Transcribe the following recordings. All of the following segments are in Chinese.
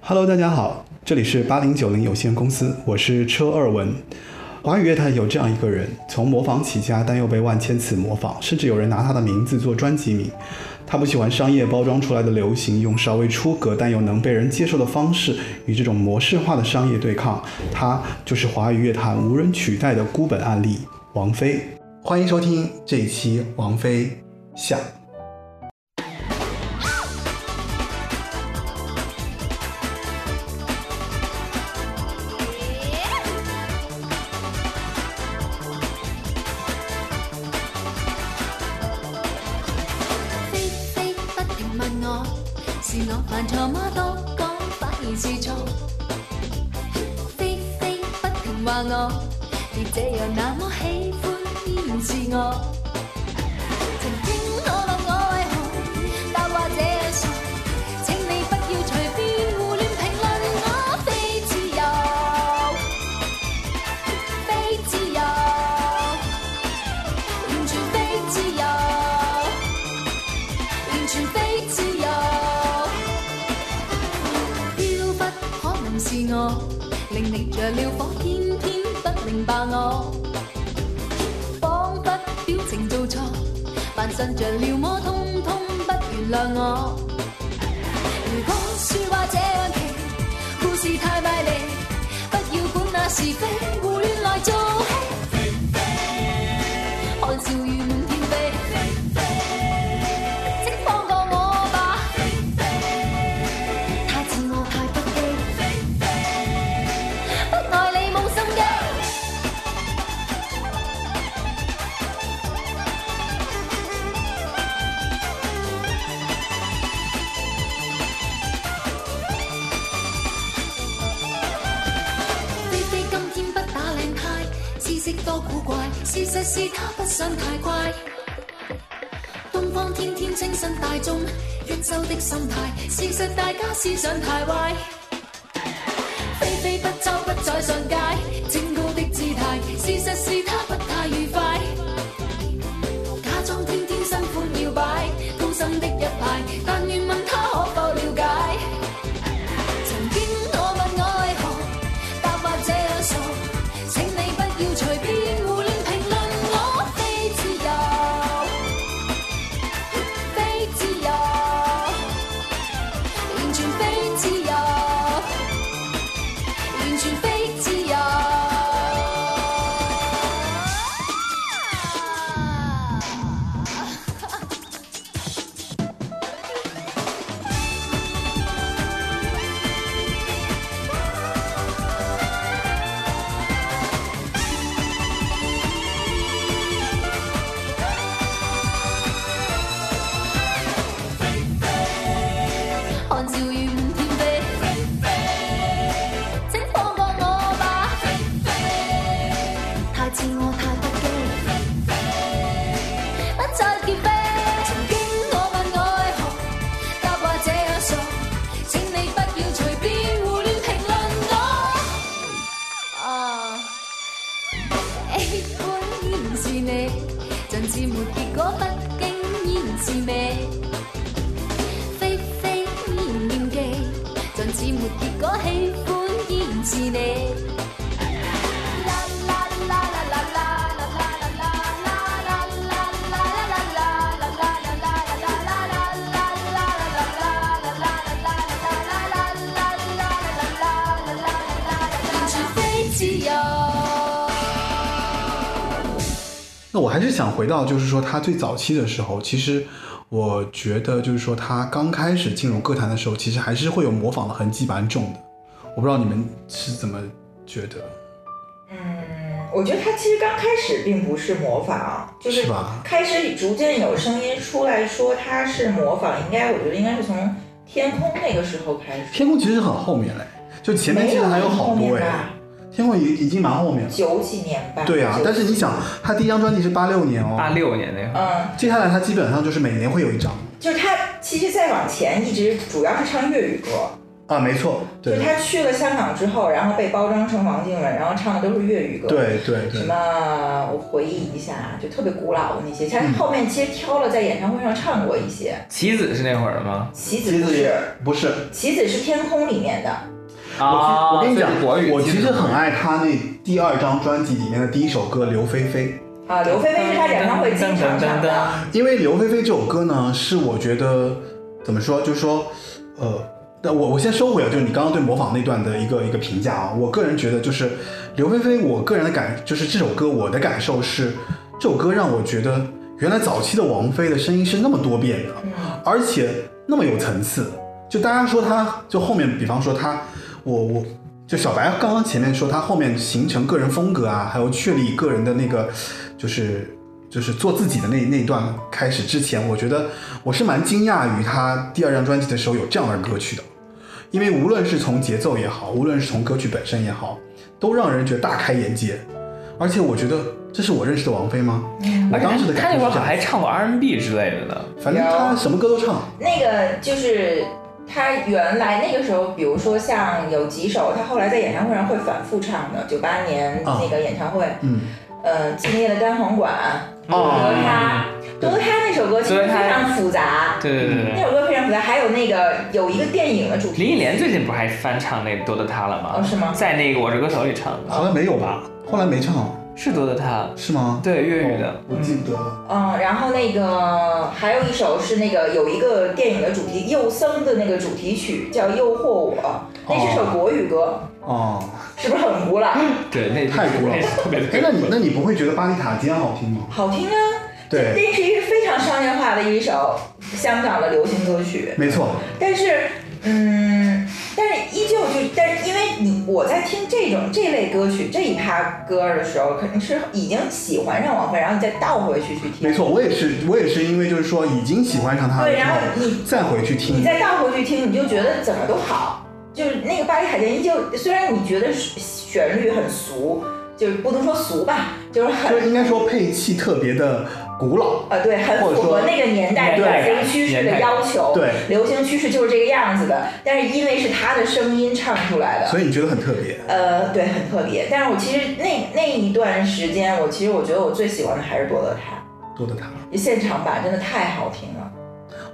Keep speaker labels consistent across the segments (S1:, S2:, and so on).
S1: Hello，大家好，这里是八零九零有限公司，我是车二文。华语乐坛有这样一个人，从模仿起家，但又被万千次模仿，甚至有人拿他的名字做专辑名。他不喜欢商业包装出来的流行，用稍微出格但又能被人接受的方式与这种模式化的商业对抗。他就是华语乐坛无人取代的孤本案例——王菲。欢迎收听这一期王菲下。
S2: 飛飛不停問我，是我犯錯嗎？多講反而是錯。飛飛不停話我，你這樣那麼喜歡，依然是我。曾經可問我為何，答話這樣傻，請你不要隨便胡亂評論我，非自由，非自由，完全非自由。完全非自由。飄不可能是我，令你着了火，偏偏不明白我。彷彿表情做錯，扮信着了魔，通通不原諒我。如果説話這樣奇，故事太賣力，不要管那是非，胡亂來做戲。看笑與滿天飛。請放過我吧，太自我太不羈，不愛你冇心機。菲菲今天不打領呔，知識多古怪，事實是她不想太乖。東方天天清新大眾，一周的心態，事實大家思想太壞。飛飛不周不再上街，清高的姿態，事實是他不太愉快。假裝天天新歡要擺，高深的一派，但願問他可否了解？曾經我問我為何，答話這樣傻，請你不要隨便胡亂評論我，非自由。非自由，完全非自由，完全非自由。看笑與滿天飛，請放過我吧，太自我太不羈，不再劫飛。曾經我問我為何，答話這樣傻，請你不要隨便胡亂評論我。啊，喜歡依然是你，盡是沒結果，不經依然是你。非非依然念記，盡似沒結果，喜歡依然是你。啦啦啦啦啦啦啦啦啦啦啦啦啦啦啦啦啦啦完全非自由。
S1: 那我还是想回到，就是说他最早期的时候，其实我觉得就是说他刚开始进入歌坛的时候，其实还是会有模仿的痕迹蛮重的。我不知道你们是怎么觉得？
S3: 嗯，我觉得他其实刚开始并不是模仿，就是
S1: 吧
S3: 开始逐渐有声音出来说他是模仿，应该我觉得应该是从天空那个时候开始。
S1: 天空其实很后面嘞，就前面其实还有好
S3: 没
S1: 多
S3: 有后面
S1: 哎
S3: 吧，
S1: 天空已已经蛮后面了。
S3: 九几年吧。
S1: 对啊，
S3: 九
S1: 但是你想，他第一张专辑是八六年
S4: 八
S1: 哦，
S4: 六年那会儿，
S3: 嗯，
S1: 接下来他基本上就是每年会有一张。
S3: 就是他其实再往前一直主要是唱粤语歌，
S1: 啊，没错，
S3: 就
S1: 对
S3: 是他去了香港之后，然后被包装成王静文，然后唱的都是粤语歌，，
S1: 对对
S3: 什
S1: 对，
S3: 么我回忆一下，就特别古老的那些。
S1: 嗯
S3: 像他后面其实挑了在演唱会上唱过一些，
S4: 棋子是那会儿的吗？
S3: 棋子
S1: 其
S3: 不
S1: 实也
S3: 是，
S1: 不是，
S3: 棋子是天空里面的，
S4: 啊，
S1: 我跟你
S4: 所以
S1: 讲
S4: 是，国语。
S1: 我其
S4: 棋子
S1: 实
S4: 是国语
S1: 很爱他那第二张专辑里面的第一首歌《刘菲菲》，
S3: 啊，刘菲菲是他演唱会经常唱的，
S1: 因为《刘菲菲》这首歌呢，是我觉得怎么说，就是说，呃，那我我先收回了，啊就是你刚刚对模仿那段的一个一个评价啊。我个人觉得，就是刘菲菲，我个人的感就是这首歌我的感受是，这首歌让我觉得原来早期的王菲的声音是那么多变的，
S3: 嗯，
S1: 而且那么有层次。就大家说她，就后面比方说她，我我就小白刚刚前面说她后面形成个人风格啊，还有确立个人的那个，就是就是做自己的那那一段开始之前，我觉得我是蛮惊讶于她第二张专辑的时候有这样的歌曲的，因为无论是从节奏也好，无论是从歌曲本身也好，都让人觉得大开眼界。而且我觉得这是我认识的王菲吗？我
S3: 嗯
S4: 而且
S1: 当时的
S4: 他
S1: 感
S4: 那
S1: 觉是这
S4: 会儿哎好像还
S1: 样，
S4: 唱过 R&B 之类的呢。
S1: 反正她什么歌都唱。
S3: 那个就是。他原来那个时候，比如说像有几首，他后来在演唱会上会反复唱的。九八年
S1: 啊
S3: 那个演唱会，
S1: 嗯，
S3: 呃，纪念了单簧管，
S1: 哦
S3: 多得他，
S4: 嗯
S3: 多得他那首歌其实
S4: 多得他
S3: 非常复杂，
S4: 对对对对
S3: 那
S4: 对。
S3: 首歌非常复杂，还有那个有一个电影的主题，
S4: 林忆莲最近不是还翻唱那《多得他》了
S3: 哦
S4: 吗？
S3: 是吗？
S4: 在那个《我是歌手》里唱的，
S1: 后来没有吧？后来没唱，
S4: 是《多得他
S1: 是吗》？哦
S4: 对粤语的。
S1: 我记不得了。
S3: 嗯，然后那个还有一首是那个有一个电影的主题，幼僧的那个主题曲叫《诱惑我》，那是首国语歌，
S1: 哦，
S3: 是不是很古老？
S4: 对，那
S1: 太古老了
S4: 那是特别
S1: 哎，那你那你不会觉得《巴黎塔尖》好听吗？
S3: 好听啊！这
S1: 对，
S3: 这是一个非常商业化的一首香港的流行歌曲。
S1: 没错，
S3: 但是，嗯，但是依旧就，但是因为你我在听这种这类歌曲这一趴歌的时候，肯定是已经喜欢上王菲，然后你再倒回去去听，
S1: 没错，，我也是，我也是因为就是说已经喜欢上他了
S3: 对，
S1: 之
S3: 然
S1: 后
S3: 后，你
S1: 再回去
S3: 你
S1: 听，
S3: 再倒回去听，你就觉得怎么都好，就是那个《巴黎海峡依旧》，虽然你觉得旋律很俗，就是不能说俗吧，就是
S1: 就
S3: 很
S1: 应该说配器特别的古老。
S3: 呃对，很
S1: 或者
S3: 符合
S1: 说
S3: 那个年代
S4: 年
S3: 流
S4: 代感
S3: 行趋势
S4: 年
S3: 的
S4: 代
S3: 要
S4: 感
S3: 求，
S1: 对，
S3: 流行趋势就是这个样子的，但是因为是他的声音唱出来的，
S1: 所以你觉得很特别。
S3: 呃，对，很特别。但是我其实那那一段时间，我其实我觉得我最喜欢的还是多得他，
S1: 多得他，
S3: 现场版真的太好听了。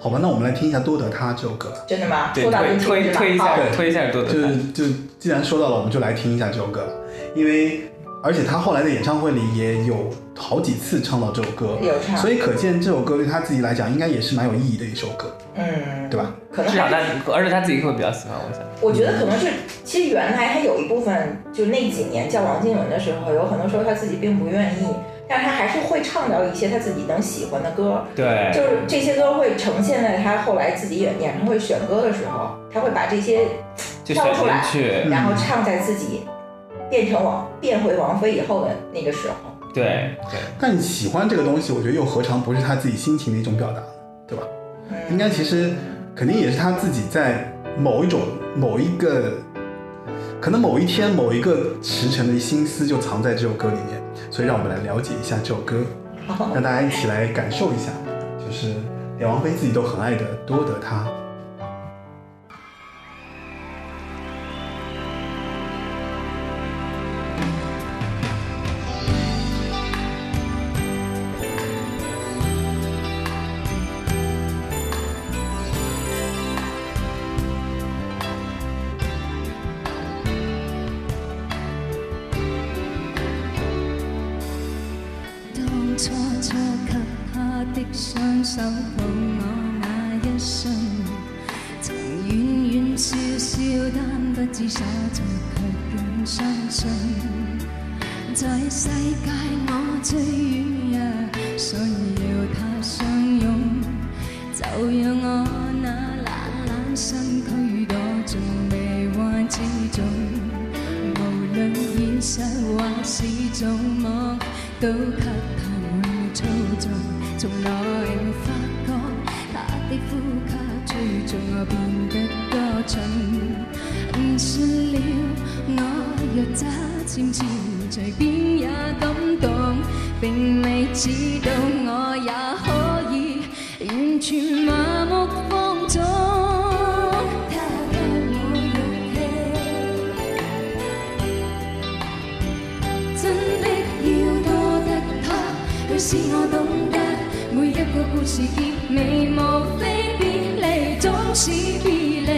S1: 好吧，那我们来听一下《多得他》这首歌。
S3: 真的吗？
S4: 对
S3: 说到就
S4: 推
S3: 听
S4: 推
S3: 是吧
S4: 推一
S3: 好
S4: 下
S1: 对，
S4: 推一下《多得
S1: 就
S4: 他》。
S1: 是就既然说到了，我们就来听一下这首歌，因为而且他后来的演唱会里也有好几次唱到这首歌，
S3: 有唱，
S1: 所以可见这首歌对他自己来讲应该也是蛮有意义的一首歌，
S3: 嗯，
S1: 对吧？
S3: 可能
S4: 至少
S3: 还
S4: 他
S3: 是，
S4: 而且他自己会比较喜欢，我想。
S3: 我觉得可能是，其实原来他有一部分，就那几年叫王静文的时候，有很多时候他自己并不愿意，但是他还是会唱到一些他自己能喜欢的歌，
S4: 对，
S3: 就是这些歌会呈现在他后来自己演演唱会选歌的时候，他会把这些
S4: 就
S3: 挑
S4: 选
S3: 出
S4: 进
S3: 来
S4: 去。嗯
S3: 然后唱在自己变成王变回王菲以后的那个时候。
S4: 对对。
S1: 但你喜欢这个东西，我觉得又何尝不是他自己心情的一种表达，对吧？
S3: 嗯
S1: 应该其实肯定也是他自己在某一种某一个，可能某一天某一个时辰的心思就藏在这首歌里面，所以让我们来了解一下这首歌，
S3: 好
S1: 让大家一起来感受一下，就是连王菲自己都很爱的《多得他》。
S5: 当初初給他的雙手抱我那一瞬，曾遠遠笑笑，但不知所措，卻竟相信，在世界我最軟弱，需要他相擁，就讓我那懶懶身軀躲進臂彎之中。無論現實或是做夢，都給他會操縱。從來發覺他的呼吸追逐我變得多蠢。算了，我若找漸漸，隨便也感動，並未知道我也可以完全麻木放縱。他給我是結尾，無非別離，總是別離。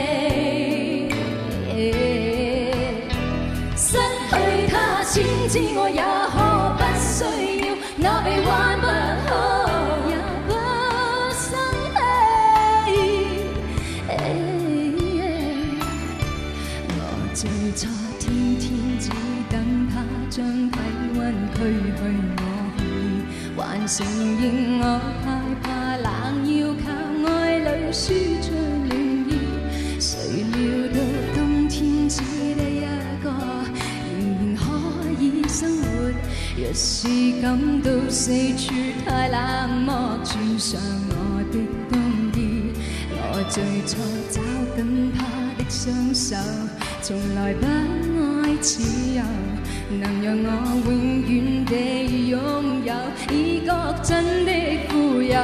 S5: 失去他，先知我也可不需要，那臂彎不可也不生氣。我最初天天只等他將體温驅去我去，還承認我太怕冷，要靠愛裏舒暢暖意。誰料到今天只得一個，仍然可以生活。若是感到四處太冷漠，穿上我的冬衣。我最初找緊他的雙手，從來不愛自由，能讓我永遠地擁有，已覺真的富有。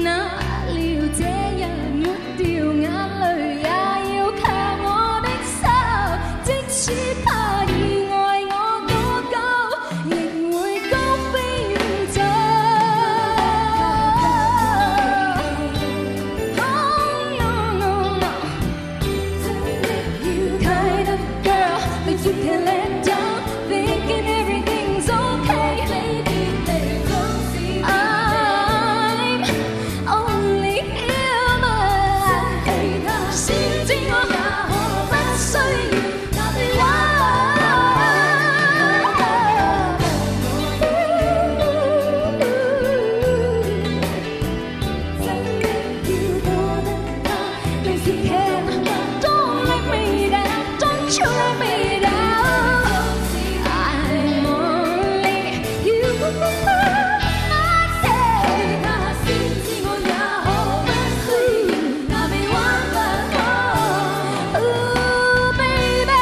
S5: 哪料這日抹掉眼淚，也要靠我的手，即使怕意外我多久，亦會高飛遠走。Oh no no no！kind of girl that you can let down, thinking everything's okay. I'm only human，先知我也不需要我。Baby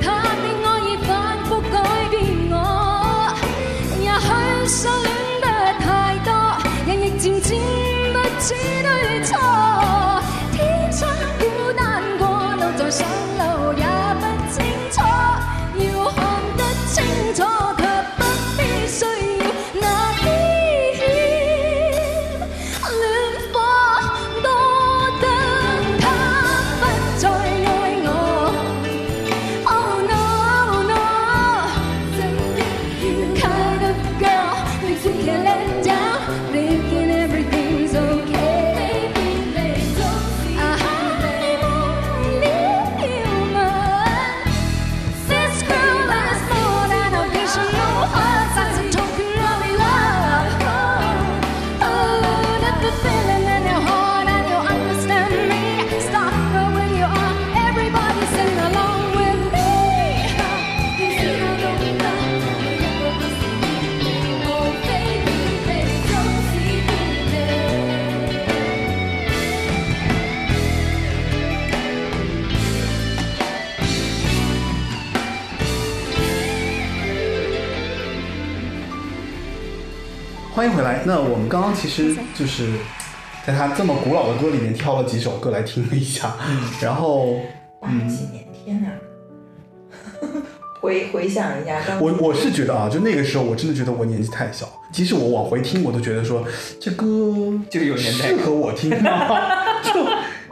S5: 他的愛已反覆改變我，也許相戀得太多，人亦漸漸不知對錯。天生孤單過路，再上路也不清楚，要看得清楚，卻不必需要那啲戀火多得他不再愛我。Oh no no，真的要 kind of girl，你只係靚仔，thinking everything's okay。I'm only human。This girl is more than auditional heart as a token of love. Oh, let the feeling in your heart and you understand me. Stop her when you are. Everybody sing along with me. Oh, baby, baby, don't see me there.
S1: 欢迎回来。那我们刚刚其实就是在他这么古老的歌里面挑了几首歌来听了一下，然后
S3: 哇，
S4: 嗯
S3: 几年，天哪！ 回回想一下，当
S1: 我我是觉得啊，就那个时候我真的觉得我年纪太小，即使我往回听，我都觉得说这歌
S4: 就有年代
S1: 适
S4: 感
S1: 合我听吗？ 就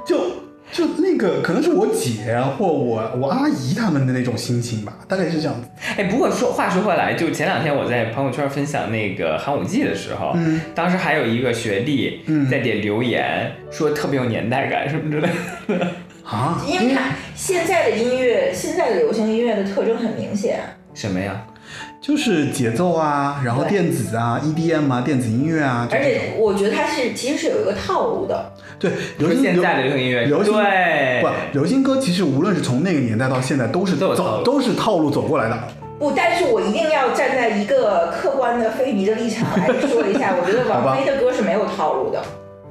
S1: 就就那个可能是我姐啊或我我阿姨他们的那种心情吧，大概是这样子。
S4: 哎，不过说话说回来，就前两天我在朋友圈分享那个寒武纪的时候，
S1: 嗯，
S4: 当时还有一个学弟在底下留言、说特别有年代感什么之类的。
S1: 啊，
S3: 因为它现在的音乐，现在的流行音乐的特征很明显，啊
S4: 什么呀？
S1: 就是节奏啊，然后
S3: 对
S1: 电子啊，EDM 啊，电子音乐啊，就
S3: 而
S1: 这种
S3: 且我觉得它是其实是有一个套路的。
S1: 对流
S4: 说
S1: 行
S4: 现
S1: 流
S4: 在的流行音乐，
S1: 流行
S4: 对，
S1: 不，流行歌其实无论是从那个年代到现在，都是
S4: 都有套
S1: 走
S4: 路
S1: 都是套路走过来的。
S3: 不，但是我一定要站在一个客观的非迷的立场来说 一下，我觉得
S1: 好吧
S3: 王菲的歌是没有套路的。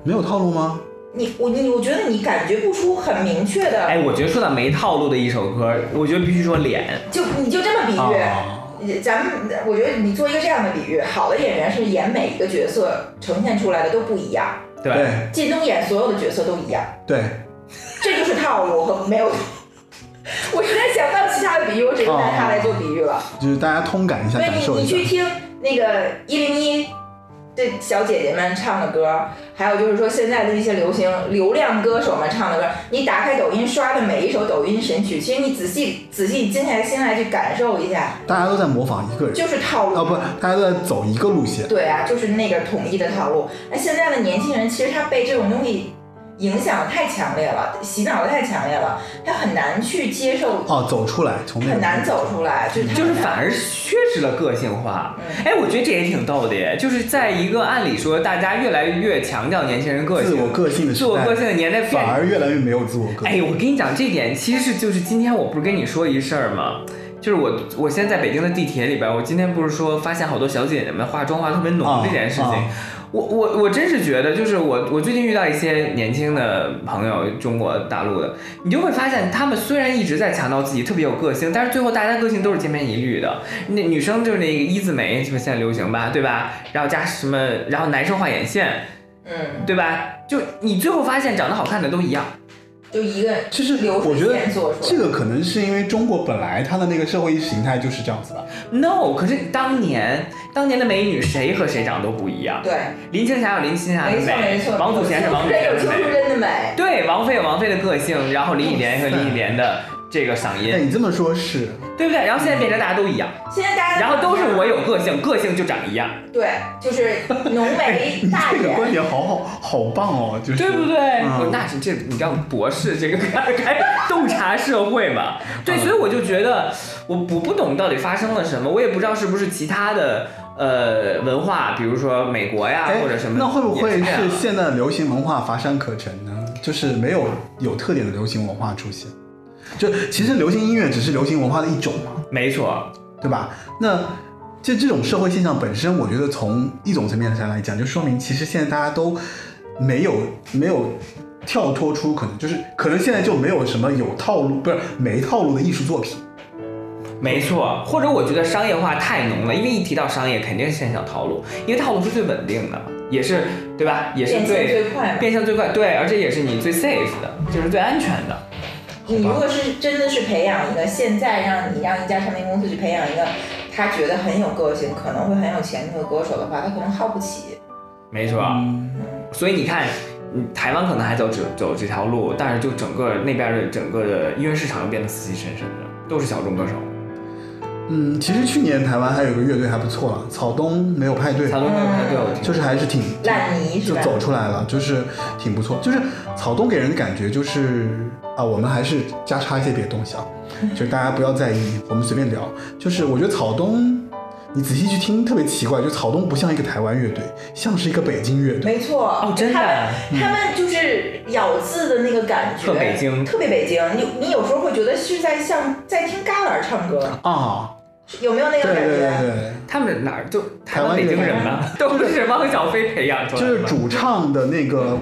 S1: 没有套路吗？
S3: 你我你我觉得你感觉不出很明确的，
S4: 哎，我觉得说到没套路的一首歌，我觉得必须说脸。
S3: 就你就这么比喻。
S1: 啊，
S3: 咱们，我觉得你做一个这样的比喻，好的演员是演每一个角色呈现出来的都不一样，
S4: 对，
S1: 对
S3: 靳东演所有的角色都一样，
S1: 对，
S3: 这就是套路和没有。 我实在想不到其他的比喻，我只能拿它来做比喻了。
S1: 就是大家通感一下，
S3: 所以
S1: 感受
S3: 你
S1: 一
S3: 你去
S1: 下。
S3: 听那个一零一这小姐姐们唱的歌，还有就是说现在的一些流行流量歌手们唱的歌，你打开抖音刷的每一首抖音神曲，其实你仔细仔细静下心来去感受一下，
S1: 大家都在模仿一个人，
S3: 就是套路。
S1: 啊不，大家都在走一个路线。
S3: 对啊，就是那个统一的套路。那现在的年轻人其实他被这种东西影响太强烈了，洗脑的太强烈了，他很难去接受，
S1: 哦，走出来，从那个
S3: 很难走出来，就是他
S4: 就是
S3: 很难
S4: 反而缺失了个性化
S3: 嗯。
S4: 哎，我觉得这也挺逗的耶，就是在一个按理说大家越来越强调年轻人个性、
S1: 自我个性的时代
S4: 自我个性的年代变
S1: 反而越来越没有自我个
S4: 哎，
S1: 性。
S4: 我跟你讲这点，其实就是今天我不是跟你说一事儿吗？就是我，我现在在北京的地铁里边，我今天不是说发现好多小姐姐们化妆化得特别浓
S1: 啊
S4: 这件事情，
S1: 啊
S4: 我我我真是觉得，就是我我最近遇到一些年轻的朋友，中国大陆的，你就会发现他们虽然一直在强调自己特别有个性，但是最后大家个性都是千篇一律的。那女生就是那个一字眉，是不是现在流行吧，对吧？然后加什么，然后男生画眼线，
S3: 嗯，
S4: 对吧？就你最后发现长得好看的都一样。
S3: 就一个
S1: 其实
S3: 流
S1: 我
S3: 水
S1: 觉得
S3: 线做出来。
S1: 这个可能是因为中国本来它的那个社会意识形态就是这样子吧。
S4: No，可是当年当年的美女谁和谁长得都不一样，
S3: 对，
S4: 林青霞有林青霞
S3: 没
S4: 的
S3: 错没
S4: 啊美
S3: 错，，
S4: 王祖贤是王祖贤
S3: 有
S4: 的
S3: 邱淑
S4: 美，
S3: 贞的美，
S4: 对，王菲有王菲的个性，然后林忆莲和
S1: 哇塞
S4: 林忆莲的这个嗓
S1: 哎，
S4: 音，
S1: 你这么说是，
S4: 对不对？然后现在变成大家都一样，
S3: 现在大家
S4: 然后都是我有个性，个性就长一样，
S3: 对，就是浓眉
S4: 哎
S1: 你
S3: 大
S1: 这个观
S3: 眼，
S1: 点好好好棒哦，就是
S4: 对不对？
S1: 嗯
S4: 我那是这你看博士这个开洞察社会嘛，
S3: 嗯
S4: 对，所以我就觉得我不不懂到底发生了什么，我也不知道是不是其他的。呃，文化，比如说美国呀，
S1: 哎
S4: 或者什么，
S1: 那会不会
S4: 也这样啊
S1: 是现在的流行文化乏善可陈呢？就是没有有特点的流行文化出现。就其实流行音乐只是流行文化的一种嘛，
S4: 没错，
S1: 对吧？那这这种社会现象本身，我觉得从一种层面上来讲，就说明其实现在大家都没有没有跳脱出可能就是可能现在就没有什么有套路不是没套路的艺术作品。
S4: 没错，或者我觉得商业化太浓了，因为一提到商业，肯定是先想套路，因为套路是最稳定的，也是对吧？也是
S3: 变现
S4: 最
S3: 最快嘛。
S4: 变相最快，对，而且也是你最 safe 的，就是最安全的。
S3: 你如果是真的是培养一个，现在让你让一家唱片公司去培养一个他觉得很有个性，可能会很有前途的歌手的话，他可能耗不起。
S4: 没错，所以你看，嗯台湾可能还走走走这条路，但是就整个那边的整个的音乐市场又变得死气沉沉的，都是小众歌手。
S1: 嗯，其实去年台湾还有个乐队还不错了，草东没有派对，
S4: 小众歌手对我听，
S1: 就是还是挺
S3: 烂泥是
S1: 就
S3: 吧？
S1: 走出来了，就是挺不错。就是草东给人的感觉就是啊，我们还是加插一些别的东西 啊，就大家不要在意，我们随便聊。就是我觉得草东，你仔细去听特别奇怪，就草东不像一个台湾乐队，像是一个北京乐队。
S3: 没错，
S4: 哦真的
S3: 他们、他们就是咬字的那个感觉，
S4: 特北京
S3: 特别北京。你你有时候会觉得是在像在听旮旯唱歌，
S1: 啊，
S3: 有没有
S1: 对
S3: 那个感
S1: 对
S3: 觉？
S1: 对
S4: 他们哪儿就台
S1: 台
S4: 湾
S1: 湾
S4: 北京
S1: 乐队
S4: 人吧，都是汪小菲培养出
S1: 对，
S4: 来
S1: 就
S4: 的
S1: 是
S4: 吧。
S1: 主唱的那个，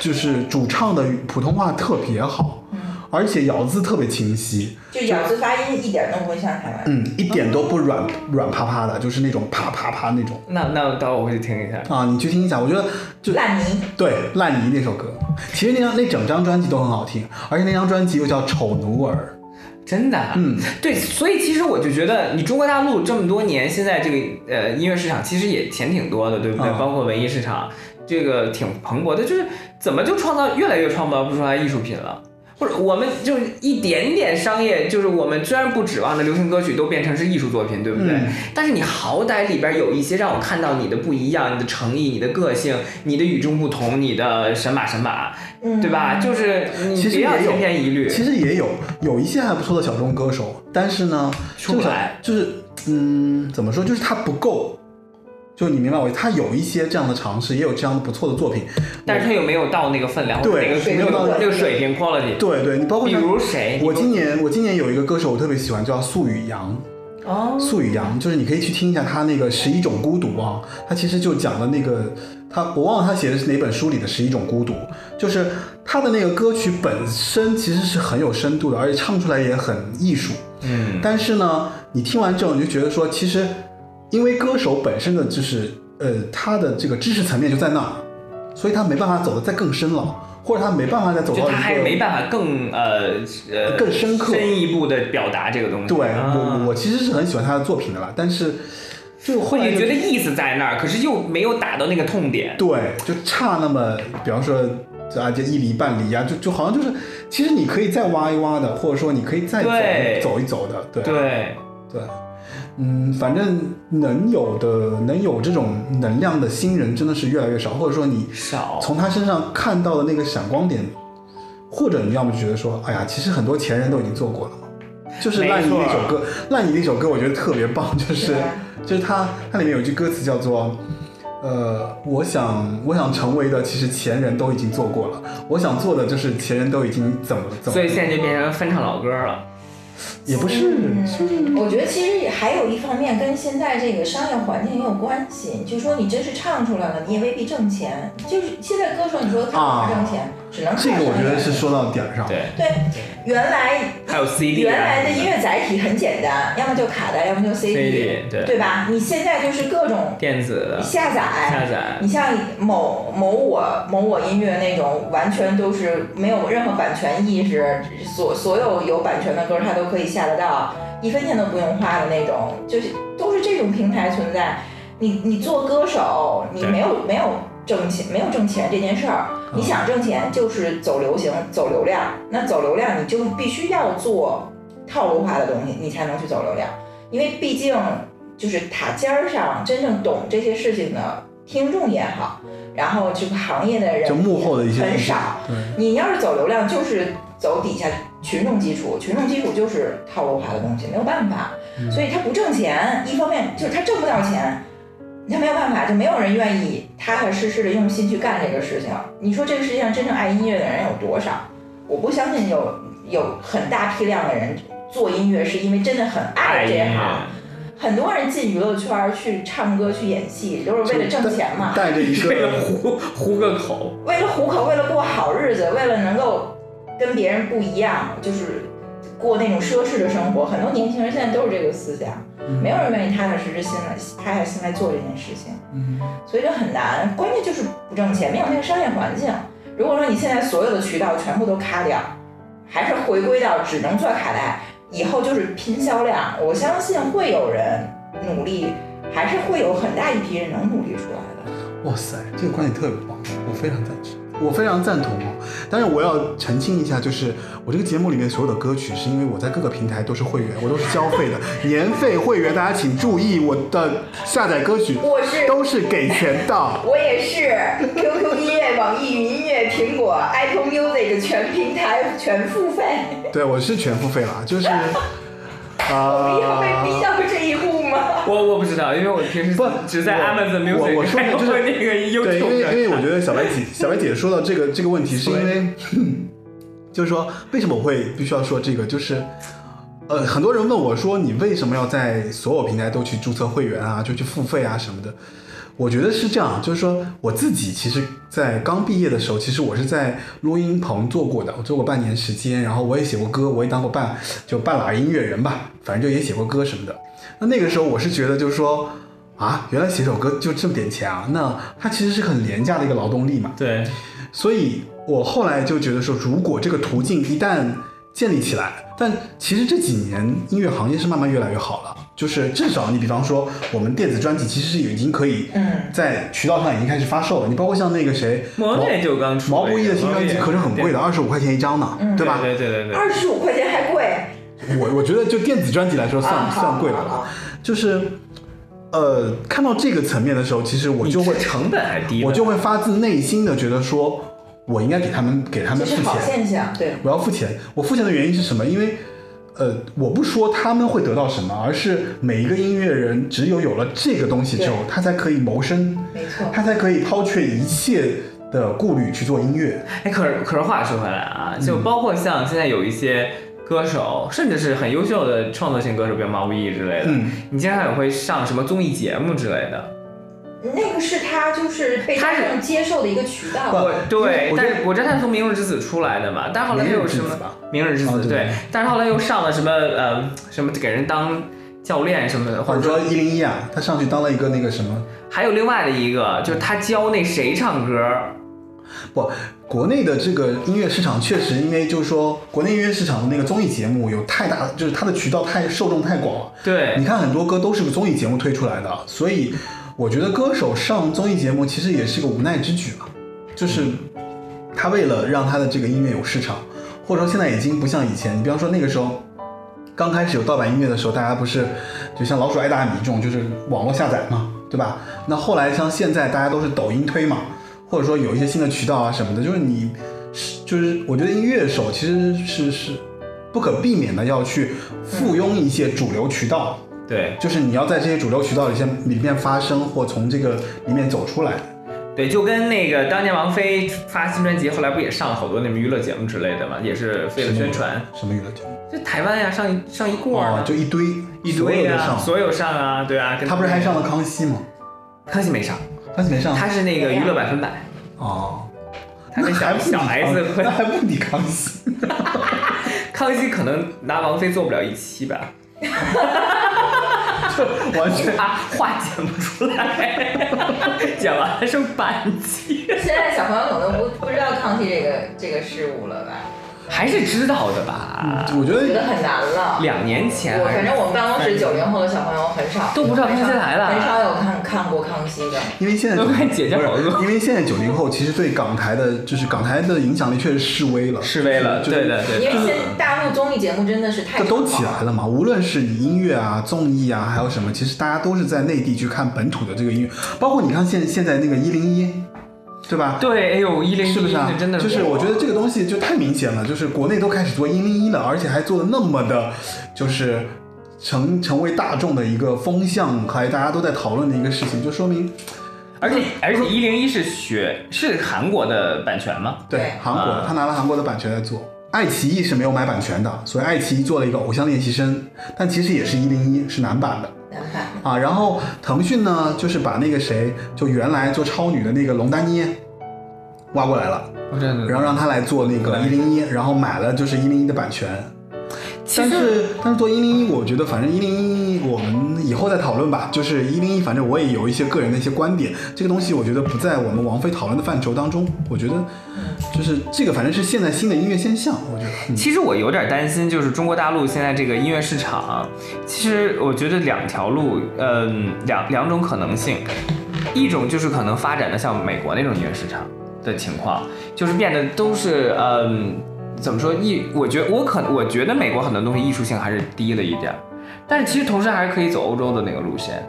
S1: 就是主唱的普通话特别好，
S3: 嗯
S1: 而且咬字特别清晰，
S3: 就咬字发音一点都不会像台湾。
S1: 嗯，一点都不软软趴趴的，就是那种啪啪啪那种。
S4: 那那等会我回去听一下。
S1: 啊，你去听一下，我觉得就
S3: 烂泥，
S1: 对《烂泥》那首歌，其实那张那整张专辑都很好听，而且那张专辑又叫《丑奴儿
S4: 真的，啊
S1: 嗯，
S4: 对，所以其实我就觉得，你中国大陆这么多年，现在这个呃音乐市场其实也钱挺多的，对不对？
S1: 嗯
S4: 包括文艺市场，这个挺蓬勃的，就是怎么就创造越来越创造不出来艺术品了？或者我们就是一点点商业，就是我们虽然不指望着流行歌曲都变成是艺术作品，对不对？
S1: 嗯
S4: 但是你好歹里边有一些让我看到你的不一样，你的诚意，你的个性，你的与众不同，你的神马神马，
S3: 嗯，
S4: 对吧？就是你
S1: 其实
S4: 不要
S1: 也有
S4: 千篇一律》，。
S1: 其实也有有一些还不错的小众歌手，但是呢，
S4: 出
S1: 这个
S4: 不
S1: 小
S4: 来
S1: 就是嗯，怎么说，就是他不够。就你明白我，他有一些这样的尝试，也有这样的不错的作品。
S4: 但是他又没有到那个分量，或者
S1: 对
S4: 那个
S1: 没
S4: 那
S1: 有到
S4: 个
S1: 那个
S4: 那个水平 quality。
S1: 对对，你包括
S4: 比
S1: 像
S4: 如谁？
S1: 我今
S4: 你
S1: 年我今年有一个歌手我特别喜欢，叫素雨阳。
S4: 给我哦，
S1: 素雨阳，就是你可以去听一下他那个《十一种孤独》啊，他其实就讲了那个他我忘了他写的是哪本书里的《十一种孤独》，就是他的那个歌曲本身其实是很有深度的，而且唱出来也很艺术。
S4: 嗯，
S1: 但是呢，你听完之后你就觉得说，其实因为歌手本身的就是呃他的这个知识层面就在那儿，所以他没办法走得再更深了，或者他没办法再走
S4: 就
S1: 到一
S4: 他还没
S1: 个。
S4: 办法更呃呃
S1: 更深刻
S4: 深一步的表达这个东西。
S1: 对，
S4: 啊
S1: 我我我其实是很喜欢他的作品的啦，但是就
S4: 或
S1: 后
S4: 者
S1: 来就
S4: 觉得意思在那儿，可是又没有打到那个痛点。
S1: 对，就差那么，比方说啊，这一厘半厘啊，就就好像就是，其实你可以再挖一挖的，或者说你可以再
S4: 对
S1: 走走一走的，对
S4: 对，
S1: 对嗯，反正能有的能有这种能量的新人真的是越来越少，或者说你
S4: 少。
S1: 从他身上看到的那个闪光点，或者你要么就觉得说，哎呀，其实很多前人都已经做过了嘛，就是
S4: 没
S1: 烂泥
S4: 错
S1: 那首歌，烂泥那首歌我觉得特别棒，就是
S3: 对啊
S1: 就是它它里面有一句歌词叫做。呃，我想，我想成为的，其实前人都已经做过了。我想做的就是前人都已经怎么怎么
S4: 所，以现在就变成翻唱老歌了，
S1: 也不是，
S3: 嗯，我觉得其实还有一方面跟现在这个商业环境也有关系，就说你真是唱出来了，你也未必挣钱。就是现在歌手，你说他
S1: 啊
S3: 不挣钱，只能靠
S1: 这个我
S3: 商
S1: 觉
S3: 业
S1: 得是说到点儿上。
S4: 对，
S3: 对，原来
S4: 还有啊 CD，
S3: 原来的音乐载体很简单，要么就卡带，要么就
S4: CD 对
S3: 对吧？你现在就是各种
S4: 电子的
S3: 下载，
S4: 下载
S3: 你像某某我某我音乐那种，完全都是没有任何版权意识，所所有有版权的歌它都可以下得到，一分钱都不用花的那种，就是都是这种平台存在。你你做歌手，你
S4: 对
S3: 没有没有挣钱，没有挣钱这件事儿，你想挣钱就是走流行、走流量。那走流量，你就必须要做套路化的东西，你才能去走流量。因为毕竟就是塔尖儿上真正懂这些事情的听众也好，然后这个行业的人
S1: 就幕后的一些
S3: 很少。
S1: 对，
S3: 你要是走流量，就是走底下群众基础，群众基础就是套路化的东西，没有办法。
S1: 嗯
S3: 所以他不挣钱，一方面就是他挣不到钱，他没有办法，就没有人愿意踏踏实实的用心去干这个事情。你说这个世界上真正爱音乐的人有多少？我不相信有有很大批量的人做音乐是因为真的很爱
S4: 爱
S3: 这
S4: 音
S3: 行。
S4: 乐，
S3: 很多人进娱乐圈儿去唱歌、去演戏，都是为了挣钱嘛，
S1: 带着一
S4: 为了
S1: 个
S4: 糊糊个口，
S3: 为了糊口，为了过好日子，为了能够跟别人不一样，就是过那种奢侈的生活。很多年轻人现在都是这个思想，没有人愿意踏踏实实心来、踏下心来做这件事情，
S1: 嗯
S3: 所以这很难。关键就是不挣钱，没有那个商业环境。如果说你现在所有的渠道全部都卡掉，还是回归到只能做卡带，以后就是拼销量，我相信会有人努力，还是会有很大一批人能努力出来的。
S1: 哇塞，这个观点特别棒，我非常赞成，我非常赞同哦。但是我要澄清一下，就是我这个节目里面所有的歌曲，是因为我在各个平台都是会员，我都是交费的，年费会员，大家请注意，我的下载歌曲
S3: 我是
S1: 都是给钱的。
S3: 我也是 QQ 音乐、网易云音乐、苹果、Apple Music 全平台全付费，
S1: 对，我是全付费了，啊就是，
S3: 我们会
S1: 啊、
S3: 逼到这一步吗？
S4: 我我不知道，因为我平时
S1: 不
S4: 只在
S1: 我
S4: Amazon
S1: 我
S4: Music
S1: 我说的就是
S4: 还有那个
S1: 对，因为
S4: YouTube
S1: 因为
S4: 上
S1: 我觉得小白姐小白姐说到这个这个问题，是因为 就是说为什么我会必须要说这个，就是呃，很多人问我说你为什么要在所有平台都去注册会员啊，就去付费啊什么的。我觉得是这样，就是说我自己其实，在刚毕业的时候，其实我是在录音棚做过的，我做过半年时间，然后我也写过歌，我也当过伴，就半拉音乐人吧，反正就也写过歌什么的。那那个时候我是觉得，就是说啊，原来写首歌就这么点钱啊，那它其实是很廉价的一个劳动力嘛。
S4: 对
S1: 所以我后来就觉得说，如果这个途径一旦建立起来，但其实这几年音乐行业是慢慢越来越好了，就是至少你比方说我们电子专辑其实是已经可以
S3: 嗯
S1: 在渠道上已经开始发售了，你包括像那个谁
S4: 毛
S1: 毛
S4: 内就刚出
S1: 毛不易的新
S4: 毛
S1: 专辑
S4: 内
S1: 可是很贵的，二十五块钱一张呢，对吧？
S4: 对对对对
S3: 二十五块钱还贵，
S1: 我我觉得就电子专辑来说算、
S3: 啊好
S1: 算贵了
S3: 好好
S1: 吧，就是呃看到这个层面的时候，其实我
S4: 对，
S1: 就会
S4: 你成本还低了，
S1: 我就会发自内心的觉得说，我应该给他们给他
S3: 这
S1: 们付
S3: 是好
S1: 钱，
S3: 现象，对。
S1: 我要付钱。我付钱的原因是什么？因为，呃，我不说他们会得到什么，而是每一个音乐人只有有了这个东西之后，他才可以谋生，
S3: 没错
S1: 他才可以抛却一切的顾虑去做音乐。
S4: 哎，可是可是话说回来
S1: 嗯
S4: 啊，就包括像现在有一些歌手，甚至是很优秀的创作性歌手，比如毛不易之类的，
S1: 嗯
S4: 你经常也会上什么综艺节目之类的。
S3: 那个是他就是被
S4: 他
S3: 大
S4: 是
S3: 众接受的一个渠道，
S1: 不
S4: 我对，
S1: 我觉
S4: 但
S1: 得
S4: 是我知道他是从《明日之子》出来的嘛，但后来又有什么《明日之子
S1: 明日之》子吧啊
S4: 对
S1: 对，
S4: 但是后来又上了什么呃什么给人当教练什么的，
S1: 或
S4: 或
S1: 者
S4: 者
S1: 说
S4: 说
S1: 一零一啊，他上去当了一个那个什么，
S4: 还有另外的一个就是他教那谁唱歌，
S1: 不，国内的这个音乐市场确实，因为就是说，国内音乐市场的那个综艺节目有太大，就是它的渠道太受众太广了。
S4: 对
S1: 你看很多歌都是个综艺节目推出来的，所以我觉得歌手上综艺节目其实也是个无奈之举吧，就是他为了让他的这个音乐有市场，或者说现在已经不像以前，你比方说那个时候。刚开始有盗版音乐的时候，大家不是就像老鼠爱大米这种，就是网络下载嘛，对吧？那后来像现在大家都是抖音推嘛，或者说有一些新的渠道啊什么的，就是你是就是我觉得音乐手其实是是不可避免的要去附庸一些主流渠道，
S4: 对
S1: 就是你要在这些主流渠道里先里面发声，或从这个里面走出来。
S4: 对，就跟那个当年王菲发新专辑，后来不也上了好多那种娱乐节目之类的嘛，也是为了宣传。
S1: 什么娱乐节目？
S4: 就台湾呀，上一上一过
S1: 哦
S4: 啊，，
S1: 就一堆
S4: 一
S1: 所有
S4: 堆
S1: 的
S4: 啊，
S1: 上，
S4: 所有上啊，对啊。跟
S1: 他不是还上了嗯康熙吗？
S4: 康熙没上，
S1: 康熙没上
S4: 他是那个娱乐百分百，
S1: 哦，
S4: 他跟
S1: 那还
S4: 小
S1: 不抵
S4: 小孩子
S1: 那
S4: 会。
S1: 还不抵康熙。
S4: 康熙可能拿王菲做不了一期吧，
S1: 完全
S4: 他话剪不出来，剪完了剩半期，
S3: 现在小朋友可能不不知道康熙这个这个事物了吧？
S4: 还是知道的吧？
S1: 我觉
S3: 觉
S1: 得
S3: 得很难了。
S4: 两年前
S3: 我
S4: 还
S3: 反
S4: 是
S3: 正我们办公室九零后的小朋友很少
S4: 都不知道康熙
S3: 很少
S4: 来了
S3: 很少有看看过康熙的。
S1: 因为现在
S4: 都 快姐姐
S1: 不是
S4: 好饿
S1: 因为现在九零后其实对港台的，就是港台的影响力确实示威了，
S4: 示威了，
S1: 就是
S4: 对的对
S3: 因为
S4: 的，
S3: 现在大陆综艺节目真的是太
S1: 这都起
S3: 少了
S1: 来了嘛，无论是你音乐啊、综艺啊，还有什么，其实大家都是在内地去看本土的这个音乐，包括你看现现在那个一零一，对吧？
S4: 对，哎呦一零
S1: 是不
S4: 一
S1: 是啊？
S4: 真的
S1: 就是我觉得这个东西就太明显了，就是国内都开始做一零一了，而且还做的那么的，就是成成为大众的一个风向，还大家都在讨论的一个事情，就说明
S4: 而且而且一零一是学是韩国的版权吗？
S1: 对
S3: 对
S1: 韩国
S4: 啊，
S1: 他拿了韩国的版权来做。爱奇艺是没有买版权的，所以爱奇艺做了一个《偶像练习生》，但其实也是一零一，是男版的。
S3: 难看。
S1: 啊，然后腾讯呢，就是把那个谁，就原来做超女的那个龙丹妮挖过来了，
S4: 我真
S1: 然后让她来做那个一零一，然后买了就是一零一的版权。
S4: 其
S1: 但
S4: 实
S1: 是但是做一零一，我觉得反正一零一我们以后再讨论吧。就是一零一，反正我也有一些个人的一些观点，这个东西我觉得不在我们王菲讨论的范畴当中。我觉得就是这个，反正是现在新的音乐现象，我觉得。嗯
S4: 其实我有点担心，就是中国大陆现在这个音乐市场，其实我觉得两条路，嗯、两两种可能性，一种就是可能发展的像美国那种音乐市场的情况，就是变得都是嗯、怎么说艺？我觉我可我觉得美国很多东西艺术性还是低了一点儿，但是其实同时还是可以走欧洲的那个路线，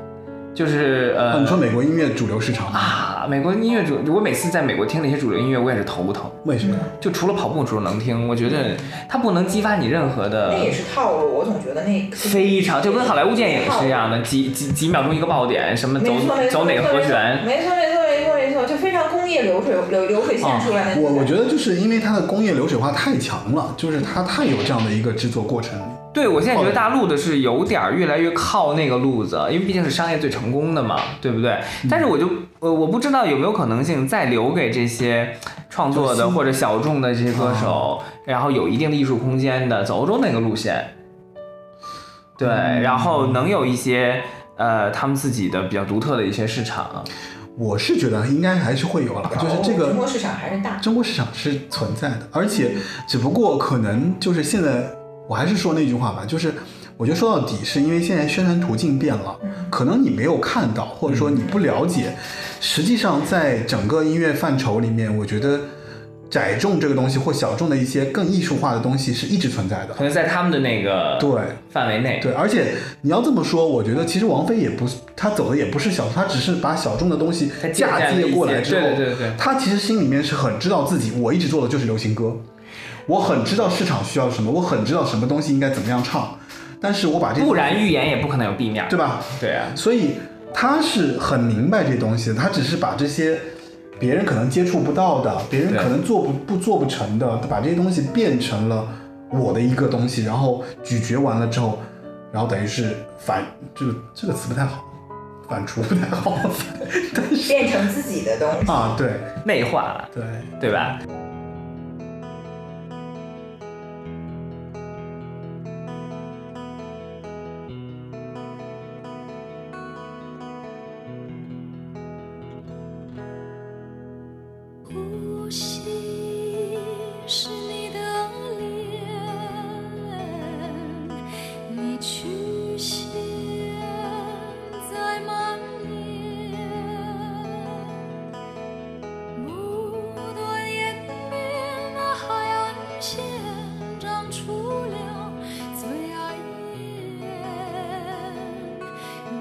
S4: 就是
S1: 啊，
S4: 呃
S1: 你说美国音乐主流市场
S4: 啊，美国音乐主，我每次在美国听那些主流音乐，我也是头疼。
S1: 为什么？
S4: 就除了跑步的时候能听，我觉得它不能激发你任何的
S3: 那也是套路，我总觉得那
S4: 非常，就跟好莱坞电影是一样的，几几几秒钟一个爆点，什么呃走
S3: 没错没错
S4: 走哪个和弦，
S3: 没错没错没错没错，就非常工业流水流流水线出来
S4: 啊
S3: 的。
S1: 我我觉得就是因为它的工业流水化太强了，就是它太有这样的一个制作过程。
S4: 对我现在觉得大陆的是有点儿越来越靠那个路子，因为毕竟是商业最成功的嘛，对不对？
S1: 嗯
S4: 但是我就呃我不知道有没有可能性再留给这些创作
S1: 就新
S4: 的
S1: 啊
S4: 或者小众的这些歌手，然后有一定的艺术空间的走欧洲那个路线，对，
S1: 嗯
S4: 然后能有一些呃他们自己的比较独特的一些市场。
S1: 我是觉得应该还是会有了，就是这
S3: 哦中国
S1: 个
S3: 市场还是大。
S1: 中国市场是存在的，而且只不过可能就是现在，我还是说那句话吧，就是我觉得说到底是因为现在宣传途径变了，
S3: 嗯
S1: 可能你没有看到，或者说你不了解，实际上在整个音乐范畴里面，我觉得。窄众这个东西或小众的一些更艺术化的东西是一直存在的，
S4: 可能在他们的那个
S1: 对，
S4: 范围内。
S1: 对，而且你要这么说，我觉得其实王菲也不，她走的也不是小，她只是把小众的东西
S4: 她借
S1: 嫁
S4: 鉴了
S1: 接
S4: 一
S1: 过
S4: 些
S1: 来之后，
S4: 对对对对
S1: 她其实心里面是很知道自己，我一直做的就是流行歌，我很知道市场需要什么，我很知道什么东西应该怎么样唱，但是我把这
S4: 不然预言也不可能有 B 面，
S1: 对吧？
S4: 对啊，
S1: 所以她是很明白这东西的，她只是把这些。别人可能接触不到的，别人
S4: 对
S1: 可能做不不做不成的，把这些东西变成了我的一个东西，然后咀嚼完了之后，然后等于是反这个这个词不太好，反刍不太好，但是
S3: 变成自己的东西，
S1: 啊，对
S4: 内化了，
S1: 对，
S4: 对吧？
S5: 呼吸，是你的脸，你曲线在蔓延。无端延绵那海岸线，长出了最爱眼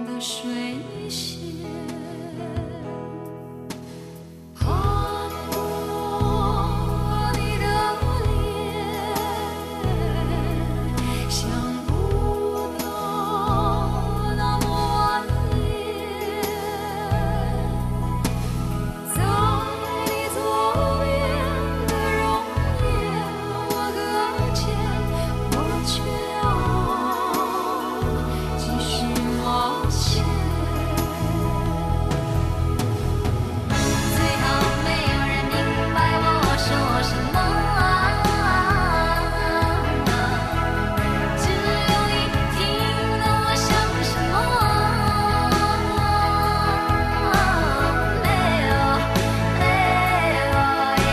S5: 的水仙。看过你的脸，想不到那么蜿蜒。在你左边的容颜，我搁浅，我却要继续往前。最后没有人明白我说什么，只有你听懂我想什么。没有，没有一脸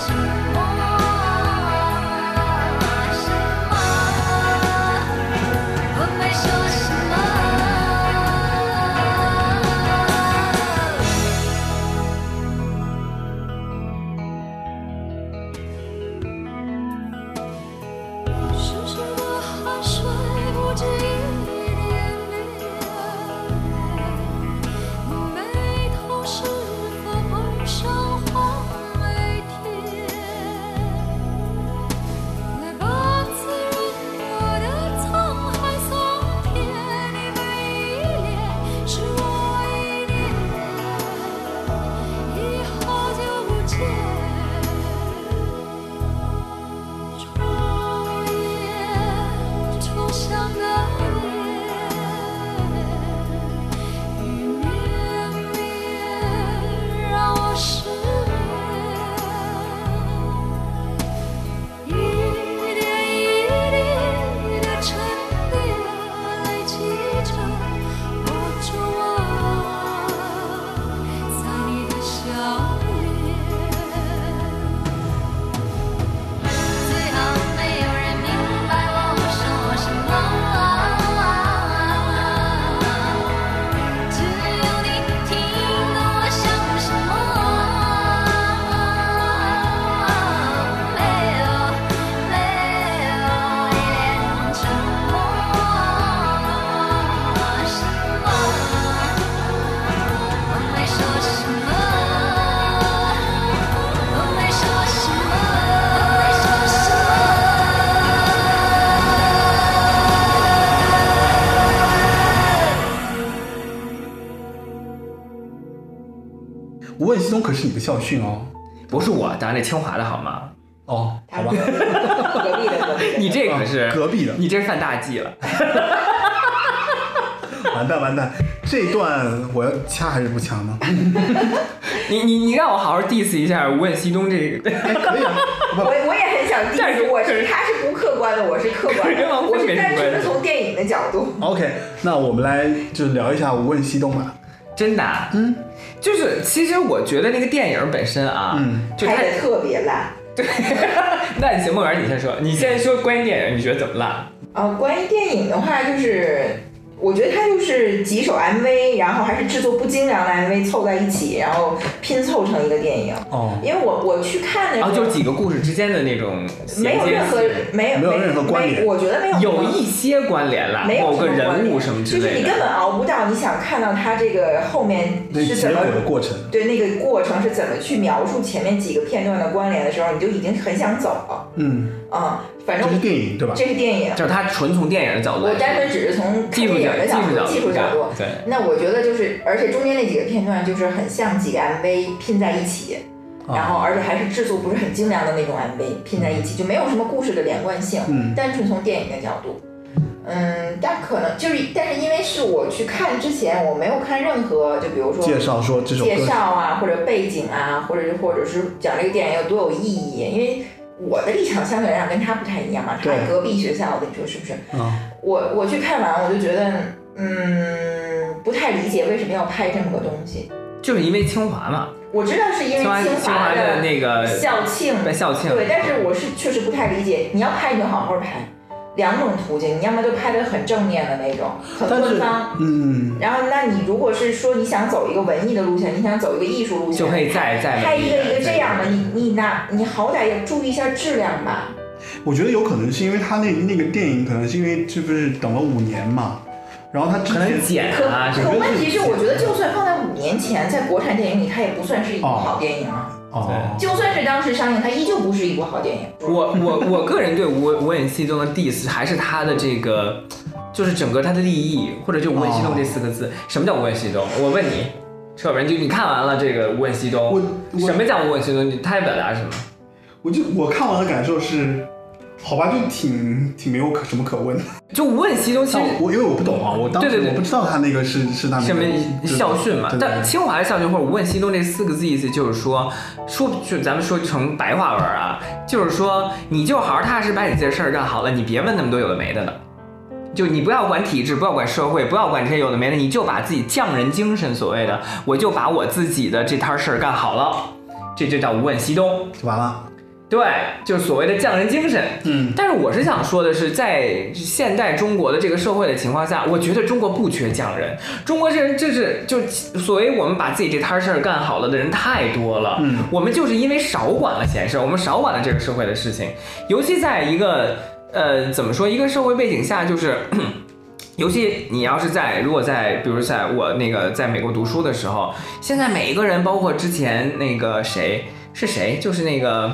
S5: 沉默，什么？我没说什么。深深的汗水不止一点点，你眉头是否碰上黄梅天？来吧，自然我的沧海桑田，你每一脸是我一年，以后就不见。重演重相的脸，雨绵绵让我失眠，一点一滴的沉淀，累积着我皱纹，在你的笑脸。最后没有人明白我说什么，只有你听懂我想什么。没有，没有一脸沉默，什么？我没说什么。我没说什么，我没说什么。
S1: 吴问西东可是你的校训哦。
S4: 不是我，当然那清华的好吗？
S1: 哦，
S3: 他
S1: 好
S3: 是
S1: 吧，
S3: 隔壁的隔壁的，
S4: 你这可是
S1: 啊隔壁的
S4: 你这是犯大忌了。
S1: 完蛋完蛋，这段我要掐还是不掐呢？
S4: 你你你让我好好 diss 一下吴问西东这个，
S1: 哎，可以啊，
S3: 我
S1: 不，
S3: 我也很想
S4: 但是
S3: 定义，我
S4: 可
S3: 是
S4: 是
S3: 他是不客观的，我是客
S4: 可
S3: 观
S4: 是跟
S3: 的，
S4: 王
S3: 我
S4: 菲
S3: 是
S4: 没什
S3: 单
S4: 么
S3: 纯
S4: 关
S3: 的
S4: 系
S3: 从电影的角度。
S1: OK，那我们来就聊一下《无问西东》吧。
S4: 真的啊，
S1: 嗯
S4: 就是其实我觉得那个电影本身啊，
S1: 嗯，
S4: 就它
S3: 拍的特别烂
S4: 那行，梦圆，你先说，你先说关于电影，你觉得怎么烂？
S3: 啊！关于电影的话，就是我觉得它就是几首 MV，然后还是制作不精良的 MV 凑在一起，然后拼凑成一个电影。
S1: 哦，
S3: 因为我我去看的时
S4: 然
S3: 候，
S4: 哦后就是几个故事之间的那种
S3: 没
S4: 衔
S3: 有
S4: 接
S3: 任何
S4: 性，
S3: 没有
S1: 没有任何关联
S3: 没我觉得没有
S4: 有
S3: 任何
S4: 一些关联啦，
S3: 没有
S4: 某个
S3: 什么关
S4: 人
S3: 联
S4: 物什么之
S3: 就是
S4: 类
S3: 你根
S4: 的。
S3: 本熬不到你想看到它这个后面
S1: 那结
S3: 是怎么
S1: 果的过程，
S3: 对那个过程是怎么去描述前面几个片段的关联的时候，你就已经很想走了。
S1: 嗯，
S3: 嗯，反
S1: 这
S3: 正
S1: 是电影对吧？
S3: 这是电影，
S4: 就是它纯从电影的角度来
S3: 我
S4: 说，
S3: 单纯只是从看
S4: 技术
S3: 电影
S4: 角
S3: 的角度、技
S4: 技
S3: 术
S4: 术
S3: 角度。
S4: 对，
S3: 那我觉得就是，而且中间那几个片段就是很像几个 MV 拼在一起，
S1: 啊
S3: 然后而且还是制作不是很精良的那种 MV 拼在一起，就没有什么故事的连贯性。
S1: 嗯
S3: 单纯从电影的角度，嗯，但可能就是，但是因为是我去看之前，我没有看任何，就比如说
S1: 介绍说这首
S3: 介
S1: 歌
S3: 绍啊，或者背景啊，或者是或者是讲这个电影啊有多有意义，因为。我的立场相对来讲跟他不太一样嘛，啊他
S1: 对
S3: 隔壁学校的，你说是不是？
S1: 啊，
S3: 我我去看完，我就觉得，嗯，不太理解为什么要拍这么个东西。
S4: 就是因为清华嘛，
S3: 我知道是因为
S4: 清华清
S3: 华
S4: 华的那个
S3: 校庆，
S4: 在校庆，
S3: 对，但是我是确实不太理解，你要拍你就好好拍，两种途径，你要么就拍的很正面的那种，很
S1: 但
S3: 官
S1: 是
S3: 方。
S1: 嗯，
S3: 然后，那你如果是说你想走一个文艺的路线，你想走一个艺术路线，
S4: 就可以再再
S3: 拍一个一个这样的，
S4: 再
S3: 你你那你好歹也注意一下质量吧。
S1: 我觉得有可能是因为他那那个电影，可能是因为这不是等了五年嘛，然后他之
S4: 可能
S1: 前
S4: 剪
S3: 可
S4: 啊什么
S1: 我
S3: 可
S1: 觉得
S3: 问
S1: 是
S3: 题是，我觉得就算放在五年前，在国产电影里，它也不算是一部
S1: 哦
S3: 好电影啊。
S1: 哦，
S3: 就算是当时上映，它依旧不是一部好电影。
S4: 我我我个人对吴吴演熙中的 diss 还是他的这个，就是整个他的立意，或者就吴演熙中这四个字。什么叫吴演熙中？我问你，车文，就你看完了这个吴演熙
S1: 我
S4: 中，
S1: 我
S4: 什么叫吴演熙中？你他要表达什么？
S1: 我就我看完的感受是，好吧，就挺挺没有可什么可问的。
S4: 就吴演熙中其
S1: 但
S4: 实
S1: 我因为我不懂啊，我当
S4: 哦对
S1: 时
S4: 对对
S1: 我不知道他那个是是他
S4: 什么校训嘛
S1: 嘛，？对对
S4: 但清华的校训或者“无问西东”这四个字意思就是说，说就咱们说成白话文啊，就是说你就好好踏实把你自己的事儿干好了，你别问那么多有的没的的。就你不要管体制，不要管社会，不要管这些有的没的，你就把自己匠人精神所谓的，我就把我自己的这摊事儿干好了，这就叫无问西东。
S1: 就完了。
S4: 对，就是所谓的匠人精神。
S1: 嗯，
S4: 但是我是想说的是，在现代中国的这个社会的情况下，我觉得中国不缺匠人，中国人这是就所谓我们把自己这摊事儿干好了的人太多了。
S1: 嗯，
S4: 我们就是因为少管了闲事儿，我们少管了这个社会的事情，尤其在一个呃怎么说一个社会背景下，就是。 尤其你要是在，如果在，比如在我那个在美国读书的时候，现在每一个人，包括之前那个谁是谁，就是那个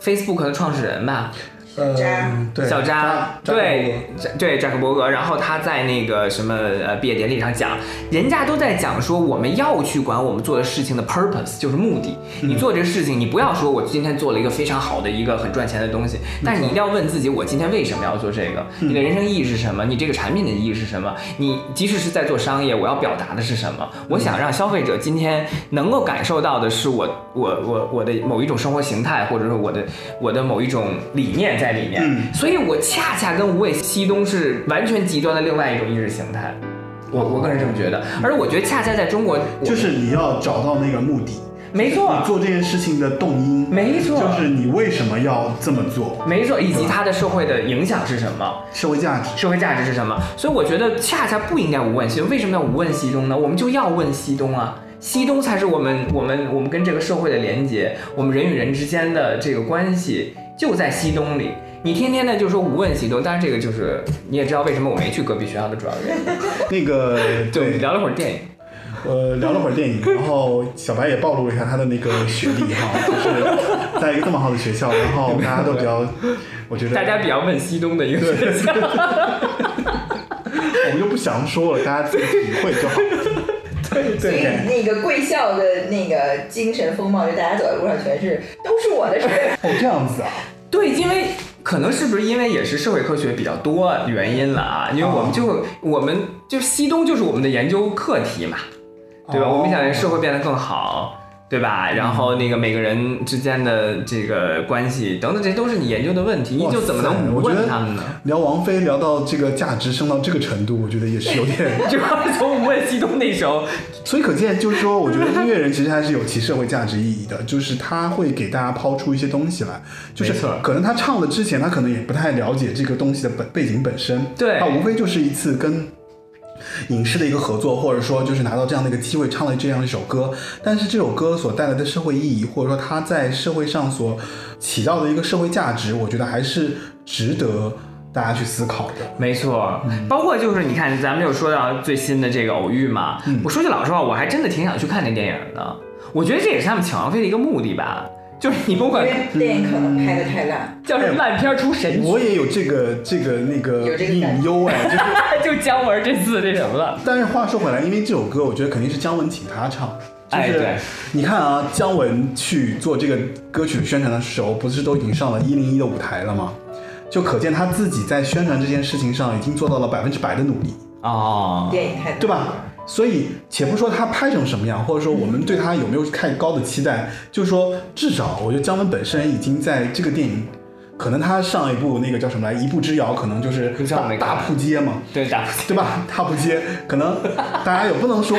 S4: Facebook 的创始人吧，
S3: 渣
S1: 呃，对，
S4: 小扎，
S1: 扎
S4: 对扎对扎克伯格，然后他在那个什么呃毕业典礼上讲，人家都在讲说我们要去管我们做的事情的 purpose，就是目的。你做这个事情，你不要说我今天做了一个非常好的一个很赚钱的东西，但是你一定要问自己，我今天为什么要做这个？你的人生意义是什么？你这个产品的意义是什么？你即使是在做商业，我要表达的是什么？我想让消费者今天能够感受到的是我我我我的某一种生活形态，或者说我的我的某一种理念在里面。
S1: 嗯
S4: 所以我恰恰跟无尾西东是完全极端的另外一种意识形态。我我个人这么觉得，而我觉得恰恰在中国，我
S1: 就是你要找到那个目的，
S4: 没错
S1: 你，做这件事情的动因，
S4: 没错
S1: 就是你为什么要这么做，
S4: 没错，以及它的社会的影响是什么，
S1: 社会 价值。
S4: 社会价值是什么。所以我觉得恰恰不应该无问西东，为什么要无问西东呢？我们就要问西东啊。西东才是我们我们我们跟这个社会的连接，我们人与人之间的这个关系就在西东里。你天天的就说无问西东，当然这个就是你也知道为什么我没去隔壁学校的主要原因。
S1: 那个
S4: 对，
S1: 对，
S4: 聊了会儿电影。
S1: 呃，聊了会儿 电影，然后小白也暴露了一下他的那个学历 哈，就是在一个这么好的学校，然后大家都比较，我觉得
S4: 大家比较问西东的一个学校。
S1: 我们就不详说了，大家自己体会就好。 对
S3: 所以那个贵校的那个精神风貌，就大家走在路上全是都是我的事 儿。
S1: 哦，这样子啊，
S4: 对，因为可能是不是因为也是社会科学比较多原因了啊？因为我们就、我们就西东就是我们的研究课题嘛，对吧？
S1: 哦
S4: 我们想让社会变得更好。对吧？然后那个每个人之间的这个关系等等，这都是你研究的问题，你
S1: 哇塞
S4: 就怎么能不
S1: 我觉
S4: 问
S1: 得
S4: 他 们呢？
S1: 聊王菲聊到这个价值升到这个程度，我觉得也是有点。
S4: 就 从我问西东那时候，
S1: 所以可见，就是说，我觉得音乐人其实还是有其社会价值意义的，就是他会给大家抛出一些东西来，就是
S4: 没错
S1: 可能他唱了之前，他可能也不太了解这个东西的本背景本身，
S4: 对
S1: 他无非就是一次跟。影视的一个合作，或者说就是拿到这样的一个机会，唱了这样一首歌，但是这首歌所带来的社会意义，或者说它在社会上所起到的一个社会价值，我觉得还是值得大家去思考的。
S4: 没错，
S1: 嗯
S4: 包括就是你看，咱们又说到最新的这个偶遇嘛。
S1: 嗯
S4: 我说句老实话，我还真的挺想去看那电影的。我觉得这也是他们请王菲的一个目的吧，就是你甭
S3: 因
S4: 管
S3: 为电影可能拍的太烂，
S4: 叫什么烂片出神剧，
S1: 哎 我也有这个这个那个
S3: 有这个感
S1: 隐忧哎，就是
S4: 就姜文这次那什么了。
S1: 但是话说回来，因为这首歌，我觉得肯定是姜文请他唱。就
S4: 哎
S1: 是
S4: 对
S1: 你看啊，姜文去做这个歌曲宣传的时候，不是都已经上了一零一的舞台了吗？就可见他自己在宣传这件事情上已经做到了百分之百的努力，
S4: 哦，
S3: 电影太烂
S1: 嗯对吧？？所以，且不说他拍成什么样，或者说我们对他有没有太高的期待，就是说，至少我觉得姜文本身已经在这个电影，可能他上一部那个叫什么来，《一步之遥》，可能就是
S4: 不知道
S1: 大
S4: 没 看
S1: 大扑街嘛，
S4: 对打
S1: 对吧？踏步街，可能大家也不能说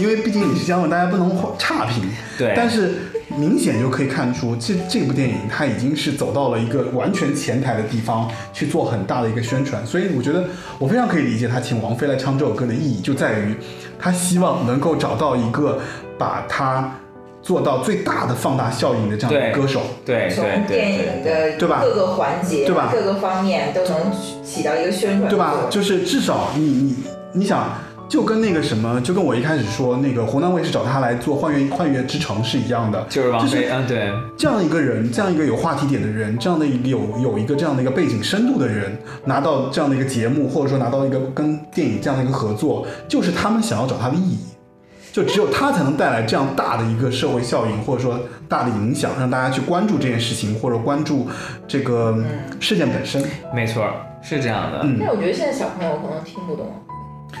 S1: 因为毕竟你是姜文，大家不能差评。
S4: 对
S1: 但是明显就可以看出，这这部电影它已经是走到了一个完全前台的地方去做很大的一个宣传，所以我觉得我非常可以理解他请王菲来唱这首歌的意义，就在于他希望能够找到一个把它做到最大的放大效应的这样的
S4: 对
S1: 歌手。
S4: 对对
S3: 从电
S4: 对
S3: 影
S4: 对，
S3: 的
S1: 对吧
S3: 各个环节、
S1: 对吧
S3: 各个方面都能起到一个宣传
S1: 对
S3: 作用，
S1: 吧？就是至少你你你想，就跟那个什么，就跟我一开始说那个湖南卫视找他来做《幻乐幻乐之城》是一样的，
S4: 就是王
S1: 就
S4: 菲，
S1: 是
S4: 嗯，对，
S1: 这样一个人，这样一个有话题点的人，这样的一个有有一个这样的一个背景深度的人，拿到这样的一个节目，或者说拿到一个跟电影这样的一个合作，就是他们想要找他的意义。就只有他才能带来这样大的一个社会效应，或者说大的影响，让大家去关注这件事情，或者关注这个事件本身。
S4: 没错，是这样的。
S1: 嗯
S3: 但我觉得现在小朋友可能听不懂，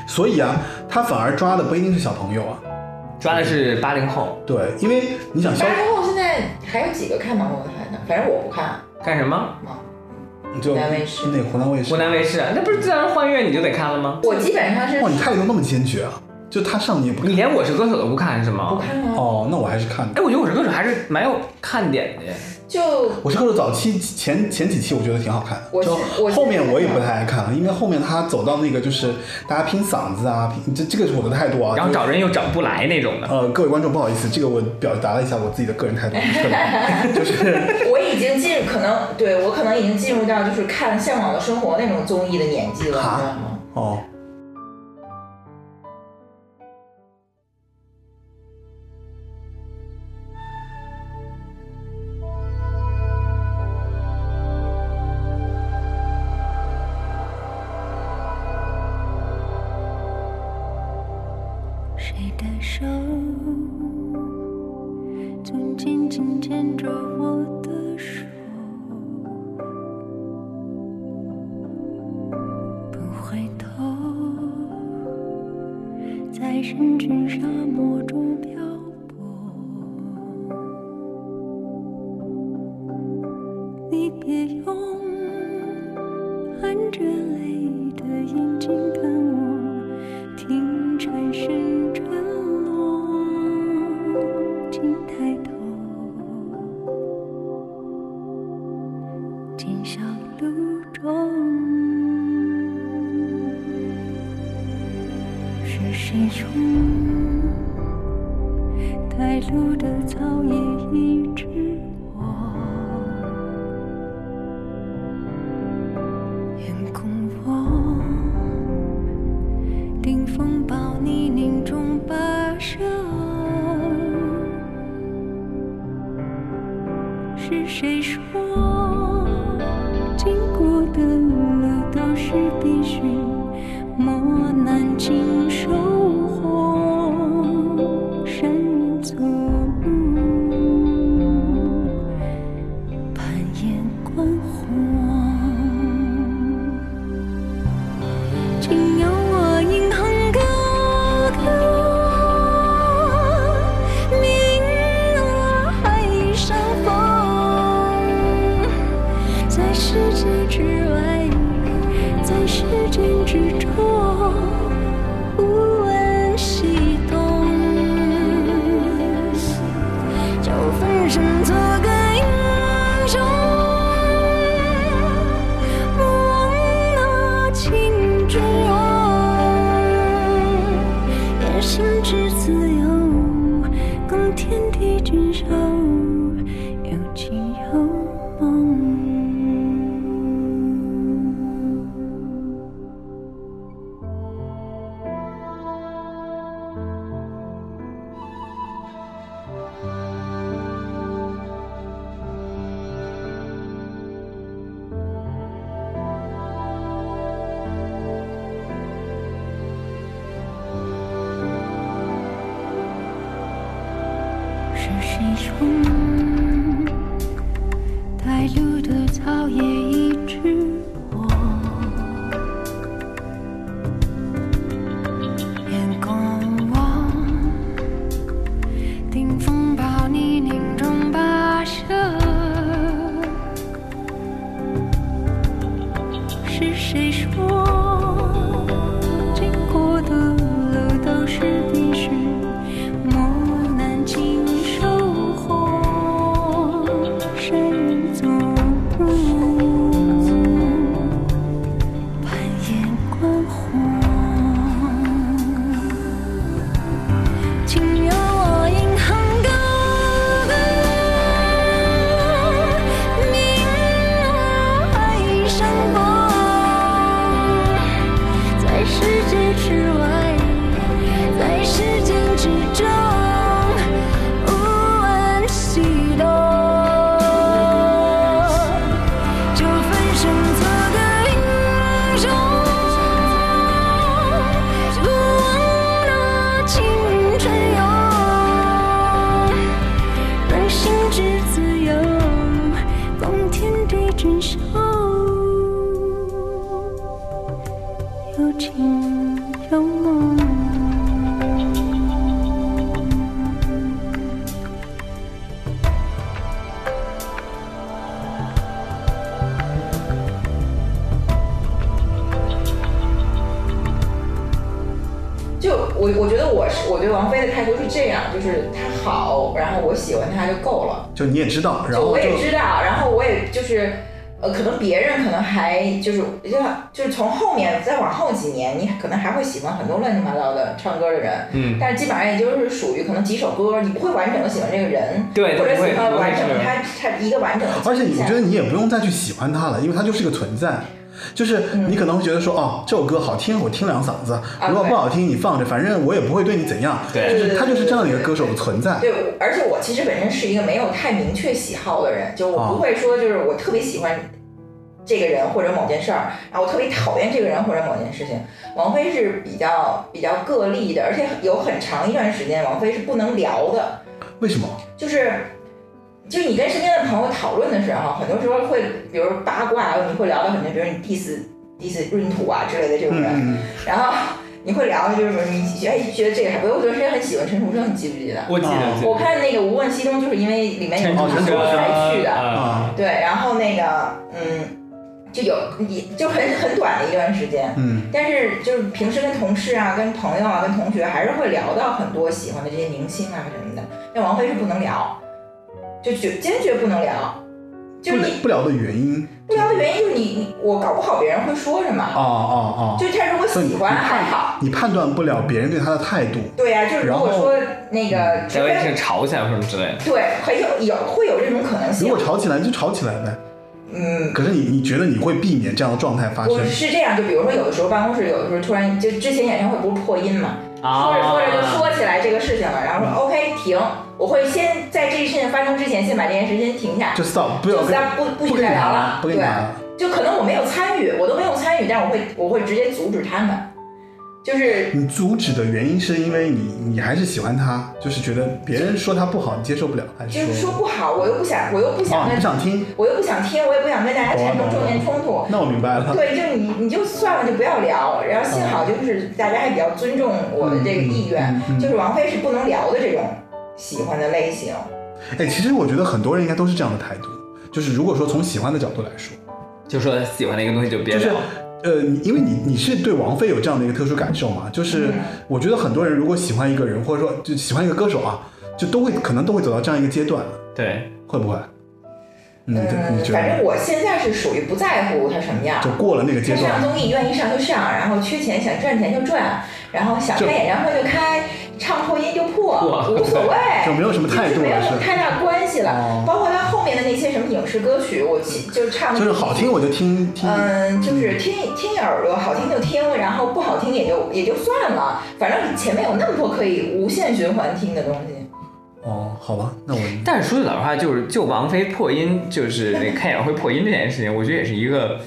S1: 所以啊，他反而抓的不一定是小朋友啊，
S4: 抓的是八零后，
S1: 对，因为你想消
S3: 八零后现在还有几个看芒果台的？反正我不看
S4: 干什么？
S3: 芒
S1: 就
S3: 湖南卫视
S1: 那个湖南卫视，
S4: 湖南卫视，啊那不是自然幻乐你就得看了吗？
S3: 我基本上是
S1: 哇，你态度那么坚决啊！就他上你也不看
S4: 你连我是歌手都不看是
S3: 不
S4: 吗？
S3: 看啊，
S1: 哦，那我还是看的。
S4: 哎，我觉得我是歌手还是蛮有看点的耶。
S3: 就
S1: 我是歌手早期前前几期我觉得挺好看的，
S3: 我是
S1: 就
S3: 我是
S1: 后面我也不太爱看了，因为后面他走到那个就是大家拼嗓子啊，拼这这个是我的态度啊。
S4: 然后
S1: 就
S4: 找人又找不来那种的。
S1: 呃，各位观众不好意思，这个我表达了一下我自己的个人态度，确 实就是
S3: 我已经进入可能对我可能已经进入到就是看《向往的生活》那种综艺的年纪了，你知道吗？
S1: 哦。
S5: 谁的手总紧紧牵着我的手，不回头，在深沉沙漠中漂泊。你别用含着泪的眼睛看我。听蝉声传落，请抬头，今宵露中，是谁冲带路的草野一直我，愿共我。顶风暴泥泞中跋涉，是谁说经过的路都是必须磨难经收获？山人侧目，攀岩观火。仅有我引吭高歌，明啊海上风，在世界之外，在时间之中，无问西东。就分身做个英雄，莫忘那情中容，也深知自由，共天地之手，有情有梦。是谁冲带路的草也一直我，愿共我顶风暴泥泞中跋涉。是谁说经过的路都是必须？天地之上，有情有梦。
S3: 就我我觉得我是我对王菲的态度是这样，就是她好，然后我喜欢她就够了，
S1: 就你也知道，然
S3: 就
S1: 后
S3: 我
S1: 就
S3: 也知道，然后我也就是。呃，可能别人可能还就是就就是从后面再往后几年，你可能还会喜欢很多乱七八糟的唱歌的人，
S4: 嗯，
S3: 但是基本上也就是属于可能几首歌，你不会完整的喜欢这个人，
S4: 对
S3: 或者
S4: 不会
S3: 喜欢
S4: 不会
S3: 完整
S4: 是
S3: 他他一个完整的情况下。
S1: 而且我觉得你也不用再去喜欢它了，因为它就是个存在。就是你可能会觉得说，哦，这首歌好听，我听两嗓子；如果
S3: 啊对
S1: 不好听，你放着，反正我也不会对你怎样。
S4: 对
S1: 就是它就是这样的一个
S3: 对对对
S1: 歌手的存在。
S3: 对，我而且我其实本身是一个没有太明确喜好的人，就我
S1: 哦
S3: 不会说就是我特别喜欢这个人或者某件事儿，然后我特别讨厌这个人或者某件事情。王菲是比较比较个例的，而且有很长一段时间王菲是不能聊的，
S1: 为什么？
S3: 就是。就你跟身边的朋友讨论的时候，很多时候会，比如八卦，啊你会聊到很多，比如你 diss diss 闰土啊之类的这种人，
S1: 嗯，
S3: 然后你会聊就是说你觉得哎觉得这个还不错，我有段时间很喜欢陈楚生，你记不记得？
S4: 我记得记得
S3: 我看那个《无问西东》，就是因为里面有
S4: 陈
S1: 哦
S4: 楚
S1: 陈
S4: 生
S1: 楚生
S3: 才去的，
S4: 啊，
S3: 对，然后那个嗯，就有也就很很短的一段时间，
S1: 嗯，
S3: 但是就是平时跟同事啊、跟朋友啊、跟同学，还是会聊到很多喜欢的这些明星啊什么的。但王菲是不能聊，就决坚决不能聊，就
S1: 不
S3: 是
S1: 聊
S3: 你
S1: 不聊的原因。
S3: 不聊的原因就是你你我搞不好别人会说什
S1: 哦
S3: 么，
S1: 哦哦，
S3: 就是他如果
S1: 所以
S3: 喜
S1: 你
S3: 欢还好。
S1: 你判断不了别人对他的态度。
S3: 对呀、就是如果
S1: 然后嗯
S3: 说那个，除
S4: 在微
S3: 非
S4: 信上吵起来或者什么之类的。
S3: 对，很有有会有这种可能
S1: 如
S3: 性
S1: 果。吵起来就吵起来呗。
S3: 嗯，
S1: 可是你你觉得你会避免这样的状态发生
S3: 我？是这样，就比如说有的时候办公室有的时候突然就之前演唱会不是破音嘛，
S4: 哦
S3: 说着说着就
S4: 啊
S3: 说起来这个事情了，然后
S1: 嗯
S3: 说 OK 停，我会先在这个事情发生之前先把这件事先停下，
S1: 就 stop，不
S3: 就
S1: 要跟
S3: 咱不不许
S1: 不跟
S3: 再
S1: 你
S3: 聊
S1: 谈
S3: 了
S1: 了，，不跟你谈了。
S3: 对，啊就可能我没有参与，我都没有参与，但我会我会直接阻止他们，就是
S1: 你阻止的原因是因为你你还是喜欢他，就是觉得别人说他不好，你接受不了，还
S3: 就是是说不好，我又不想我又不
S1: 啊
S3: 想
S1: 你
S3: 跟
S1: 不想哦听？
S3: 我又不想听，我也不想跟大家产生正面冲突，
S1: 那我明白了。
S3: 对，就你你就算了，就不要聊。然后幸好就是大家还比较尊重我的这个意
S1: 嗯
S3: 愿，就是王菲是不能聊的这种喜欢的类型。
S1: 哎，其实我觉得很多人应该都是这样的态度，就是如果说从喜欢的角度来说，
S4: 就说喜欢的一个东西就别
S1: 就是
S4: 聊。
S1: 呃，你因为你你是对王菲有这样的一个特殊感受嘛，就是
S3: 嗯
S1: 我觉得很多人如果喜欢一个人，或者说就喜欢一个歌手啊，就都会可能都会走到这样一个阶段，
S4: 对，
S1: 会不会？你这
S3: 嗯
S1: 你，觉
S3: 反
S1: 得
S3: 正我现在是属于不在乎他什么样
S1: 就。过了那个
S3: 他
S1: 阶
S3: 上
S1: 段，
S3: 综艺愿意上就上，然后缺钱想赚钱就赚，然后想开
S1: 就
S3: 演唱会就开，唱破音就破，
S4: 哇
S3: 无所谓，
S1: 就没有什么态
S3: 就是
S1: 度
S3: 没有
S1: 了，
S3: 什
S1: 是
S3: 么
S1: 吧
S3: 太大关系
S1: 哦
S3: 了。包括他后面的那些什么影视歌曲，我其就是唱
S1: 就是好听我就听听，
S3: 嗯，就是听听一耳朵，好听就听，然后不好听也就也就算了，反正前面有那么多可以无限循环听的东西。
S1: 哦，好吧，那我
S4: 但是说句老实话，就是就王菲破音，就是那开演唱会破音这件事情，我觉得也是一个，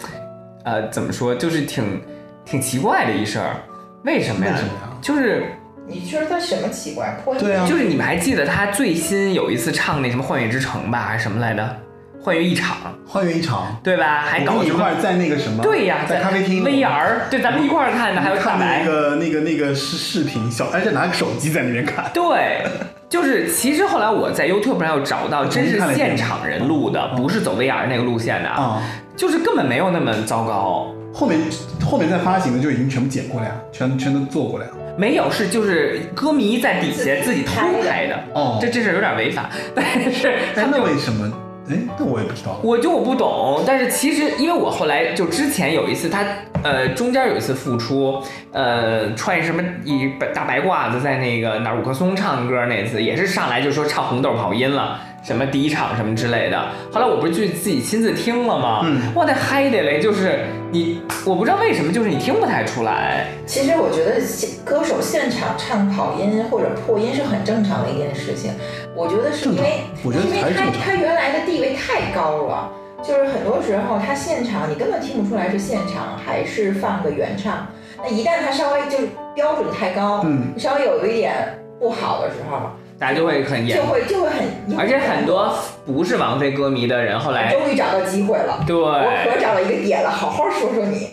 S4: 呃，怎么说，就是挺挺奇怪的一事儿。为什么呀？
S1: 为什么呀
S4: 就是
S3: 你觉得他什么奇怪？破音
S1: 对啊
S4: 就是你们还记得她最新有一次唱那什么《幻乐之城》吧，还是什么来着？幻乐一场，
S1: 换乐一场，
S4: 对吧？还
S1: 我
S4: 搞
S1: 跟你
S4: 什
S1: 一
S4: 么
S1: 块儿在那个什么，
S4: 对呀，
S1: 啊在咖啡厅
S4: VR，对，咱们一块儿看的，还有大
S1: 看
S4: 白
S1: 那。个那个那个视视频，小而且拿个手机在那边看，
S4: 对，就是其实后来我在 YouTube 上又找到，真是现场人录的，
S1: 嗯
S4: 不是走 VR 那个路线的，
S1: 啊、
S4: 就是根本没有那么糟糕。
S1: 后面后面再发行的就已经全部剪过了呀，全全都做过了呀。
S4: 没有，是就是歌迷在底下自己偷拍的，
S1: 哦
S4: 这这事儿有点违法，但是他
S1: 哎，
S4: 们
S1: 那
S4: 就
S1: 为什么？哎，那我也不知道。
S4: 我就我不懂，但是其实因为我后来就之前有一次他呃中间有一次复出，呃穿什么一大白褂子在那个哪儿五棵松唱歌那次也是上来就说唱红豆跑音了。什么第一场什么之类的，后来我不是去自己亲自听了吗？
S1: 嗯，
S4: 哇，那嗨的嘞，就是你，我不知道为什么，就是你听不太出来。
S3: 其实我觉得现歌手现场唱跑音或者破音是很正常的一件事情。我觉得是因
S1: 正
S3: 为，
S1: 常我觉得
S3: 因
S1: 还
S3: 为
S1: 是
S3: 他
S1: 正常
S3: 他原来的地位太高了，就是很多时候他现场你根本听不出来是现场还是放的原唱。那一旦他稍微就是标准太高，
S1: 嗯，
S3: 稍微有一点不好的时候，
S4: 大家就会很严
S3: 就，会就会很，
S4: 而且很多不是王菲歌迷的人后来
S3: 终于找到机会了，
S4: 对，
S1: 哎
S3: 我可找到一个点了，好好说说你。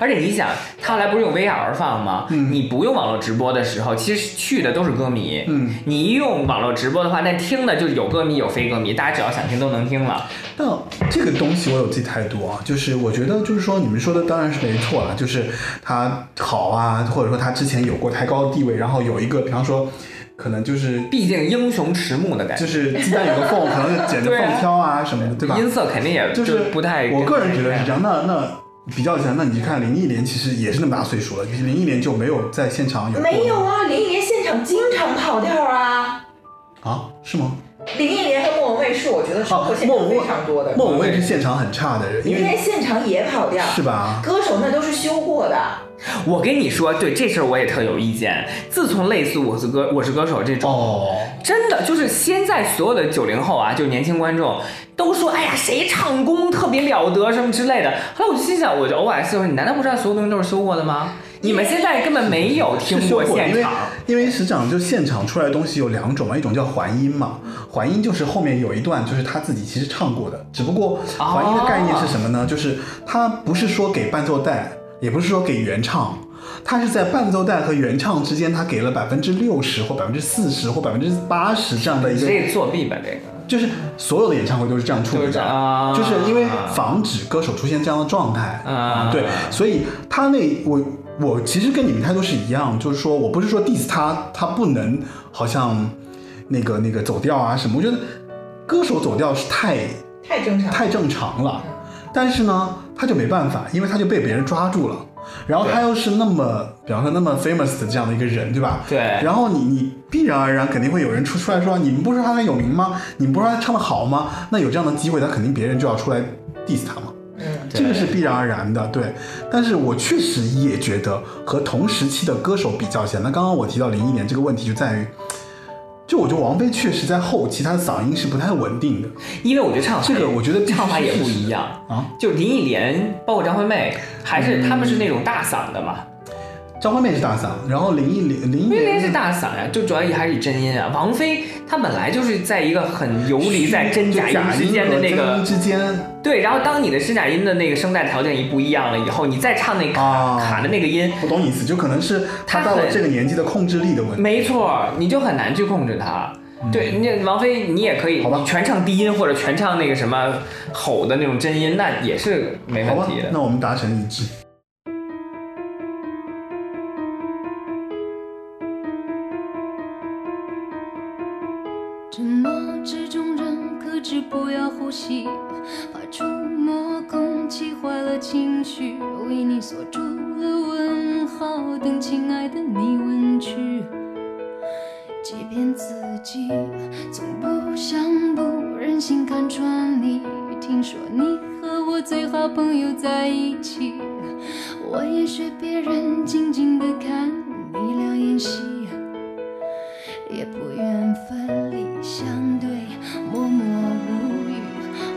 S4: 而且你想，他后来不是用 VR 放吗？
S1: 嗯
S4: 你不用网络直播的时候，其实去的都是歌迷。
S1: 嗯，
S4: 你一用网络直播的话，那听的就是有歌迷有非歌迷，大家只要想听都能听了。
S1: 那这个东西我有自己态度啊，就是我觉得就是说你们说的当然是没错了，就是他好啊，或者说他之前有过太高的地位，然后有一个比方说可能就是
S4: 毕竟英雄迟暮的感
S1: 就
S4: 觉，
S1: 是鸡蛋有个缝，可能捡着
S4: 对啊
S1: 缝挑啊什么的，对吧？
S4: 音色肯定也
S1: 就是
S4: 不太。
S1: 我个人觉得是这。样。那那比较一下，那你去看林忆莲，其实也是那么大岁数了，林忆莲就没有在现场有过
S3: 没有啊，林忆莲现场经常跑调啊。
S1: 啊？是吗？
S3: 林忆莲和莫文蔚是我觉得是
S1: 啊
S3: 和现
S1: 莫
S3: 场
S1: 文蔚
S3: 非常多的。
S1: 莫文蔚是现场很差的人，
S3: 林
S1: 因
S3: 忆莲
S1: 为
S3: 现场也跑调，
S1: 是吧？
S3: 歌手那都是修过的。
S4: 我跟你说，对这事儿我也特有意见。自从类似《我是歌我是歌手》这种，
S1: 哦，
S4: 真的就是现在所有的九零后啊，就年轻观众都说，哎呀，谁唱功特别了得什么之类的。后来我就心想，我就 OS 说，你难道不知道所有东西都是修过的吗？ 你们现在根本没有听
S1: 是修
S4: 过
S1: 过，因
S4: 现
S1: 为
S4: 场。
S1: 因为实际上就现场出来的东西有两种嘛，一种叫环音嘛，环音就是后面有一段就是他自己其实唱过的，只不过
S4: 哦
S1: 环音的概念是什么呢？就是它不是说给伴奏带，也不是说给原唱。它是在伴奏带和原唱之间，它给了百分之六十或百分之四十或百分之八十这样的一个
S4: 所以作弊吧，这个。
S1: 就是所有的演唱会都是这样处理
S4: 都是这
S1: 的，
S4: 样啊
S1: 就是因为防止歌手出现这样的状态
S4: 啊
S1: 对，所以他那我我其实跟你们态度是一样，就是说我不是说 diss 他，他不能好像那个那个走调啊什么，我觉得歌手走调是太
S3: 太正常了。
S1: 太正常了，但是呢，他就没办法，因为他就被别人抓住了。然后他又是那么，比方说那么 famous 的这样的一个人，对吧？
S4: 对
S1: 然后你你必然而然肯定会有人出出来说，你们不是说他有名吗？你们不是说他唱的好吗？那有这样的机会，他肯定别人就要出来 diss 他嘛。
S3: 嗯，
S1: 这个是必然而然的，对。但是我确实也觉得和同时期的歌手比较起来，那刚刚我提到零一年这个问题就在于，就我觉得王菲确实在后期她的嗓音是不太稳定的
S4: 因为我觉得唱法
S1: 这个我觉得必须
S4: 唱法也不一样。
S1: 啊。
S4: 就林忆莲，包括张惠妹，还是他们是那种大嗓的嘛？
S1: 张惠妹是大嗓，然后林忆莲，林忆
S4: 林忆
S1: 莲
S4: 莲是大嗓呀、就主要还是以真音啊。王菲她本来就是在一个很游离在真假音之间的
S1: 就假
S4: 那
S1: 音和真音
S4: 个
S1: 之间，
S4: 对，然后当你的真假音的那个声带条件一不一样了以后，你再唱那卡、
S1: 啊
S4: 卡的那个音，
S1: 我懂你意思，就可能是她到了这个年纪的控制力的问题。
S4: 没错，你就很难去控制它。对，那王菲你也可以，
S1: 嗯好吧
S4: 你全唱低音或者全唱那个什么吼的那种真音，那也是没
S1: 好
S4: 问
S1: 吧
S4: 题，的。
S1: 那我们达成一致。
S5: 沉默之中仍克制，不要呼吸，怕触摸空气坏了情绪。为你锁住了问号，等亲爱的你吻去。欺骗自己，从不想不忍心看穿你。听说你和我最好朋友在一起，我也学别人静静的看你俩演戏。也不愿分离相对，默默无语，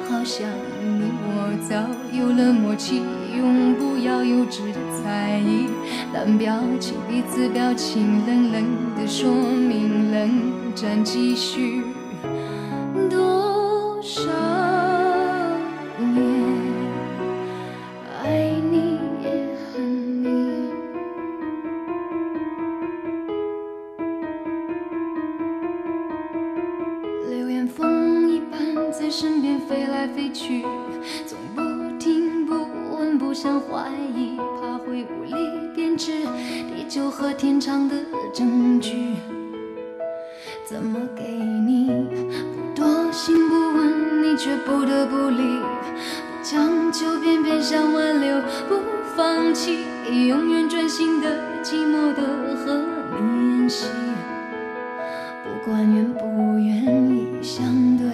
S5: 好像你我早有了默契，永不要幼稚的猜疑，但表情彼此表情冷冷的说明冷战继续多少年，爱你也恨你。流言风一般在身边飞来飞去，总不听不闻，不想怀疑，怕会无力编织地久和天长的证据。怎么给你？不多心不问，你却不得不理。不将就，偏偏想挽留，不放弃，永远专心的、寂寞的和你演戏。不管愿不愿意相对，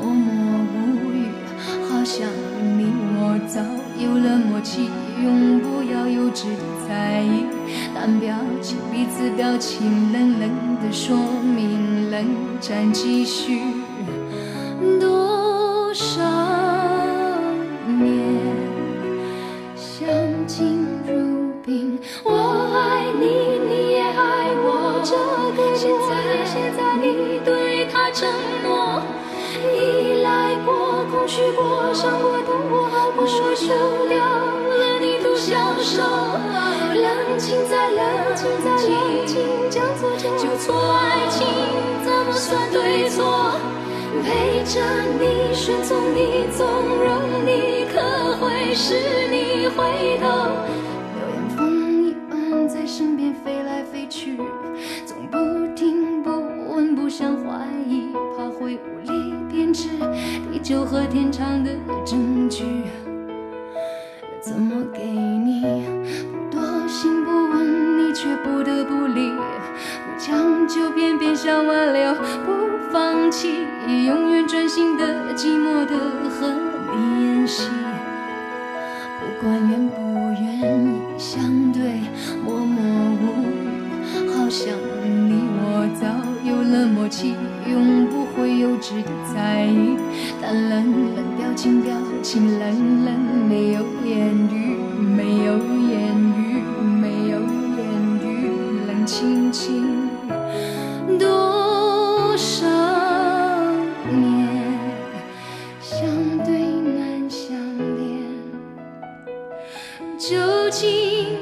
S5: 默默无语，好像你我早有了默契，永不要幼稚的猜疑，但表情彼此表情冷冷的说明冷战继续多少年。相敬如宾。我爱你，你也爱我。这个现在现在你的去过、伤过、痛过。我说就掉了，你不想收，冷静再冷静再冷静，将错就错，爱情怎么算对错？陪着你，顺从你，纵容你，可会是你回头？有阳风一般在身边飞来飞去，总不停不闻不想怀疑，怕会无力编织地久和天长的证据。怎么给你？不多心不问，你却不得不理。不将就，偏偏想挽留，不放弃，永远专心的、寂寞的和你演戏。不管愿不愿意相对，默默无语。好像你我早有了默契，永不会幼稚的猜疑。但冷冷表情，表情冷冷，没有言语，没有言语，没有言语，冷清清。多少年，相对难相恋。究竟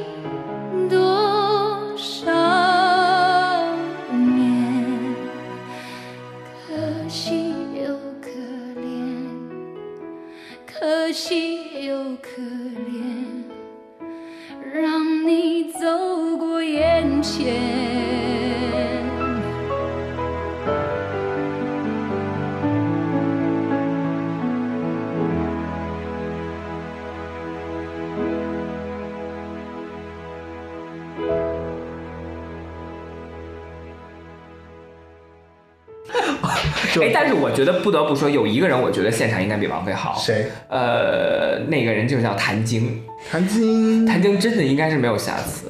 S5: 多少年？可惜又可怜，可惜又可怜，让你走过眼前。
S1: 就
S4: 哎，但是我觉得不得不说，有一个人我觉得现场应该比王菲好。
S1: 谁？
S4: 呃，那个人就叫谭晶，
S1: 谭晶？
S4: 谭晶真的应该是没有瑕疵。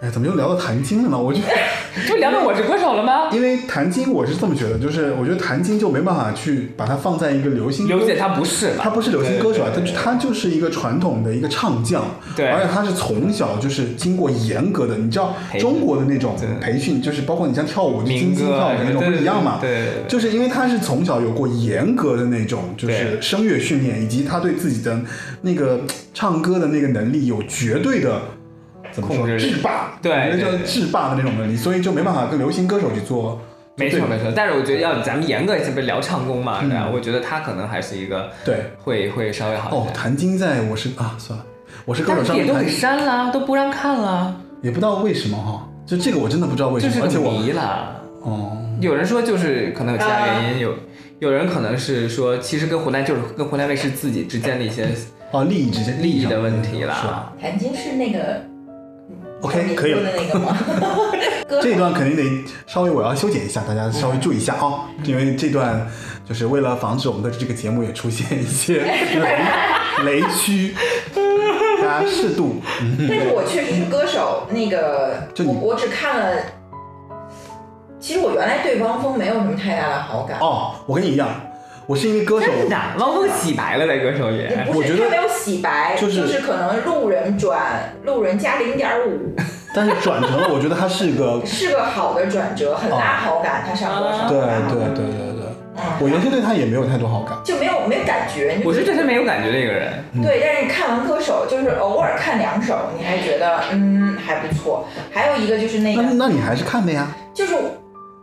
S1: 哎，怎么又聊到谭晶了呢？我就
S4: 这不聊到我是歌手了吗？
S1: 因为谭晶，我是这么觉得，就是我觉得谭晶就没办法去把它放在一个流行歌
S4: 刘姐她不是
S1: 他
S4: 吧？
S1: 不是流行歌手啊，他
S4: 对对对
S1: 他就是一个传统的一个唱将，
S4: 对
S1: 而且他是从小就是经过严格的，你知道
S4: 培训
S1: 中国的那种
S4: 对
S1: 培训，就是包括你像跳舞，就
S4: 民
S1: 金
S4: 歌
S1: 星跳舞那种
S4: 对
S1: 不
S4: 对
S1: 一样嘛，
S4: 对对对对
S1: 就是因为他是从小有过严格的那种就是
S4: 对
S1: 声乐训练，以及他对自己的那个唱歌的那个能力有绝对的。怎么说
S4: 控制力
S1: 制霸？
S4: 对
S1: 那
S4: 对
S1: 叫
S4: 对
S1: 制霸的那种能力，所以就没办法跟流行歌手去做。
S4: 没错没错，但是我觉得要咱们严格一些，不是聊唱功嘛，
S1: 嗯
S4: 对吧？我觉得她可能还是一个
S1: 对。
S4: 会会稍微好一
S1: 哦，
S4: 点。
S1: 谭晶在我是啊，算了，我是歌手
S4: 但是
S1: 上
S4: 也
S1: 面
S4: 都
S1: 谭
S4: 给删了，都不让看了，
S1: 也不知道为什么哈，就这个我真的不知道为什
S4: 就
S1: 么，
S4: 是
S1: 而且
S4: 个
S1: 我
S4: 迷了。
S1: 哦，
S4: 有人说就是可能有其他
S3: 啊
S4: 原因，有有人可能是说其实跟湖南就是跟湖南卫视自己之间的一些
S1: 哦，利益之间
S4: 利益的问题
S1: 是吧
S4: 啦。
S3: 谭晶是那个
S1: OK，可以
S3: 说
S1: 了
S3: 的，那 个吗？歌
S1: 这一段肯定得稍微我要修剪一下，大家稍微注意一下啊、
S3: 嗯
S1: 因为这段就是为了防止我们的这个节目也出现一 些雷雷区，大家适度。嗯
S3: 但是我确实是歌手，那个
S1: 就你
S3: 我我只看了。其实我原来对汪峰没有什么太大的好感，
S1: 哦，我跟你一样，我是因为歌手，
S4: 真的，汪峰洗白了在歌手里
S3: 也。
S1: 我
S3: 不
S1: 觉
S3: 是
S1: 得
S3: 他没有洗白，
S1: 就
S3: 就是可能路人转路人加零点五，
S1: 但是转成了，我觉得他是 个
S3: 是个好的转折，很拉好感。他上歌上
S1: 啊对
S3: 歌上
S1: 对
S3: 歌
S1: 对对对，
S3: 嗯
S1: 我原先对他也没有太多好感。
S3: 就没有没有感觉。你就
S4: 我是
S3: 觉
S4: 对
S3: 得
S4: 他没有感觉的一个人，
S1: 嗯
S3: 对，但是你看完歌手，就是偶尔看两首，你还觉得嗯还不错。还有一个就是那
S1: 那
S3: 个，
S1: 那你还是看的呀？
S3: 就是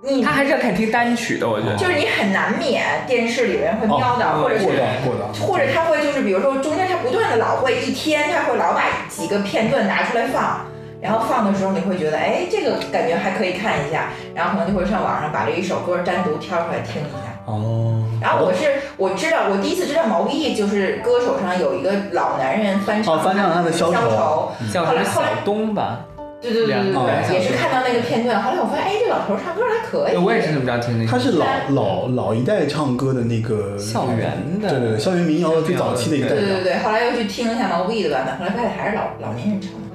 S3: 你
S4: 他还是要看听单曲的，我觉得。
S3: 就是你很难免电视里面会瞄到，
S4: 哦
S3: 或者是
S1: 过的过的，
S3: 或者他会就是比如说中间他不断的老会一天，他会老把几个片段拿出来放，然后放的时候你会觉得哎这个感觉还可以看一下，然后可能就会上网上把这一首歌单独挑出来听一下。
S1: 哦，
S3: 然后我是我知道我第一次知道毛不易就是歌手上有一个老男人翻唱
S1: 哦翻唱他的消
S3: 消
S1: 愁
S3: 愁，
S4: 叫什么小东吧？
S3: 对对对对
S4: 两个人
S3: 对，也是
S4: 上去
S3: 看到那个片段，后来我发现哎这老头儿唱歌还可以，
S4: 对，我也是这么着听的。
S1: 他是老老老一代唱歌的那个
S4: 校园的
S1: 对对对，校园民谣的最早期的一个代
S3: 对
S1: 表
S3: 对。对，后来又去听了一下毛不易的版本，后来发现还是老老年人唱的。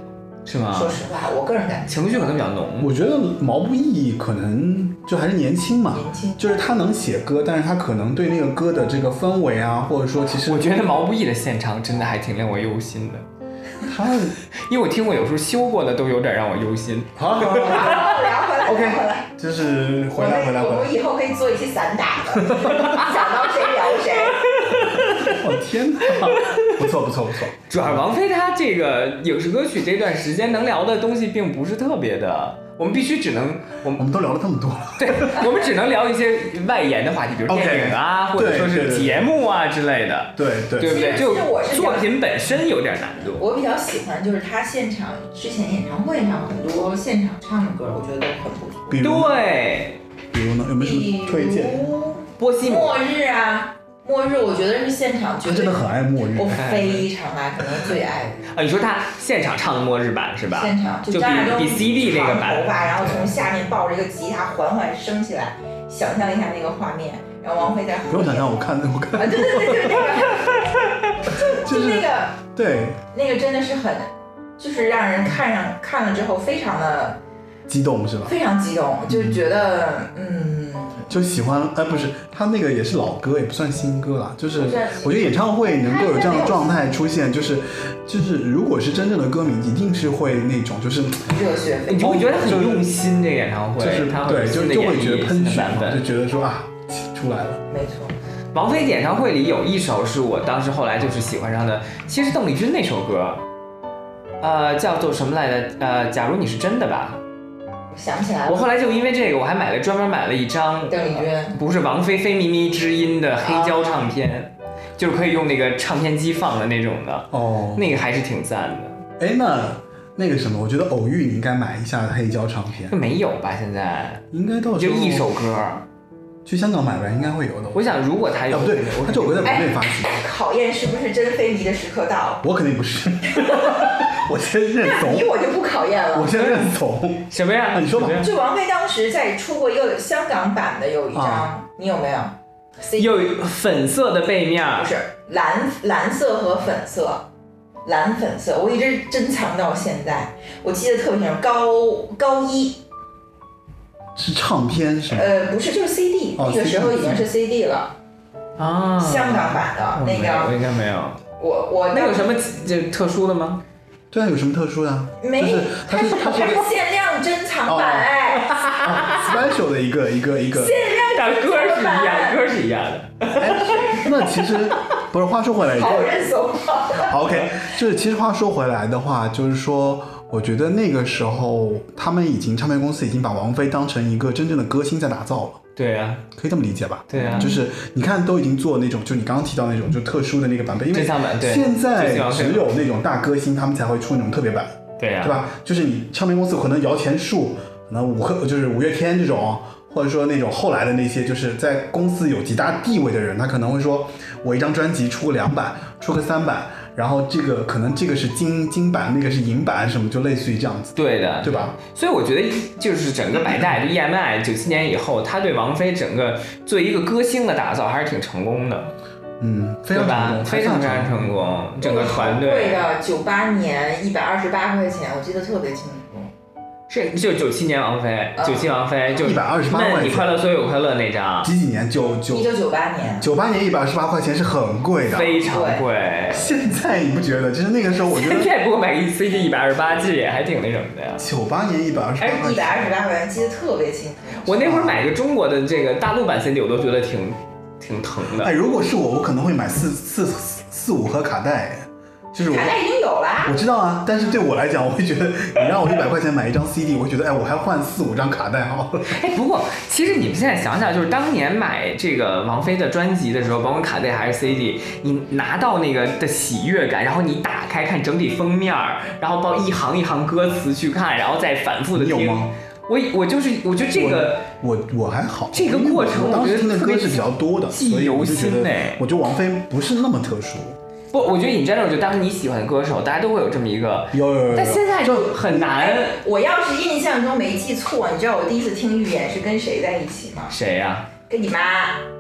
S4: 是吗？
S3: 说实话，我个人感觉
S4: 情绪可能比较浓。
S1: 我觉得毛不易可能就还是年轻嘛，
S3: 年轻
S1: 就是他能写歌，但是他可能对那个歌的这个氛围啊，或者说其实
S4: 我觉得毛不易的现场真的还挺令我忧心的，
S1: 他
S4: 因为我听过有时候修过的都有点让我忧心。
S1: 好好好好
S3: 聊回来
S1: ，OK，
S3: 聊回来。
S1: 就是回来回来回
S3: 我
S1: 来
S3: 们。以后可以做一些散打的，想到谁聊谁。
S1: 我、天哪，不错不错不错，
S4: 主要是王菲她这个影视歌曲这段时间能聊的东西并不是特别的，我们必须只能
S1: 我
S4: 我们
S1: 们都聊了这么多了，
S4: 对，我们只能聊一些外延的话题，比如
S1: OK，
S4: 电影啊，或者
S1: 对
S4: 说
S1: 对对
S4: 是
S1: 对
S4: 节目啊之类的，
S1: 对对
S4: 对不对？
S3: 其实
S4: 就
S3: 其实我是
S4: 作
S3: 想
S4: 品本身有点难度。
S3: 我比较喜欢就是他现场之前演唱会上很多现场唱的歌，我觉得都很不错。
S1: 比如呢
S4: 对，
S1: 比如呢，有没有什
S3: 比
S1: 么推荐？
S3: 如
S4: 波西米
S3: 末日啊，末日，我觉哦得是现场绝
S1: 他
S3: 对
S1: 真的很爱末日
S3: 我，非常爱，可能最爱
S4: 啊，你说他现场唱的《末日版》是吧？
S3: 现场
S4: 就
S3: 张亚
S4: 比
S3: 东
S4: 比 CD 那
S3: 长
S4: 个
S3: 头
S4: 版，
S3: 发，然后从下面抱着一个吉他缓缓升起来，想象一下那个画面，然后王菲在
S1: 不用想象，我看我
S3: 啊，
S1: 看，
S3: 对对对对，那个
S1: 就
S3: 就是那个
S1: 对，
S3: 那个真的是很，就是让人看上看了之后非常的
S1: 激动是吧？
S3: 非常激动，就觉得嗯，
S1: 就喜欢，哎，不是，他那个也是老歌，也不算新歌啦。就是
S3: 不是
S1: 我觉得演唱会能够有这样的状态出现，就是就是，如果是真正的歌迷，一定是会那种就是
S3: 热血沸
S4: 你
S3: 腾。
S4: 就会觉得很
S1: 就是
S4: 用心这个演唱会，
S1: 就是
S4: 他
S1: 对，就就会觉得喷血
S4: 版
S1: 嘛，
S4: 本
S1: 就。觉得说啊，出来了。
S3: 没错，
S4: 王菲演唱会里有一首是我当时后来就是喜欢上的，其实是邓丽君那首歌，呃，叫做什么来着？呃，假如你是真的吧。
S3: 我想起来
S4: 我
S3: 了，
S4: 后来就因为这个，我还买了专门买了一张
S3: 邓丽君。
S4: 不是王菲《非靡靡之音》的黑胶唱片，就是可以用那个唱片机放的那种的，
S1: 哦，
S4: 那个还是挺赞的。
S1: 哎，那那个什么，我觉得偶遇你应该买一下黑胶唱片
S4: 那，没有吧？现在
S1: 应该到时
S4: 就
S1: 候
S4: 一首歌。
S1: 去香港买吧，应该会有的。
S4: 我想，如果他有，
S1: 啊不对，
S4: 我
S1: 他这首歌在国内
S3: 哎
S1: 发行，
S3: 考验是不是真非遗的时刻到了？
S1: 我肯定不是，我先认怂
S3: 你，我就不考验
S1: 我
S3: 了。
S1: 先认怂。
S4: 什么呀？
S1: 啊你说吧
S4: 什么呀
S3: 就王菲当时在出过一个香港版的，有一张，
S1: 啊
S3: 你有没有？C
S4: 有粉色的背面，
S3: 不是蓝蓝色和粉色，蓝粉色，我一直珍藏到现在。我记得特别清楚，高高一，
S1: 是唱片是吗？
S3: 呃，不是，就是 CD，、
S1: 哦
S3: 那个时候
S1: CD
S3: 已经是 CD 了，
S4: 啊，
S1: 嗯
S3: 香港版的
S1: 哦
S4: 我
S3: 那
S4: 没有我
S3: 个，
S4: 应该没有。
S3: 我我
S4: 那有什
S3: 么
S4: 么这特殊的 吗？
S1: 对啊，有什么特殊的啊？
S3: 没
S1: 就是？它
S3: 它
S1: 是
S3: 是
S1: 它是一个
S3: 它是限量珍藏
S1: 哦
S3: 版，哎，
S1: special 的一个一个一个。
S3: 限量
S4: 但歌
S3: 珍
S4: 是
S3: 藏
S4: 一样，
S3: 版，
S4: 歌是一样的。
S1: 哎，那其实不是。话说回来
S3: 好认怂啊！
S1: 好，OK，就是其实话说回来的话，就是说，我觉得那个时候他们已经唱片公司已经把王菲当成一个真正的歌星在打造了。
S4: 对啊呀，
S1: 可以这么理解吧？
S4: 对啊
S1: 就是你看都已经做那种，就你刚刚提到那种就特殊的那个版本，因为
S4: 珍藏版对
S1: 现在
S4: 就喜欢
S1: 只有那种大歌星他们才会出那种特别版，
S4: 对啊呀
S1: 对，吧？就是你唱片公司可能摇钱树，可能五个就是五月天这种，或者说那种后来的那些就是在公司有极大地位的人，他可能会说，我一张专辑出个两版，出个三版，然后这个可能这个是金金版，那个是银版，什么就类似于这样子，
S4: 对的，
S1: 对吧？
S4: 所以我觉得，就是整个百代，就 EMI 九七年以后，他对王菲整个作为一个歌星的打造还是挺成功的，
S1: 嗯，非
S4: 对
S1: 常成
S4: 吧？
S1: 功，
S4: 非常非
S1: 非
S4: 常
S1: 常
S4: 成功， 整个团
S3: 贵
S4: 队
S3: 的，九八年一百二十八块钱，我记得特别清楚。
S4: 是就九七年王菲，九七王菲就
S1: 128
S4: 那
S1: 万
S4: 你快乐所有快乐那张，
S1: 几几年？九九
S3: 一九九八年，
S1: 九八年一百二十八块钱是很贵的，
S4: 非常贵。
S1: 现在你不觉得？就是那个时候，我觉
S4: 现
S1: 得
S4: 在不过买个 CD 一百二十八 G 也还挺那什么的呀。
S1: 九八年一百二十八块
S3: 一百二
S1: 钱，
S3: 十八块钱，记得特别清楚。
S4: 我那会儿买个中国的这个大陆版 CD，我都觉得挺挺疼
S1: 哎，
S4: 的。
S1: 如果是我，我可能会买四四四四五盒卡带，就是我
S3: 卡带已经有
S1: 我
S3: 啦，
S1: 知道啊，但是对我来讲，我会觉得你让我一百块钱买一张 CD，我会觉得哎，我还换四五张卡带好了。
S4: 哎，不过其实你们现在想想，就是当年买这个王菲的专辑的时候，甭管卡带还是 CD，你拿到那个的喜悦感，然后你打开看整体封面儿，然后包一行一行歌词去看，然后再反复的
S1: 你有
S4: 听
S1: 吗。
S4: 我我就是我觉得这个
S1: 我我还好，
S4: 这个
S1: 因为我
S4: 过程
S1: 我当时
S4: 我觉
S1: 听
S4: 得
S1: 的
S4: 特
S1: 歌
S4: 别
S1: 是比较多的，
S4: 记忆
S1: 所以我就
S4: 犹
S1: 觉
S4: 新
S1: 得
S4: 哎，
S1: 我觉得王菲不是那么特殊。
S4: 不，我觉得 in general 就当时你喜欢的歌手，大家都会有这么一个，
S1: 有有有有
S4: 但现在就很难。
S3: 我要是印象中没记错，你知道我第一次听《预言》是跟谁在一起吗？
S4: 谁呀、
S3: 跟你妈。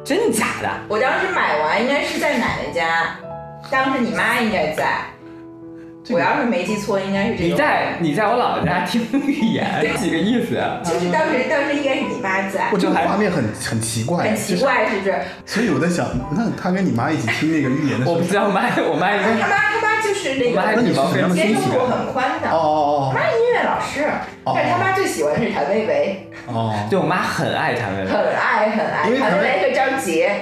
S4: 真假的？
S3: 我当时买完应该是在奶奶家，当时你妈应该在。
S1: 这
S3: 我
S1: 个
S3: 要是没记错，应该是这个。
S4: 你在你在我姥姥家听预言，几个意 思啊？
S3: 就是当时当时应该是你妈在
S1: 我，这个
S4: 就还
S1: 画面很很奇怪，
S3: 很奇
S1: 就是
S3: 怪是不是？
S1: 所以我在想，那他跟你妈一起听那个预言的时候
S4: 我不，知道，我妈我妈应
S3: 他
S4: 该
S3: 妈他妈就是那
S4: 我妈还
S1: 那
S3: 个
S1: 你是什么样的
S3: 接
S1: 心
S3: 受
S1: 情
S3: 度
S1: 啊？
S3: 很宽
S1: 哦
S3: 的。
S1: 哦
S3: 他妈是音乐老师，
S1: 哦
S3: 但是他妈最喜欢的是谭维维，
S1: 哦哦，
S4: 对我妈很爱谭维维。
S3: 很爱很爱
S1: 因为
S3: 谭
S1: 谭维
S3: 维维和张杰。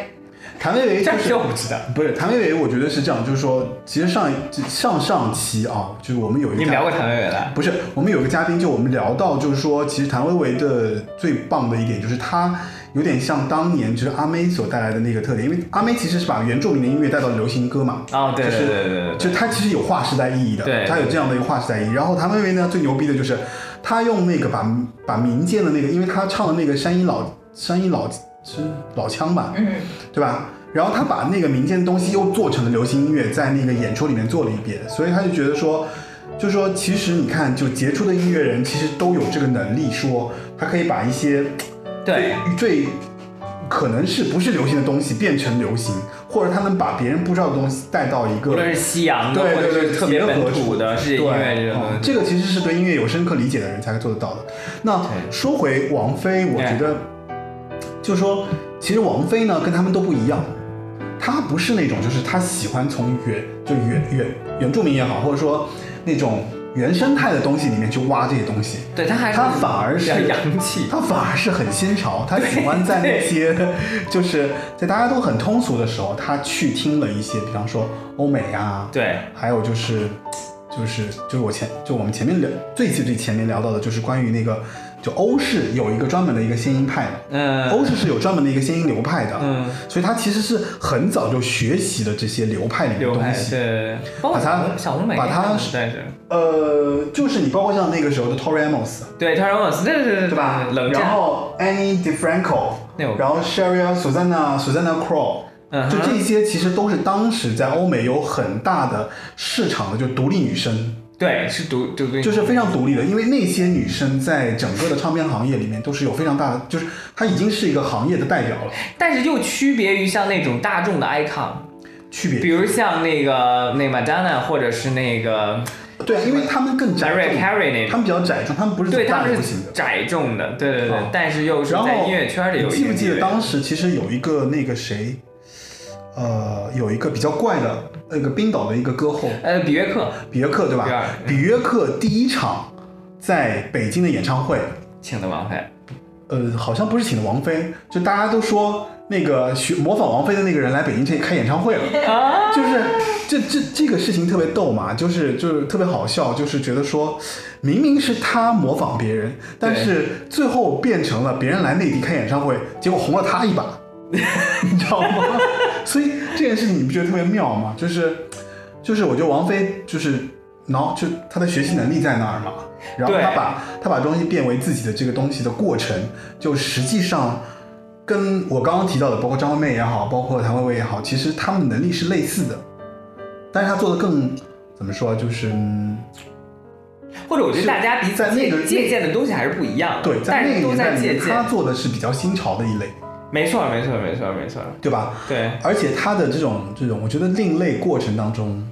S1: 谭维维、
S4: 这
S1: 就是
S4: 这我不 知道。
S1: 不是谭维维，我觉得是这样，就是说，其实上一上上期啊，就是我们有一个
S4: 你们聊过谭维维了？
S1: 不是，我们有个嘉宾，就我们聊到，就是说，其实谭维维的最棒的一点就是她有点像当年就是阿妹所带来的那个特点，因为阿妹其实是把原住民的音乐带到了流行歌嘛，
S4: 哦，对对对对对
S1: 就她其实有划时代意义的，
S4: 对
S1: 她有这样的一个划时代意义。然后谭维维呢，最牛逼的就是她用那个把把民间的那个，因为她唱的那个山阴老山阴老是老腔吧，
S3: 嗯，
S1: 对吧？然后他把那个民间的东西又做成了流行音乐，在那个演出里面做了一遍，所以他就觉得说，就说其实你看，就杰出的音乐人其实都有这个能力说，他可以把一些
S4: 对，
S1: 最可能是不是流行的东西变成流行，或者他能把别人不知道的东西带到一
S4: 无
S1: 个
S4: 论是西洋的，
S1: 对
S4: 或者
S1: 对对
S4: 是特别
S1: 结合
S4: 本土的世界
S1: 对
S4: 音乐这
S1: 嗯
S4: 种东西，
S1: 这个其实是对音乐有深刻理解的人才会做得到的。那
S4: 对哎
S1: 说回王菲，我觉得，就说其实王菲呢跟他们都不一样，她不是那种就是她喜欢从原就原原原住民也好，或者说那种原生态的东西里面去挖这些东西，
S4: 对他还
S1: 他反而是
S4: 比较洋气，
S1: 他反而是很新潮，他喜欢在那些就是在大家都很通俗的时候，他去听了一些，比方说欧美啊，，
S4: 对
S1: 还有就是就是就是我前就我们前面聊最最最前面聊到的就是关于那个就欧式有一个专门的一个先音派嘛，
S4: 嗯
S1: 欧式是有专门的一个先音流派的，
S4: 嗯，
S1: 所以他其实是很早就学习了这些流派里面的
S4: 流
S1: 东
S4: 派
S1: 西，
S4: 对，包括
S1: 把它
S4: 小红小红梅
S1: 把它
S4: 但是
S1: 呃，就是你包括像那个时候的 Tori Amos。
S4: 对 t a r a m o s 对对对
S1: 对吧？
S4: 嗯冷
S1: 然
S4: 战，
S1: 后 Annie DeFranco，
S4: 那我
S1: 然后 Sheryl Susanna Susanna Crow，、
S4: 嗯哼
S1: 就这些其实都是当时在欧美有很大的市场的，就独立女生，
S4: 对是独独立，
S1: 就是非常独立的，因为那些女生在整个的唱片行业里面都是有非常大的，就是她已经是一个行业的代表了，
S4: 但是又区别于像那种大众的 icon，
S1: 区别
S4: 比如像那个那 Madonna 或者是那个
S1: 对，啊因为她们更窄
S4: Mariah
S1: 众，
S4: Carey 那
S1: 她
S4: 种，
S1: 们比较窄众，她们不是
S4: 对
S1: 走
S4: 他
S1: 大
S4: 们
S1: 流
S4: 是
S1: 行的。
S4: 窄众的，对对对
S1: 啊，
S4: 但是又是
S1: 然后
S4: 在音乐圈里有
S1: 你
S4: 一
S1: 记不
S4: 定
S1: 记得
S4: 地位
S1: 当时其实有一个那个谁，呃，有一个比较怪的那个冰岛的一个歌后，
S4: 呃比约克
S1: 比约克对
S4: 比尔
S1: 吧？比约克第一场在北京的演唱会，
S4: 请的王菲，
S1: 呃，好像不是请的王菲，就大家都说那个学模仿王菲的那个人来北京这开演唱会了，就是这这这个事情特别逗嘛，就是就是特别好笑，就是觉得说明明是他模仿别人，但
S4: 对
S1: 是最后变成了别人来内地开演唱会，结果红了他一把，你知道吗？ 所以这件事情你不觉得特别妙吗？就是就是我觉得王菲就是。然后就她的学习能力在那儿嘛，然后
S4: 对
S1: 她把她把东西变为自己的这个东西的过程，就实际上跟我刚刚提到的，包括张惠妹也好，包括谭维维也好，其实她们的能力是类似的，但是她做的更怎么说，就是嗯
S4: 或者我觉得
S1: 是
S4: 大家彼此
S1: 在那个
S4: 借借鉴的东西还是不一样的，
S1: 对，在
S4: 但
S1: 那个
S4: 是都
S1: 年代
S4: 在
S1: 里
S4: 借
S1: 面，
S4: 鉴，
S1: 她做的是比较新潮的一类，
S4: 没错没错没错没错，
S1: 对吧？
S4: 对
S1: 而且他的这种这种，我觉得另类过程当中，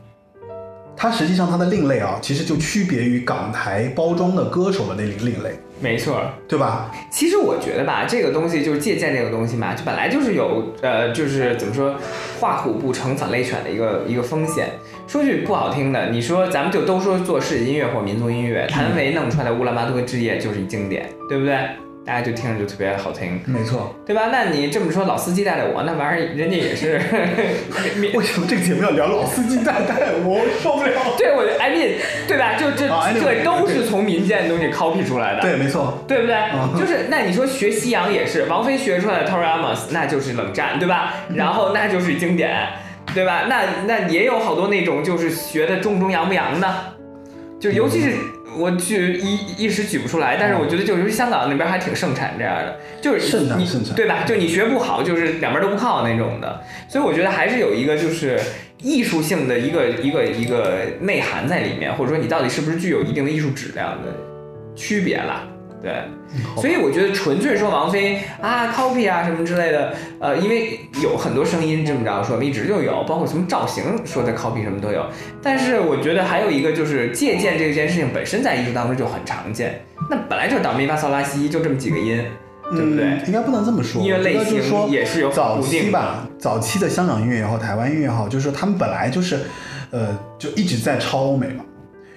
S1: 他实际上他的另类啊，其实就区别于港台包装的歌手的那种另类，
S4: 没错。
S1: 对吧？
S4: 其实我觉得吧，这个东西就是借鉴这个东西嘛，就本来就是有呃，就是怎么说，画虎不成反类犬的一个一个风险。说句不好听的，你说咱们就都说做世界音乐或民族音乐，谭维弄出来的《乌兰巴托之夜》就是一经典，对不对？大家就听着就特别好听，
S1: 没错。
S4: 对吧？那你这么说，老司机带带我，那玩意儿人家也是 民
S1: 为什么这个节目要聊老司机带带我？我受不了。
S4: 对，我就 I mean，对吧？就这、
S1: 啊，anyway，
S4: 这都是从民间的东西 copy 出来的，
S1: 对，没错。
S4: 对不对？
S1: 嗯
S4: 就是那你说学西洋也是，王菲学出来的 Tori Amos 那就是冷战，对吧？
S1: 嗯
S4: 然后那就是经典，对吧？那那也有好多那种就是学的正中洋不洋的，就尤其是
S1: 嗯
S4: 我举一一时举不出来，但是我觉得就是香港那边还挺盛产这样的，就是
S1: 盛产
S4: 你
S1: 盛产
S4: 对吧？就你学不好，就是两边都不靠那种的，所以我觉得还是有一个就是。艺术性的一个一个一个内涵在里面，或者说你到底是不是具有一定的艺术质量的区别啦，对。
S1: 好吧
S4: 所以我觉得纯粹说王菲啊 copy 啊什么之类的，呃，因为有很多声音这么着说，一直就有，包括什么造型说的 copy 什么都有。但是我觉得还有一个就是借鉴这件事情本身在艺术当中就很常见，那本来就倒咪发嗦拉西就这么几个音，对不对？
S1: 嗯，应该不能这么说。
S4: 音乐类
S1: 我觉得就是说
S4: 型也是有
S1: 早
S4: 固定
S1: 期
S4: 的
S1: 吧，早期的香港音乐也好，台湾音乐也好，就是说他们本来就是，呃，就一直在抄欧美嘛，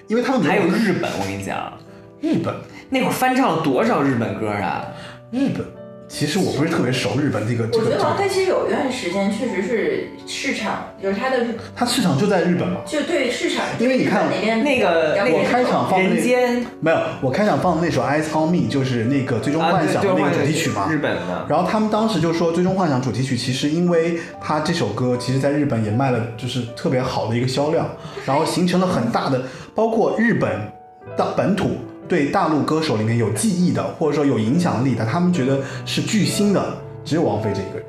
S1: 因为他们没
S4: 还有日本，我跟你讲，
S1: 日本，
S4: 那会儿翻唱了多少日本歌啊？
S1: 日本其实我不是特别熟日本这个这
S3: 我
S1: 个
S3: 觉
S1: 这
S3: 得好像
S1: 个，
S3: 它其实有一段时间确实是市场，就是它的
S1: 它市场就在日本嘛。
S3: 就对市场，
S1: 因为你看
S3: 日本那边
S4: 那个
S3: 比较
S4: 那个
S1: 我开场放那
S4: 人间
S1: 没有，我开场放的那首《Eyes on Me》就是那个《最终
S4: 啊，
S1: 幻
S4: 对
S1: 想》
S4: 对
S1: 的那
S4: 幻
S1: 个
S4: 想
S1: 主题曲嘛。
S4: 日本的。
S1: 然后他们当时就说，《最终幻想》主题曲其实因为它这首歌，其实在日本也卖了，就是特别好的一个销量，然后形成了很大的，包括日本的本土对大陆歌手里面有记忆的，或者说有影响力的，他们觉得是巨星的，只有王菲这一个人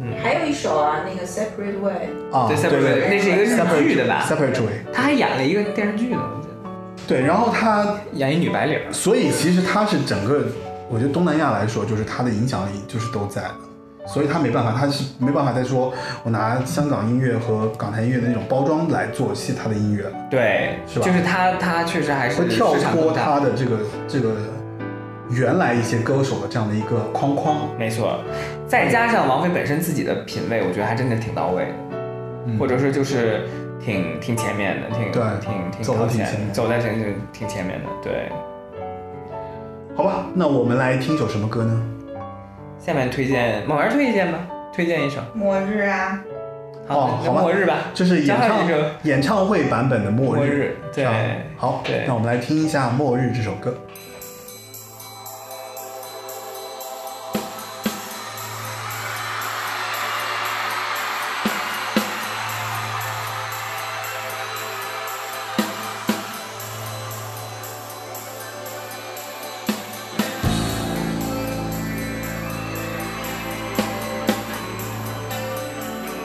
S4: 嗯，
S3: 还有一首啊，那个 Separate Way，
S1: 啊，
S4: 对
S1: 对
S4: separate
S1: 对
S4: 那是一个日剧的吧？
S1: ，Separate Way，
S4: 他还演了一个电视剧呢，我记得
S1: 对，然后他
S4: 演一女白领儿。
S1: 所以其实它是整个，我觉得东南亚来说，就是它的影响力就是都在的，所以它没办法，它是没办法再说我拿香港音乐和港台音乐的那种包装来做戏它的音乐，
S4: 对，
S1: 是吧
S4: 就是他，他确实还是
S1: 会跳
S4: 市场
S1: 脱
S4: 更大
S1: 它的这个这个原来一些歌手的这样的一个框框，
S4: 没错，再加上王菲本身自己的品味，我觉得还真的挺到位的，
S1: 嗯
S4: 或者说就是挺挺前面的，挺
S1: 对
S4: 挺挺
S1: 走得
S4: 靠
S1: 挺
S4: 前
S1: 前面
S4: 走在挺挺挺前面的。对，
S1: 好吧？那我们来听一首什么歌呢？
S4: 下面推荐猛儿推荐吧，推荐一首，
S3: 末日啊，
S1: 哦
S4: 那
S1: 好吧
S4: 末日吧，
S1: 这是演
S4: 加上
S1: 唱
S4: 一首
S1: 演唱会版本的《末
S4: 末
S1: 日》
S4: 日，
S1: 是
S4: 对
S1: 吧，好
S4: 对，
S1: 那我们来听一下《末日》这首歌。
S5: 我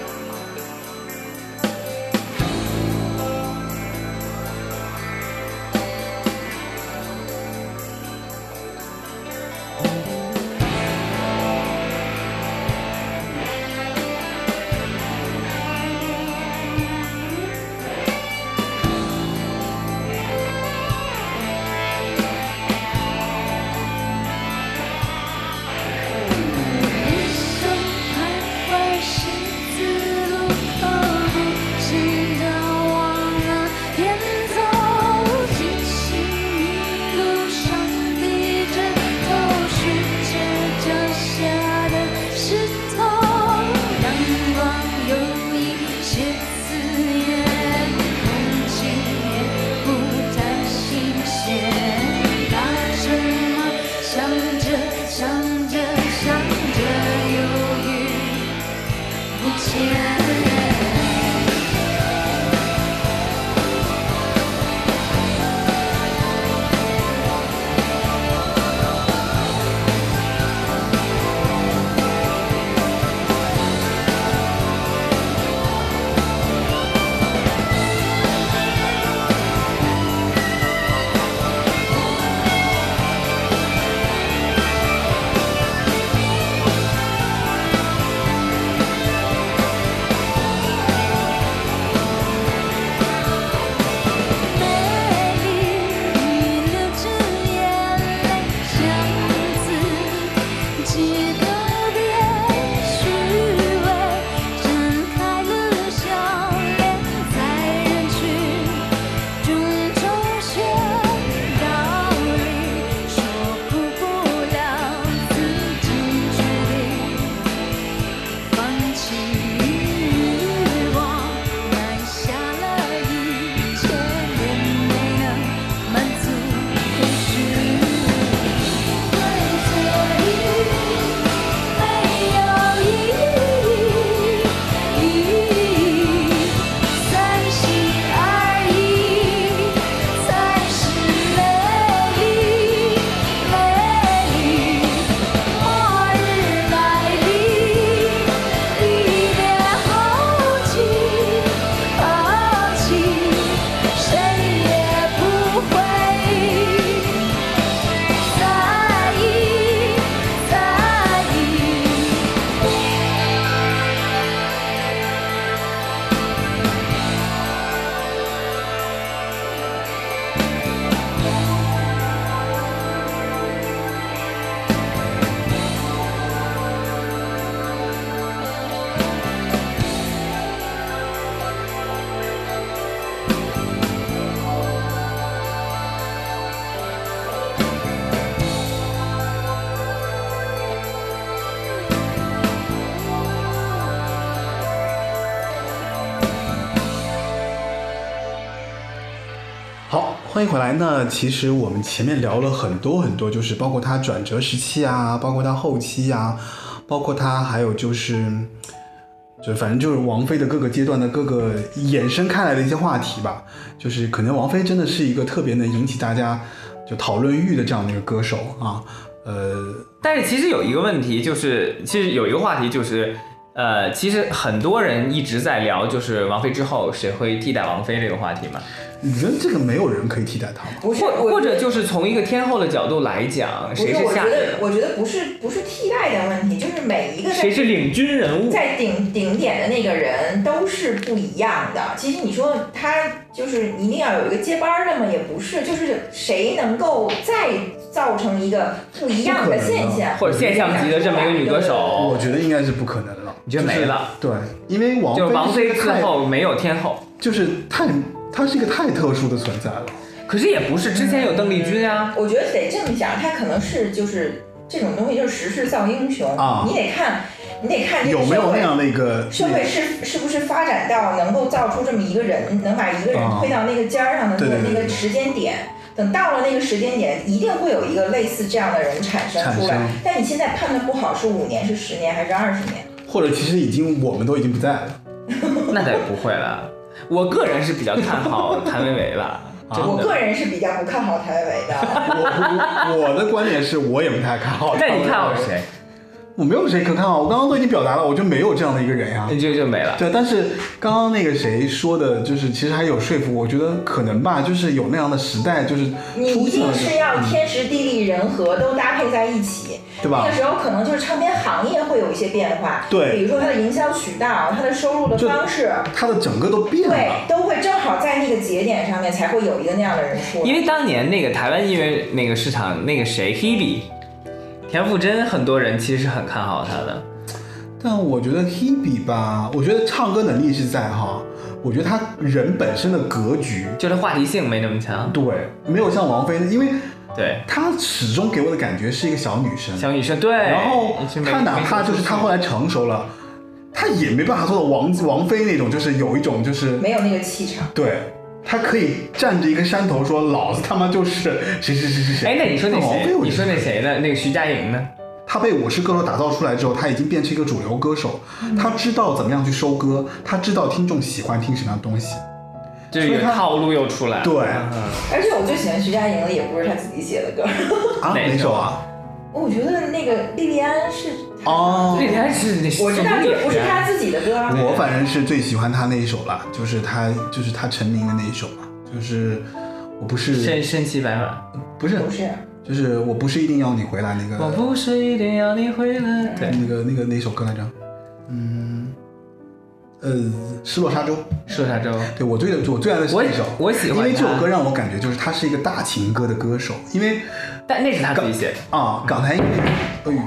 S1: 好，欢迎回来。那其实我们前面聊了很多很多，就是包括他转折时期啊，包括他后期啊，包括他还有就是，就反正就是王菲的各个阶段的各个衍生开来的一些话题吧。就是可能王菲真的是一个特别能引起大家就讨论欲的这样的一个歌手啊。呃，
S4: 但是其实有一个问题，就是其实有一个话题就是，呃，其实很多人一直在聊，就是王菲之后谁会替代王菲这个话题嘛，
S1: 你觉得这个没有人可以替代他吗？
S3: 不是，
S4: 或
S3: 我
S4: 或者就是从一个天后的角度来讲，
S3: 不
S4: 谁
S3: 是，我
S4: 下
S3: 觉
S4: 一
S3: 得
S4: 个，
S3: 我觉得不是不是替代的问题，就是每一个在
S4: 谁是领军人物？
S3: 在顶顶点的那个人都是不一样的。其实你说他就是一定要有一个接班儿的吗？也不是，就是谁能够再造成一个不一样的现象，
S4: 啊或者现象级的这么一个女歌手
S1: 我觉得应该是不可能了，
S4: 你觉得没了
S1: 就是对，因为王菲
S4: 就是王菲
S1: 是
S4: 之
S1: 太
S4: 后没有天后，
S1: 就是太，她是一个太特殊的存在了。
S4: 可是也不是之前有邓丽君啊，
S3: 我觉得得这么想，他可能是就是这种东西就是时势造英雄，
S1: 啊
S3: 你得看，你得看这个
S1: 有
S3: 社
S1: 没
S3: 会
S1: 有那样的一个
S3: 社会是是不是发展到能够造出这么一个人，能把一个人推到那个尖儿上的
S1: 啊对对对
S3: 那
S1: 对
S3: 个时间点？等到了那个时间点，一定会有一个类似这样的人产生出
S1: 产
S3: 来
S1: 生。
S3: 但你现在判断不好是五年、是十年还是二十年？
S1: 或者其实已经我们都已经不在了。
S3: 嗯
S4: 那倒也不会啦。我个人是比较看好谭维维 啦，
S1: 啊
S4: 真
S3: 我
S4: 的。
S3: 个人是比较不看好谭维维的。
S1: 我我我的观点是我也不太看好。
S4: 那你看好
S1: 我？
S4: 谁？
S1: 我没有谁可看好，我刚刚都已经表达了，我就没有这样的一个人呀、
S4: 那就就没了。
S1: 对，但是刚刚那个谁说的，就是其实还有说服我，我觉得可能吧，就是有那样的时代，就是
S3: 你
S1: 出
S3: 一
S1: 现
S3: 定
S1: 了，
S3: 是要天时地利人和都搭配在一起。
S1: 对吧
S3: 那个？时候可能就是唱片行业会有一些变化，
S1: 对
S3: 比如说它的营销渠道、它的收入的
S1: 就嗯
S3: 方式，
S1: 他的整个都变
S3: 对，
S1: 了，
S3: 都会正好在那个节点上面才会有一个那样的人出来。
S4: 因为当年那个台湾音乐那个市场，那个谁 Hebe，田馥甄，很多人其实是很看好她的。
S1: 但我觉得 Hebe 吧，我觉得唱歌能力是在哈，我觉得他人本身的格局，
S4: 就是话题性没那么强。
S1: 对，没有像王菲，因为
S4: 对，
S1: 她始终给我的感觉是一个小女生，
S4: 小女生对，嗯
S1: 然后
S4: 你是没
S1: 她哪怕
S4: 没
S1: 就
S4: 什么
S1: 是她后来成熟了，她也没办法做到王王菲那种，就是有一种就是
S3: 没有那个气场。
S1: 对，她可以站着一个山头说老子他妈就是谁谁谁谁谁。
S4: 哎，那你说那
S1: 王
S4: 谁
S1: 菲，？哦我
S4: 你
S1: 觉
S4: 说
S1: 得
S4: 那谁呢？那个徐佳莹呢？
S1: 她被我是歌手打造出来之后，她已经变成一个主流歌手，她知道怎么样去收割，她知道听众喜欢听什么样的东西。
S4: 就是
S1: 所以
S4: 有
S1: 她
S4: 套路又出来了。
S1: 对
S4: 嗯
S3: 而且我最喜欢徐佳莹的也不是她自己写的歌，
S1: 啊，
S4: 哪
S1: 哪
S4: 首
S1: 首啊？
S3: 我觉得那个莉莉安是，
S1: 哦
S4: 那天是
S3: 我知道就不是她自己的歌。啊
S1: 我反正是最喜欢她那一首了，就是她就是她成名的那一首嘛，就是我不
S4: 身
S1: 是
S4: 身骑白马，
S1: 不是
S3: 不是，
S1: 就是我不是一定要你回来那个。
S4: 我不是一定要你回来。对，
S1: 那个那个那首歌来着？嗯，呃，失落沙洲。
S4: 射下周。
S1: 对我最我最爱的是
S4: 我
S1: 那首，
S4: 我喜欢
S1: 因为这首
S4: 他
S1: 歌让我感觉就是他是一个大情歌的歌手，因为
S4: 但那是他自己写的，
S1: 啊，港台音乐，哎呦，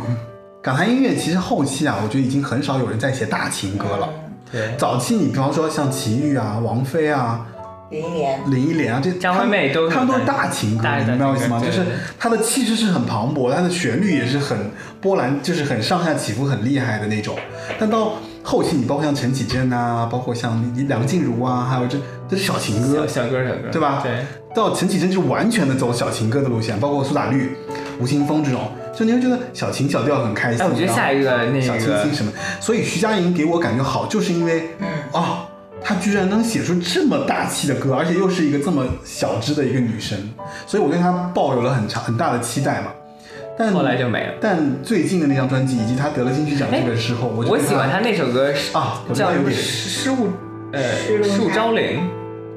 S1: 港台音乐其实后期啊，我觉得已经很少有人在写大情歌了。
S4: 对，
S1: 早期你比方说像齐豫啊、王菲啊、
S3: 林忆莲。
S1: 林忆莲啊，这
S4: 张惠妹都是
S1: 他们都是大情歌，
S4: 大
S1: 你明白我意思吗？
S4: 大
S1: 就是
S4: 情歌对对对
S1: 它的气势是很磅礴，它的旋律也是很波澜，就是很上下起伏很厉害的那种。但到后期，你包括像陈绮贞啊，包括像梁静茹啊，还有这这是小情歌
S4: 小，小歌小歌，
S1: 对吧
S4: 对，
S1: 到陈绮贞就完全的走小情歌的路线，包括苏打绿、吴青峰这种，就你会觉得小情小调很开心。
S4: 哎，我觉得下一个那
S1: 小清
S4: 个
S1: 新什么，所以徐佳莹给我感觉好，就是因为
S3: 嗯，
S1: 啊，她居然能写出这么大气的歌，而且又是一个这么小只的一个女生，所以我对她抱有了很长很大的期待嘛。但
S4: 后来就没了。
S1: 但最近的那张专辑以及她得了金曲奖这个之后，我就
S4: 我
S1: 对
S4: 喜欢他那首歌是
S1: 啊，我对
S4: 叫
S1: 她
S4: 什
S1: 有
S4: 么？
S1: 点
S4: 失物呃
S3: 失物
S4: 失物
S3: 招
S4: 招领，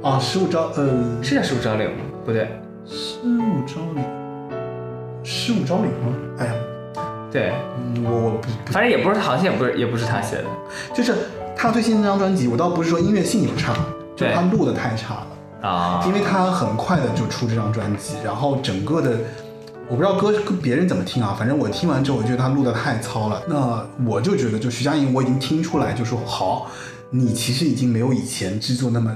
S1: 啊，十五招呃，
S4: 是叫失物招领吗？不对，
S1: 十五招领，十五招领吗？哎呀，
S4: 对，
S1: 嗯我我不
S4: 反正也不是，好像也不是，也不是他写的。
S1: 就是她最新那张专辑，我倒不是说音乐性有差，就是
S4: 对
S1: 她录的太差了。
S4: 啊，
S1: 因为他很快的就出这张专辑，然后整个的，我不知道歌跟别人怎么听啊，反正我听完之后，我觉得他录的太糙了。那我就觉得，就徐佳莹，我已经听出来，就说好，你其实已经没有以前制作那么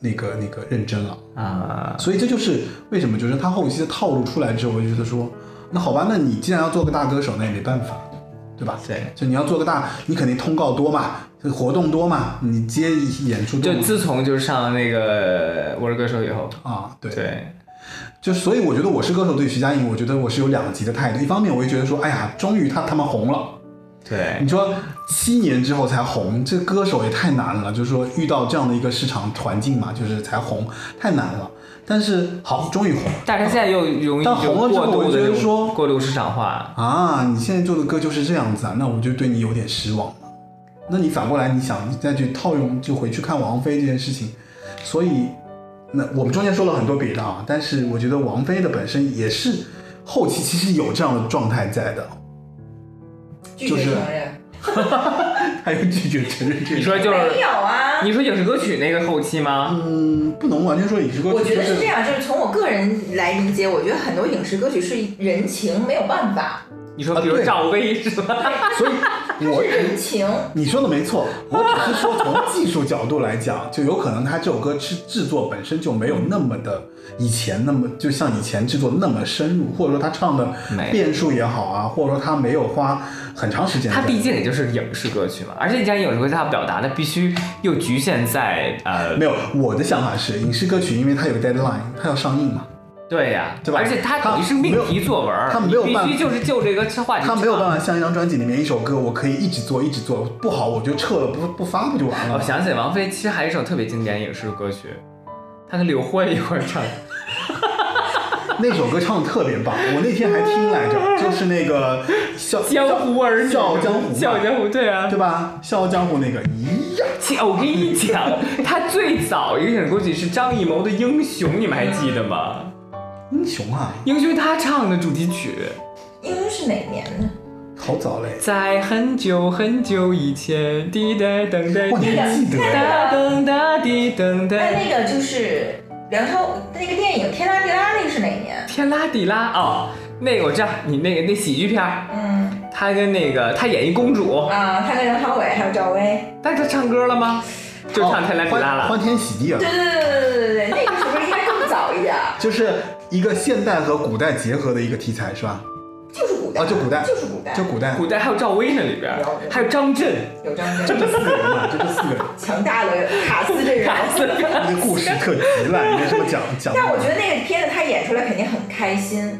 S1: 那个那个认真了。
S4: 啊，
S1: 所以这就是为什么，就是他后期的套路出来之后，我就觉得说，那好吧，那你既然要做个大歌手，那也没办法。对吧？
S4: 对
S1: 就你要做个大，你肯定通告多嘛，活动多嘛，你接演出多
S4: 就
S1: 嘛
S4: 自从就是上那个《我是歌手》以后，
S1: 啊，对，
S4: 对，
S1: 就所以我觉得《我是歌手》对徐佳莹，我觉得我是有两极的态度。一方面，我就觉得说，哎呀，终于她他们红了。
S4: 对
S1: 你，说七年之后才红，这歌手也太难了。就是说遇到这样的一个市场环境嘛，就是才红太难了。但是好，终于红了
S4: 但是现在又容易
S1: 但红了
S4: 就
S1: 之后
S4: 过度
S1: 我觉
S4: 的
S1: 得
S4: 这种
S1: 说
S4: 过度市场化，
S1: 啊！你现在做的歌就是这样子啊，那我就对你有点失望了。那你反过来，你想你再去套用，就回去看王菲这件事情，所以那我们中间说了很多别的啊，但是我觉得王菲的本身也是后期其实有这样的状态在的，
S3: 拒
S1: 就
S3: 绝
S1: 是
S3: 承认。
S1: 还有拒绝承认这个。
S4: 你说就是
S3: 没有啊，
S4: 你说影视歌曲那个后期吗？
S1: 嗯，不能完全说影视歌曲，
S3: 我觉得
S1: 就是
S3: 这样，就是从我个人来理解，我觉得很多影视歌曲是人情，没有办法，
S4: 你说
S1: 啊
S4: 比如
S1: 对
S4: 赵薇是吧？
S1: 所以 我
S3: 是人情。
S1: 你说的没错，我只是说从技术角度来讲，就有可能他这首歌制制作本身就没有那么的以前那么，就像以前制作那么深入，或者说他唱的
S4: 没
S1: 变数也好啊，或者说他没有花很长时间在。
S4: 它毕竟也就是影视歌曲嘛，而且你讲影视歌曲，它表达的必须又局限在呃，
S1: 没有，我的想法是，影视歌曲因为它有 deadline，它要上映嘛，
S4: 对呀、
S1: 对吧
S4: 而且它
S1: 它
S4: 等于是命题作文儿，
S1: 它没有
S4: 你
S1: 办
S4: 必须
S1: 法
S4: 就是就这个话
S3: 哎
S4: 题唱。
S1: 它没有办法像一张专辑里面一首歌，我可以一直做一直做，不好我就撤了，不不发不就完了
S3: 哦
S4: 我
S1: 吗？
S4: 哦想起王菲，其实还有一首特别经典影视歌曲，她跟刘欢一块儿唱的。
S1: 那首歌唱的特别棒，我那天还听来 着，就是那个笑
S4: 江湖儿女，
S1: 笑江湖嘛
S4: 笑傲江湖，对啊
S1: 对。吧？《笑傲江湖》那个，咦呀，
S4: 其我跟你讲，他最早一个影视歌曲是张艺谋的《英雄》，你们还记得吗？
S1: 英雄啊，
S4: 《英雄》他唱的主题曲，
S3: 英雄是哪年的？
S1: 好早 嘞！
S4: 在很久很久以前，滴答噔噔
S1: 哇，你
S4: 滴
S1: 还记得？
S4: 答噔答滴噔
S3: 那
S4: 噔。
S3: 那个就是梁朝那个电影《天拉地拉》，那个是哪年？
S4: 天拉地拉哦，那个我知道，你那个那喜剧片儿，
S3: 嗯
S4: 他跟那个他演一公主，
S3: 啊，他跟梁朝伟还有赵薇。
S4: 但是他唱歌了吗？ 就唱天拉地拉
S1: 哦
S4: 了。
S1: 欢欢天喜地啊
S3: 对，对对对对对对，那个是不是应该更早一点？
S1: 就是一个现代和古代结合的一个题材，是吧？
S3: 就是古代
S1: 啊，就古代，
S3: 就是古代，
S1: 就古代，
S4: 古代还有赵薇那里边儿，还有张震，
S3: 有张
S1: 就
S3: 震
S1: 这四个人 嘛，就这四个人，
S3: 强大的卡斯阵容。
S1: 那个故事特级了，没什 么讲讲。
S4: 啊
S3: 但我觉得那个片子他演出来肯定很开心。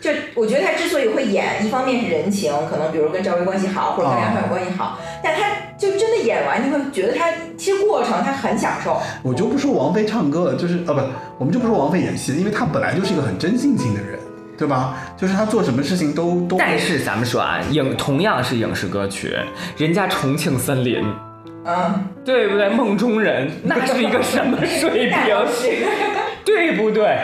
S3: 就我觉得他之所以会演，一方面是人情，可能比如跟赵薇关系好，或者跟梁朝伟关系好，但他就真的演完，你会觉得他其实过程他很享受。
S1: 我就不说王菲唱歌了，就是啊不，我们就不说王菲演戏，因为她本来就是一个很真性情的人，对吧？就是她做什么事情都都。
S4: 但是咱们说啊，影同样是影视歌曲，人家《重庆森林》，
S3: 嗯，
S4: 对不对？梦 中人那是一个什么水
S3: 那倒
S4: 平，
S3: 是。
S4: 对不对？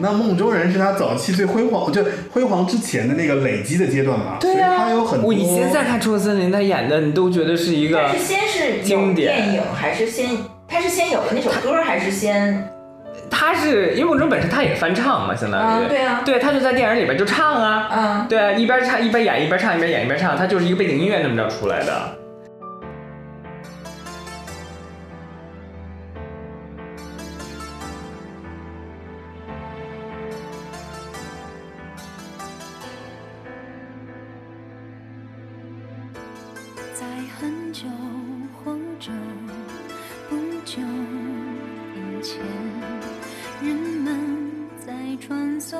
S1: 那梦中人是她早期最辉煌，就辉煌之前的那个累积的阶段嘛。所
S4: 啊
S1: 以她有很多。
S4: 我以前在看《重庆森林》，他演的你都觉得是一个
S3: 但是先是有
S4: 经典
S3: 电影还是先？他是先有的那首歌还是先？
S4: 他是因为梦中本身他也翻唱嘛，相当于、
S3: 啊对啊
S4: 对，他就在电影里边就唱啊，
S3: 嗯，
S4: 对啊，一边唱一边演，一边唱一边演一边唱，他就是一个背景音乐那么着出来的。
S5: 在很久很久不久以前，人们在穿梭，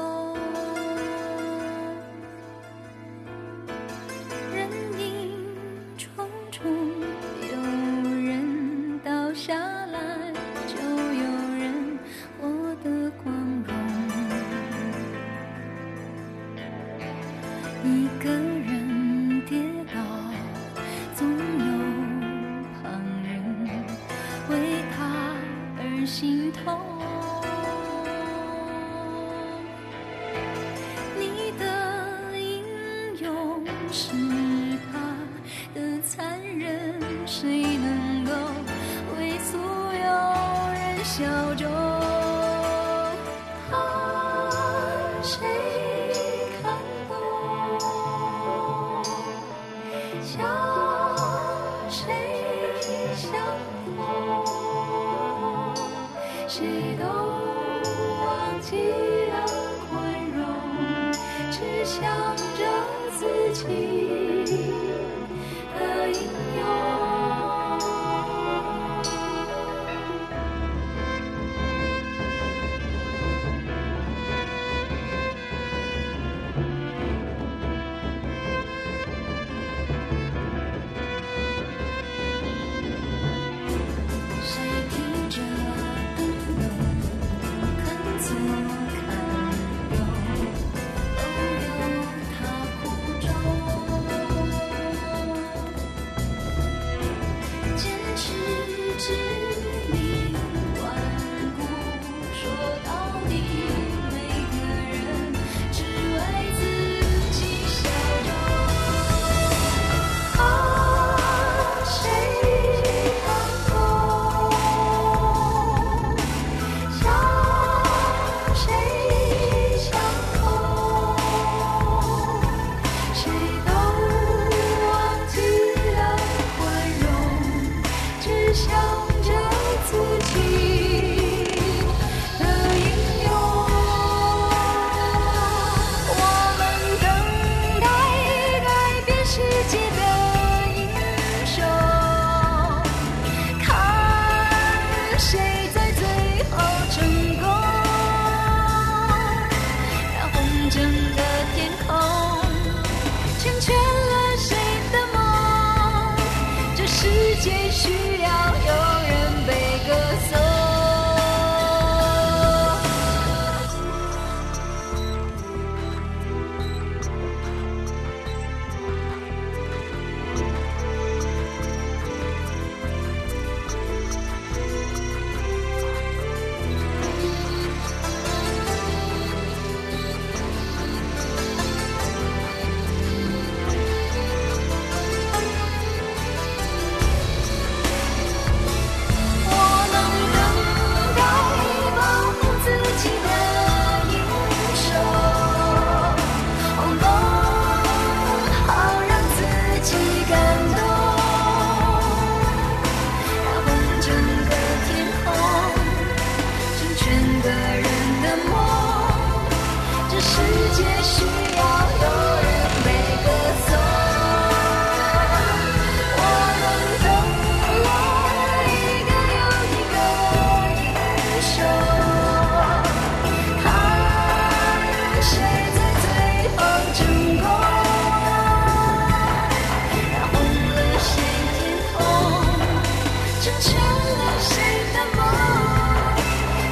S5: 人影重重，有人倒下来，就有人获得光荣。一个人跌倒，总有旁人为他而心痛。你的英勇是他的残忍，谁能够为所有人效忠？啊，谁看懂？笑，谁想通？谁都忘记了宽容，只想着自己。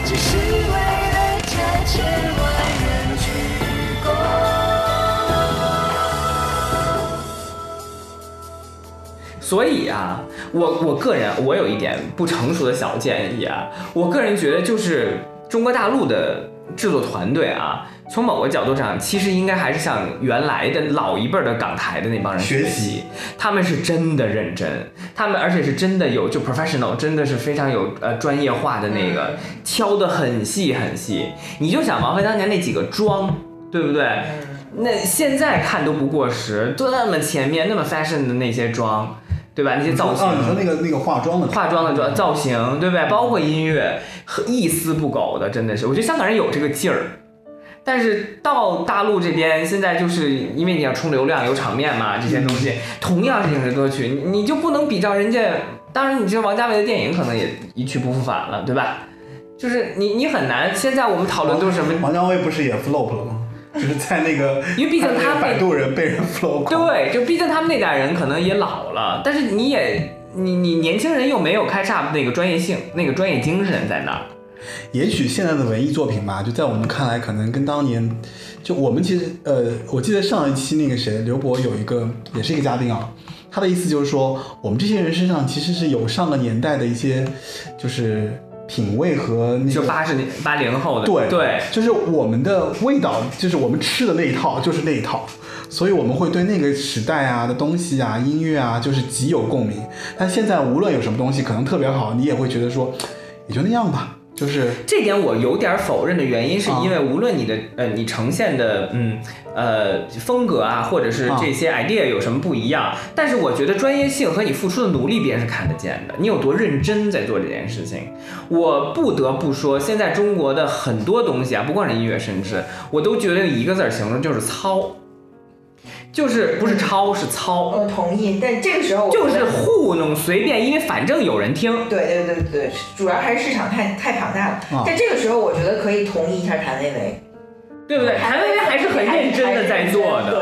S6: 只是为了拆迁万人鞠躬。
S4: 所以啊，我我个人我有一点不成熟的小建议啊，我个人觉得就是中国大陆的制作团队啊，从某个角度上，其实应该还是向原来的老一辈儿的港台的那帮人
S1: 学
S4: 学
S1: 习
S4: 他们是真的认真，他们而且是真的有就 professional，真的是非常有呃专业化的那
S1: 嗯
S4: 个，挑的很细很细。你就想王菲当年那几个妆，对不对？那现在看都不过时，都那么前面那么 fashion 的那些妆，对吧？那些造型，
S1: 哦，你说那个那个化妆的，
S4: 化妆的妆造型，对不对？包括音乐，和一丝不苟的，真的是，我觉得香港人有这个劲儿。但是到大陆这边，现在就是因为你要冲流量、有场面嘛，这些东
S1: 嗯
S4: 西，同样是影视歌曲，你你就不能比照人家。当然，你这王家卫的电影可能也一去不复返了，对吧？就是你你很难。现在我们讨论都是什么？
S1: 王家卫不是也 flop 了吗？ 就是在那个，
S4: 因为毕竟
S1: 那个
S4: 他被
S1: 摆渡人被人 flop，了
S4: 对，就毕竟他们那代人可能也老了，但是你也你你年轻人又没有开叉那个专业性、那个专业精神在那儿。
S1: 也许现在的文艺作品吧，就在我们看来，可能跟当年，就我们其实呃，我记得上一期那个谁刘博有一个也是一个嘉宾啊，他的意思就是说，我们这些人身上其实是有上个年代的一些就是品味和那
S4: 就
S1: 个。
S4: 八十年八零后的，
S1: 对
S4: 对，
S1: 就是我们的味道，就是我们吃的那一套，就是那一套，所以我们会对那个时代啊的东西啊、音乐啊，就是极有共鸣。但现在无论有什么东西可能特别好，你也会觉得说，也就那样吧，就是
S4: 这点我有点否认的原因，是因为无论你的呃你呈现的嗯呃风格啊，或者是
S1: 啊
S4: 这些 idea 有什么不一样，但是我觉得专业性和你付出的努力别人是看得见的，你有多认真在做这件事情。我不得不说，现在中国的很多东西啊，不光是音乐，甚至我都觉得一个字儿形容就是糙，就是不是超是糙，
S3: 我同意，但这个时候我
S4: 就
S3: 觉
S4: 是
S3: 得
S4: 糊弄随便，因为反正有人听。
S3: 对对对对对，主要还是市场太太庞大了。
S1: 啊
S3: 但这个时候，我觉得可以同意一下谭维维，
S4: 对不对？谭维维还是很认真的在做的，
S3: 对，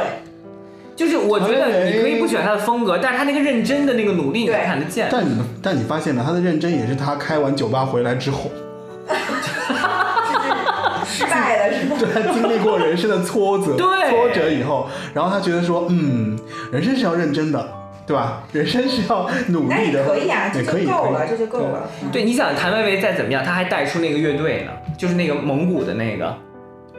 S4: 就是我觉得你可以不喜欢他的风格，但是他那个认真的那个努力你是
S3: 对
S4: 看得见。
S1: 但你但你发现没？他的认真也是他开完酒吧回来之后，
S3: 失败了是吧？
S1: 就他经历过人生的挫折、
S4: 对
S1: 挫折以后，然后他觉得说，嗯，人生是要认真的，对吧？人生是要努
S3: 那
S1: 力
S3: 也
S1: 的，
S3: 可以啊，这
S1: 也可以
S3: 就够
S1: 可以
S3: 了，这就够了。嗯
S4: 对，你想谭维维再怎么样，他还带出那个乐队呢，就是那个蒙古的那个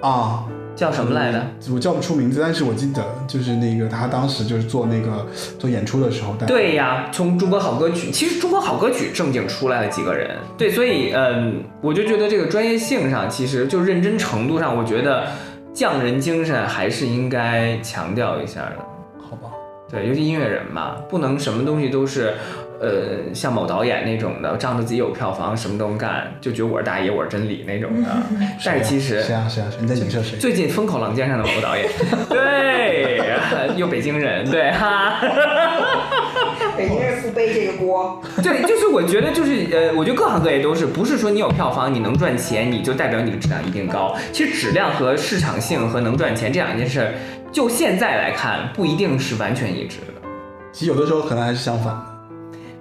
S1: 啊。
S4: 叫什么来着？
S1: 嗯我叫不出名字，但是我记得就是那个他当时就是做那个做演出的时候，但
S4: 对呀，从中国好歌曲，其实中国好歌曲正经出来了几个人，对，所以嗯，我就觉得这个专业性上，其实就认真程度上，我觉得匠人精神还是应该强调一下的。
S1: 好吧，
S4: 对，尤其音乐人嘛，不能什么东西都是，呃，像某导演那种的，仗着自己有票房什么都干，就觉得我是大爷，我是真理那种的。但是其实
S1: 谁啊谁啊谁啊？你在影射谁？
S4: 最近风口浪尖上的某个导演，对，又北京人，对哈，
S3: 北京人不背这个锅，
S4: 对，就是我觉得就是呃，我觉得各行各业都是，不是说你有票房，你能赚钱，你就代表你的质量一定高。其实质量和市场性和能赚钱这两件事儿，就现在来看，不一定是完全一致的。
S1: 其实有的时候可能还是相反的，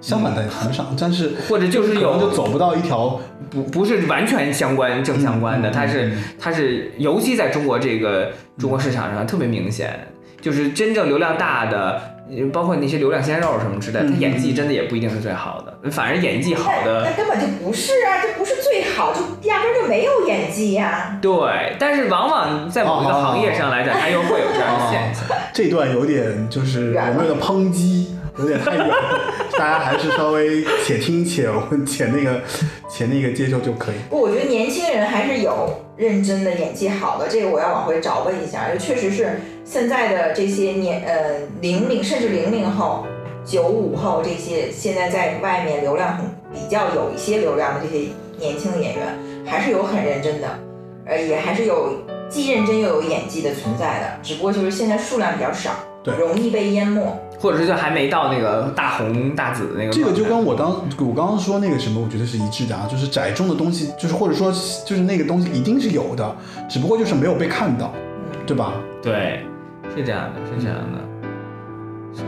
S1: 相反在谈不上，但是
S4: 或者嗯就是
S1: 可
S4: 有
S1: 能就走不到一条
S4: 不不是完全相关正相
S1: 嗯
S4: 关的，它是它是，尤其在中国这个中国市场上特别明显，就是真正流量大的，呃包括那些流量鲜肉什么之
S1: 嗯
S4: 类，他演技真的也不一定是最好的，反而演技好
S3: 那
S1: 嗯
S3: 那
S4: 的。
S3: 根本就不是啊，这不是最好，就压根儿就没有演技呀。
S4: 对，但是往往在某一个
S1: 哦哦哦
S4: 行业上来讲，它又会有这样的 现象。
S1: 啊，这段有点就是我们的抨击有点太远了， 大家还是稍微且听且且那个且那个接受就可以。
S3: 不，我觉得年轻人还是有认真的演技好的，这个我要往回找问一下，就确实是现在的这些年，呃，零零甚至零零后、九五后这些现在在外面流量很比较有一些流量的这些年轻的演员，还是有很认真的，呃，也还是有既认真又有演技的存在的，只不过就是现在数量比较少，
S1: 对
S3: 容易被淹没。
S4: 或者是就还没到那个大红大紫的那个状态。
S1: 这个就跟我当我刚刚说那个什么，我觉得是一致的啊，就是窄众的东西，就是或者说就是那个东西一定是有的，只不过就是没有被看到，
S4: 嗯
S1: 对吧？
S4: 对，是这样的，是这样的。是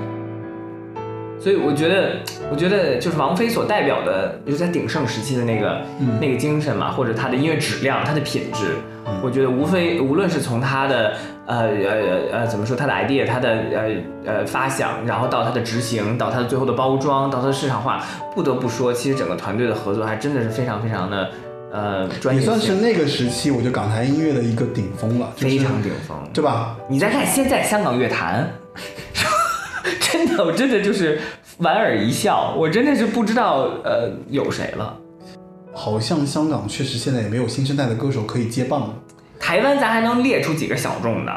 S4: 所以我觉得，我觉得就是王菲所代表的，就是在鼎盛时期的那个、
S1: 嗯
S4: 那个精神嘛，或者她的音乐质量、她的品质，
S1: 嗯
S4: 我觉得无非无论是从她的呃呃呃怎么说，她的 idea、她的呃呃发想，然后到她的执行，到她的最后的包装，到她的市场化，不得不说，其实整个团队的合作还真的是非常非常的呃专
S1: 也
S4: 业性，
S1: 算是那个时期，我觉得港台音乐的一个顶峰了，就是
S4: 非常顶峰。
S1: 对吧？
S4: 你再看现在香港乐坛， 真的，我真的就是莞尔一笑，我真的是不知道呃有谁了。
S1: 好像香港确实现在也没有新生代的歌手可以接棒了。
S4: 台湾咱还能列出几个小众的，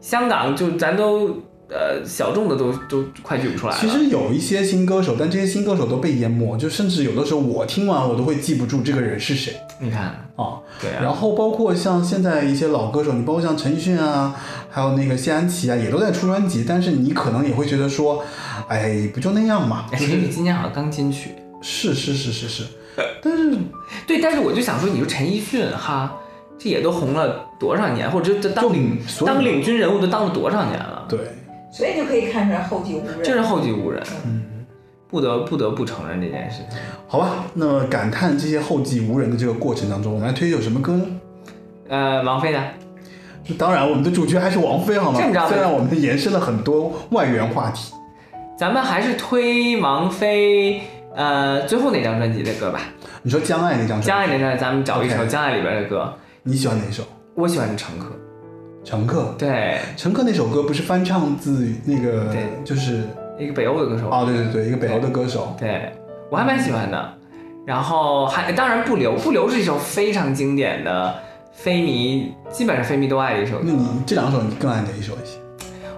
S4: 香港就咱都呃小众的都都快举不出来了。
S1: 其实有一些新歌手，但这些新歌手都被淹没，就甚至有的时候我听完我都会记不住这个人是谁
S4: 你看，
S1: 啊。
S4: 对啊，
S1: 然后包括像现在一些老歌手，你包括像陈奕迅啊，还有那个谢安琪啊，也都在出专辑，但是你可能也会觉得说，哎，不就那样 嘛。
S4: 哎，其实你今年好像刚进去。
S1: 是是是是是，但是
S4: 对，但是我就想说，你说陈奕迅哈，这也都红了多少年，或者这这当领
S1: 就所以
S4: 当领军人物都当了多少年了，
S1: 对，
S3: 所以就可以看出来后继无人。
S4: 真是后继无人。嗯不得不得不承认这件事情。
S1: 好吧。那么感叹这些后继无人的这个过程当中，我们来推一首什么歌呢？
S4: 呃，王菲呢？
S1: 当然，我们的主角还是王菲，好吗
S4: 这么着？吧
S1: 虽然我们延伸了很多外援话题，
S4: 咱们还是推王菲呃最后那张专辑的歌 吧，
S1: 你说《将爱》那张专
S4: 《将
S1: 辑，
S4: 爱》那张，咱们找一首
S1: OK
S4: 《将爱》里边的歌。
S1: 你喜欢哪首？
S4: 我喜欢《乘客
S1: 《乘客》。》，
S4: 对，
S1: 《乘客》那首歌不是翻唱自那个
S4: 对，
S1: 就是
S4: 一个北欧的歌手。
S1: 啊，对对对，一个北欧的歌手。
S4: 对，我还蛮喜欢的。然后还当然不留，不留是一首非常经典的非迷，基本上非迷都爱的一首歌
S1: 那。你这两首你更爱哪一首一些？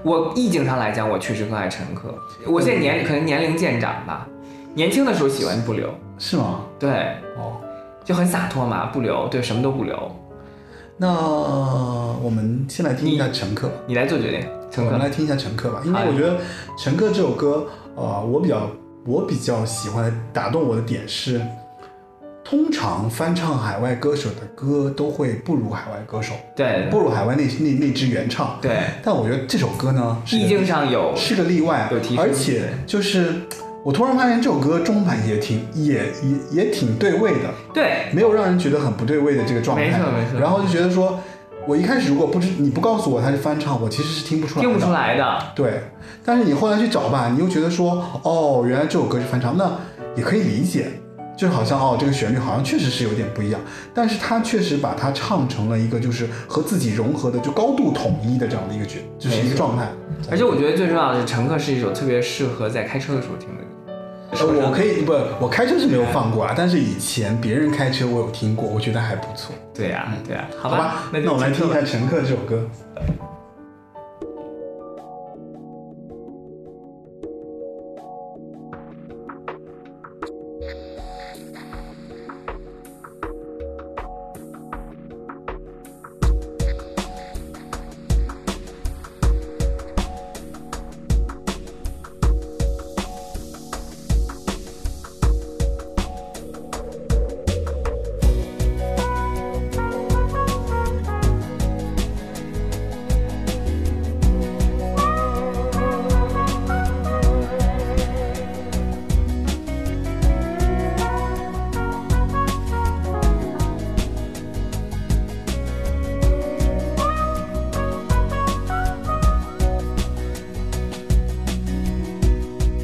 S4: 我意境上来讲，我确实更爱乘客。我现在年可能年龄渐长吧，年轻的时候喜欢不留，
S1: 是吗？
S4: 对，
S1: 哦，
S4: 就很洒脱嘛，不留，对，什么都不留。
S1: 那我们先来听一下《乘客》吧。
S4: 你来做决定，乘
S1: 我
S4: 客
S1: 们来听一下《乘客》吧，因为
S4: 好呀
S1: 我觉得《乘客》这首歌，呃，我比较我比较喜欢打动我的点是，通常翻唱海外歌手的歌都会不如海外歌手，
S4: 对
S1: 不如海外那那那支原唱。
S4: 对，
S1: 但我觉得这首歌呢，是个
S4: 意境上有
S1: 是个例外
S4: 有提，升
S1: 而且就是我突然发现这首歌中版也挺也也也挺对味的，
S4: 对
S1: 没有让人觉得很不对味的这个状态。
S4: 没错没错
S1: 然后就觉得说，我一开始如果不知你不告诉我它是翻唱，我其实是听不出来的。
S4: 听不出。来的，
S1: 对，但是你后来去找吧，你又觉得说，哦，原来这首歌是翻唱，那也可以理解，就是好像哦，这个旋律好像确实是有点不一样，但是他确实把它唱成了一个就是和自己融合的，就高度统一的这样的一个角，就是一个状态。
S4: 而且我觉得最重要的是，《乘客》是一首特别适合在开车的时候听的歌。
S1: 呃，我可
S4: 以
S1: 以不，我开车是没有放过啊，但是以前别人开车我有听过，我觉得还不错。
S4: 对呀、对呀、
S1: 嗯
S4: 好
S1: 好
S4: 吧，
S1: 吧，
S4: 那
S1: 那我们来听一下
S4: 下。
S1: 《乘客》这首歌。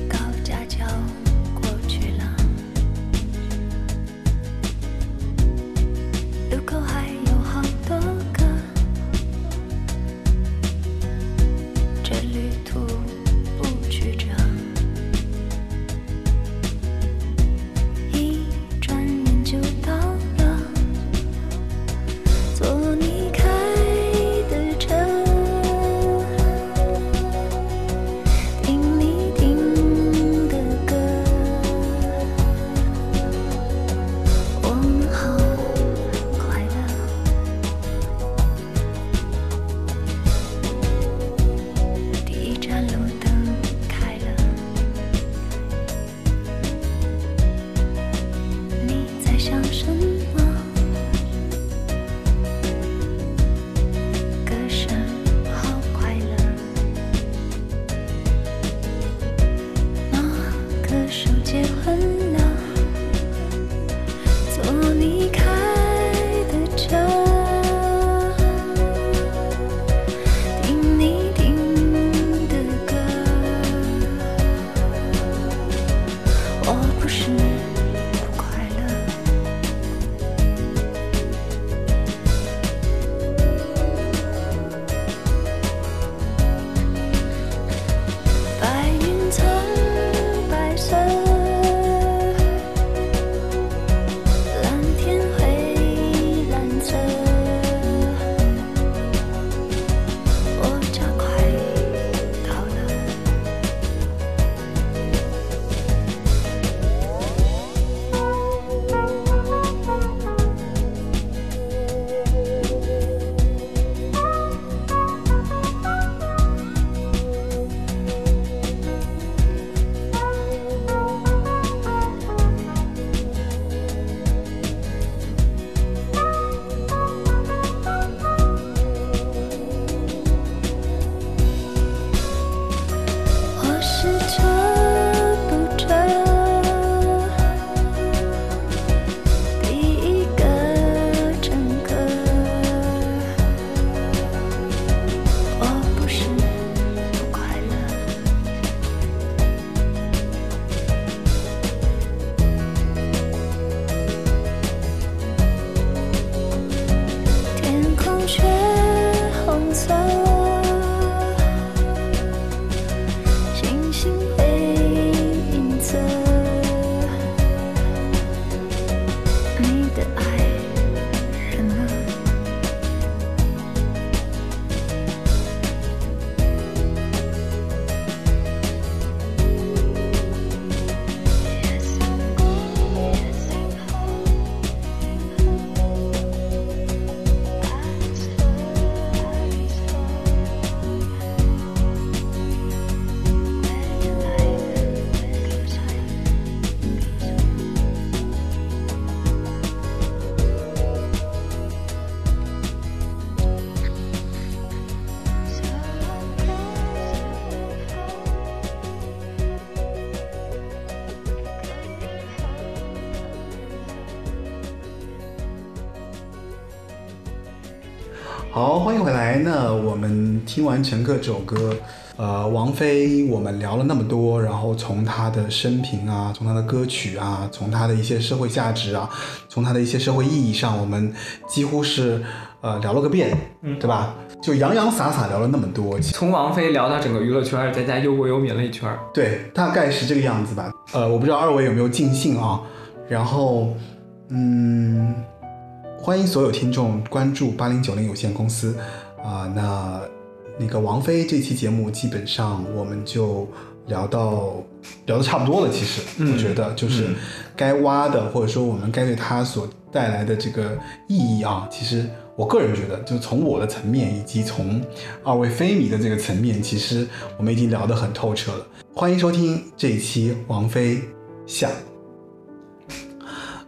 S5: 高架桥过去了，路口还有好多个，这旅途不曲折。一转眼就到了，坐你开的车。听你听的歌，我们好快乐。啊
S1: 好，欢迎回来。那我们听完陈克这首歌，呃，王菲，我们聊了那么多，然后从她的生平啊，从她的歌曲啊，从她的一些社会价值啊，从她的一些社会意义上，我们几乎是呃聊了个遍，嗯，对吧？就洋洋洒洒聊了那么多，
S4: 从王菲聊到整个娱乐圈儿，再加忧国忧民了一圈儿。
S1: 对，大概是这个样子吧。呃，我不知道二位有没有尽兴啊。然后，嗯，欢迎所有听众关注八零九零有限公司啊、那那个王菲这期节目基本上我们就聊到聊的差不多了。其实、我觉得就是该挖的，或者说我们该对她所带来的这个意义啊，其实我个人觉得，就从我的层面以及从二位菲迷的这个层面，其实我们已经聊得很透彻了。欢迎收听这一期王菲下。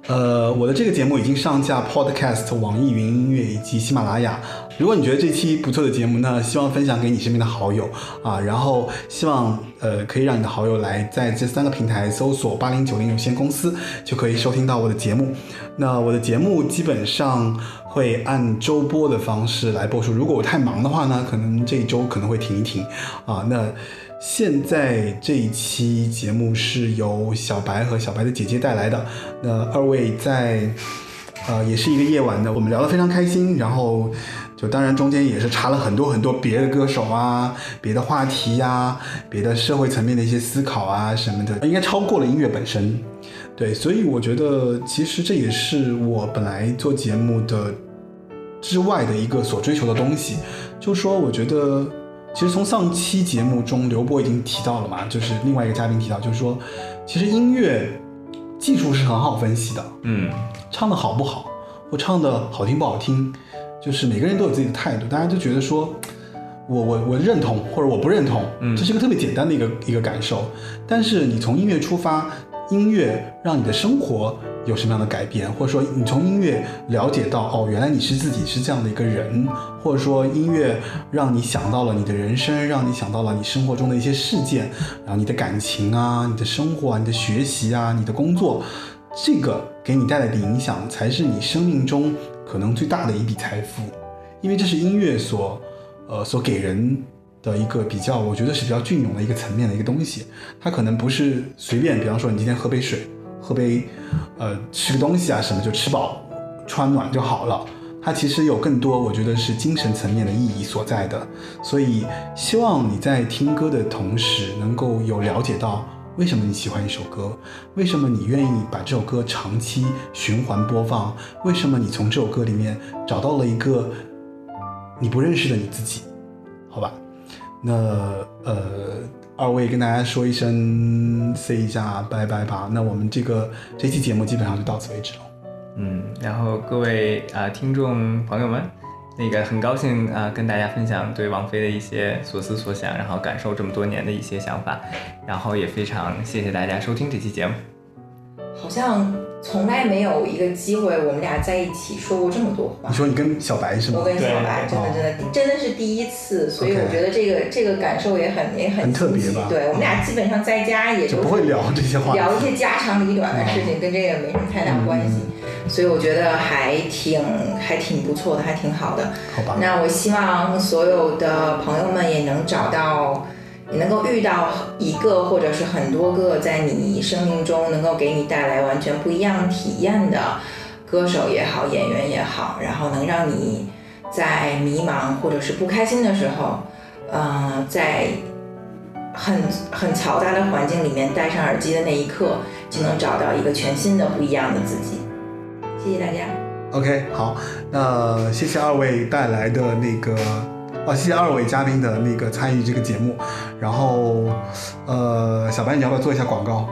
S1: 呃，我的这个节目已经上架 Podcast、网易云音乐以及喜马拉雅。如果你觉得这期不错的节目呢，希望分享给你身边的好友啊，然后希望呃可以让你的好友来在这三个平台搜索“八零九零有限公司”，就可以收听到我的节目。那我的节目基本上会按周播的方式来播出。如果我太忙的话呢，可能这一周可能会停一停啊。那现在这一期节目是由小白和小白的姐姐带来的。那二位在呃也是一个夜晚的，我们聊得非常开心，然后就当然中间也是查了很多很多别的歌手啊、别的话题呀、别的社会层面的一些思考啊什么的，应该超过了音乐本身。对，所以我觉得其实这也是我本来做节目的之外的一个所追求的东西。就说我觉得，其实从上期节目中刘波已经提到了嘛，就是另外一个嘉宾提到，就是说，其实音乐技术是很好分析的，
S4: 嗯，
S1: 唱的好不好，或唱的好听不好听，就是每个人都有自己的态度，大家就觉得说，我我我认同或者我不认同，
S4: 嗯
S1: 这是一个特别简单的一个一个感受。但是你从音乐出发，音乐让你的生活有什么样的改变，或者说你从音乐了解到哦，原来你是自己是这样的一个人，或者说音乐让你想到了你的人生，让你想到了你生活中的一些事件，然后你的感情啊，你的生活啊，你的学习啊，你的工作，这个给你带来的影响，才是你生命中可能最大的一笔财富，因为这是音乐所，呃，所给人的一个比较，我觉得是比较隽永的一个层面的一个东西。它可能不是随便，比方说你今天喝杯水，喝杯，呃，吃个东西啊什么就吃饱穿暖就好了。它其实有更多，我觉得是精神层面的意义所在的。所以希望你在听歌的同时，能够有了解到为什么你喜欢一首歌，为什么你愿意把这首歌长期循环播放，为什么你从这首歌里面找到了一个你不认识的你自己，好吧？那呃，二位跟大家说一声，say 一下拜拜吧。那我们这个这期节目基本上就到此为止了。
S4: 嗯，然后各位啊、呃听众朋友们，那个很高兴啊、呃跟大家分享对王菲的一些所思所想，然后感受这么多年的一些想法，然后也非常谢谢大家收听这期节目。
S3: 好像从来没有一个机会，我们俩在一起说过这么多话
S1: 你。说你跟小白是吗
S3: 我？跟小白
S1: 嗯对哦
S3: 真的真的真的是第一次，所以
S1: OK
S3: 我觉得这个这个感受也很也
S1: 很
S3: 很
S1: 特别
S3: 新奇
S1: 吧嗯
S3: 对我们俩基本上在家也
S1: 就
S3: 都
S1: 不会聊这些话题。哦
S3: 聊一些家长里短的事情，跟这个没什么太大关系，
S1: 嗯
S3: 所以我觉得还挺还挺不错的，还挺好的。
S1: 好吧，
S3: 那我希望所有的朋友们也能找到，也能够遇到一个或者是很多个在你生命中能够给你带来完全不一样体验的歌手也好，演员也好，然后能让你在迷茫或者是不开心的时候，呃，在很很嘈杂的环境里面戴上耳机的那一刻，就能找到一个全新的不一样的自己。谢谢大家。
S1: OK，好，那谢谢二位带来的那个，哦，谢谢二位嘉宾的那个参与这个节目，然后，呃，小白你要不要做一下广告？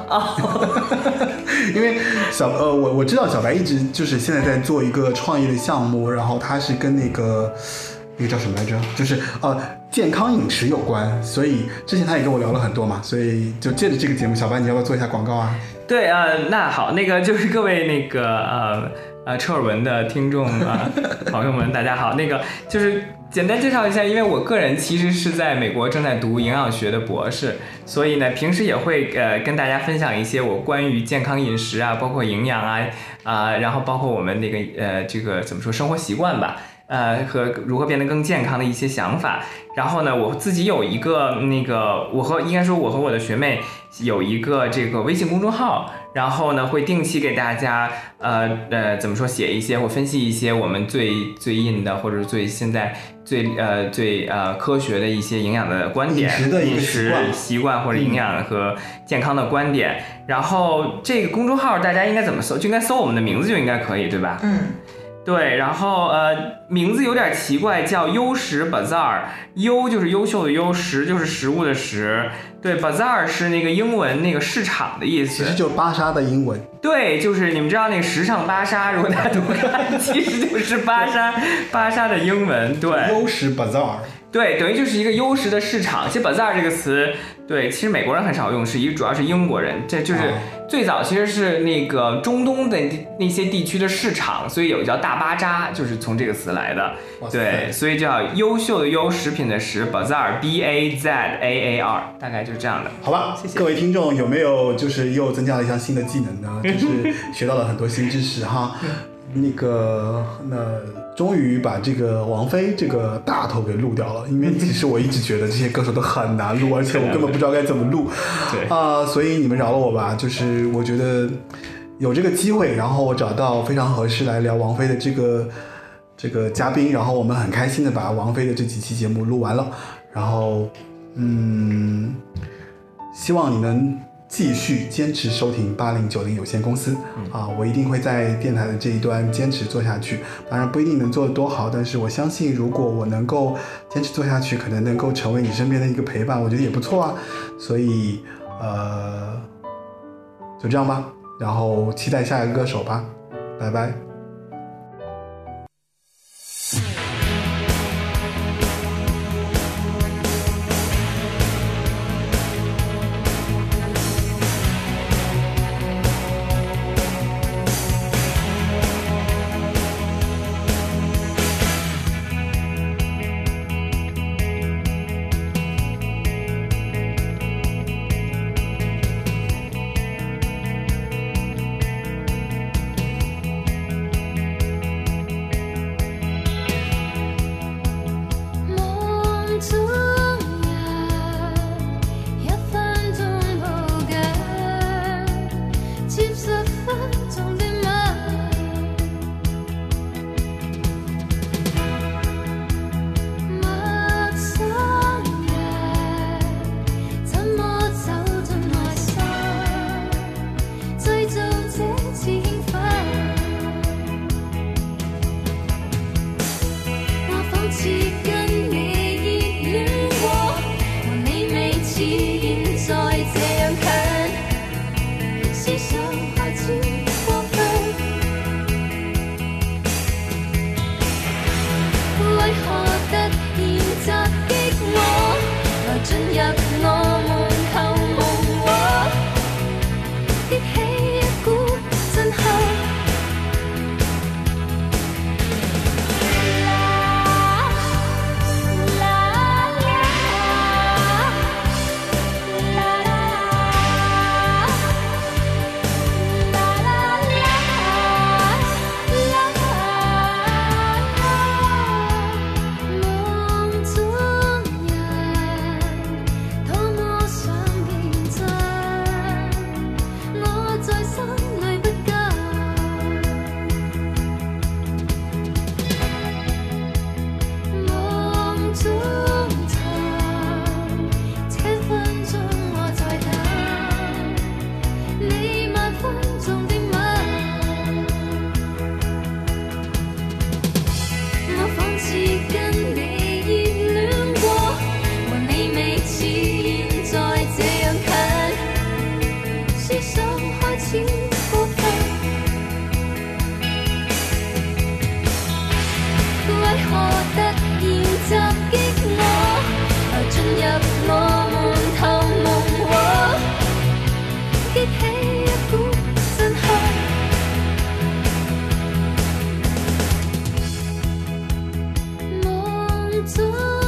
S1: 因为小呃，我我知道小白一直就是现在在做一个创业的项目，然后他是跟那个那个叫什么来着，就是呃健康饮食有关，所以之前他也跟我聊了很多嘛，所以就借着这个节目，小白你要不要做一下广告啊？
S4: 对啊、呃那好，那个就是各位那个呃呃车尔文的听众啊、呃朋友们，大家好，那个就是。简单介绍一下，因为我个人其实是在美国正在读营养学的博士，所以呢，平时也会呃跟大家分享一些我关于健康饮食啊，包括营养啊啊、然后包括我们那个呃这个怎么说生活习惯吧，呃和如何变得更健康的一些想法。然后呢，我自己有一个那个，我和应该说我和我的学妹有一个这个微信公众号，然后呢会定期给大家呃呃怎么说写一些或分析一些我们最最硬的或者最现在最呃最呃科学的一些营养的观点、
S1: 饮食的一个
S4: 饮
S1: 习
S4: 食
S1: 惯嗯
S4: 习惯或者营养和健康的观点。然后这个公众号大家应该怎么搜？就应该搜我们的名字就应该可以，对吧？
S3: 嗯，
S4: 对，然后呃，名字有点奇怪，叫优食 Bazaar。优就是优秀的优，食就是食物的食。对，Bazaar 是那个英文那个市场的意
S1: 其
S4: 思
S1: 实。就是芭莎的英文。
S4: 对，就是你们知道那个时尚芭莎，如果大家读看， 其实就是芭莎，芭莎的英文。对，
S1: 优势 bazaar，
S4: 对，等于就是一个优势的市场。其实 bazaar 这个词，对，其实美国人很少用，是一主要是英国人，这就是
S1: 哦
S4: 最早其实是那个中东的那些地区的市场，所以有叫大巴扎，就是从这个词来的。
S1: 哇塞
S4: 对，所以叫优秀的优，食品的食，bazaar b a z a a r，大概就是这样的。
S1: 好吧，
S4: 谢谢
S1: 各位听众有没有就是又增加了一项新的技能 呢？就是学到了很多新知识哈。那个，那终于把这个王菲这个大头给录掉了，因为其实我一直觉得这些歌手都很难录，而且我根本不知道该怎么录。
S4: 对
S1: 啊、所以你们饶了我吧，就是我觉得有这个机会，然后我找到非常合适来聊王菲的这个这个嘉宾，然后我们很开心的把王菲的这几期节目录完了，然后嗯，希望你能继续坚持收听八零九零有限公司啊，我一定会在电台的这一端坚持做下去。当然不一定能做得多好，但是我相信，如果我能够坚持做下去，可能能够成为你身边的一个陪伴，我觉得也不错啊。所以，呃，就这样吧，然后期待下一个歌手吧，拜拜。
S5: 夢中人，一分鐘抱緊，接十分鐘的吻。陌生人，怎麼走進內心，製造這次興奮？我仿似跟你熱戀過，和你未似現在這樣近，思想開始過分。為何突然襲擊我，來進入我門後夢話，激起一股震撼。夢中人，多麼想變真，我在心裏不甘。夢中尋，這分鐘我在等你萬分鐘的吻，我仿似跟你熱戀過，和你未似現在這樣近，思想開始過分。為何突然襲擊我，來進入我門後夢話，激起一股震撼。夢中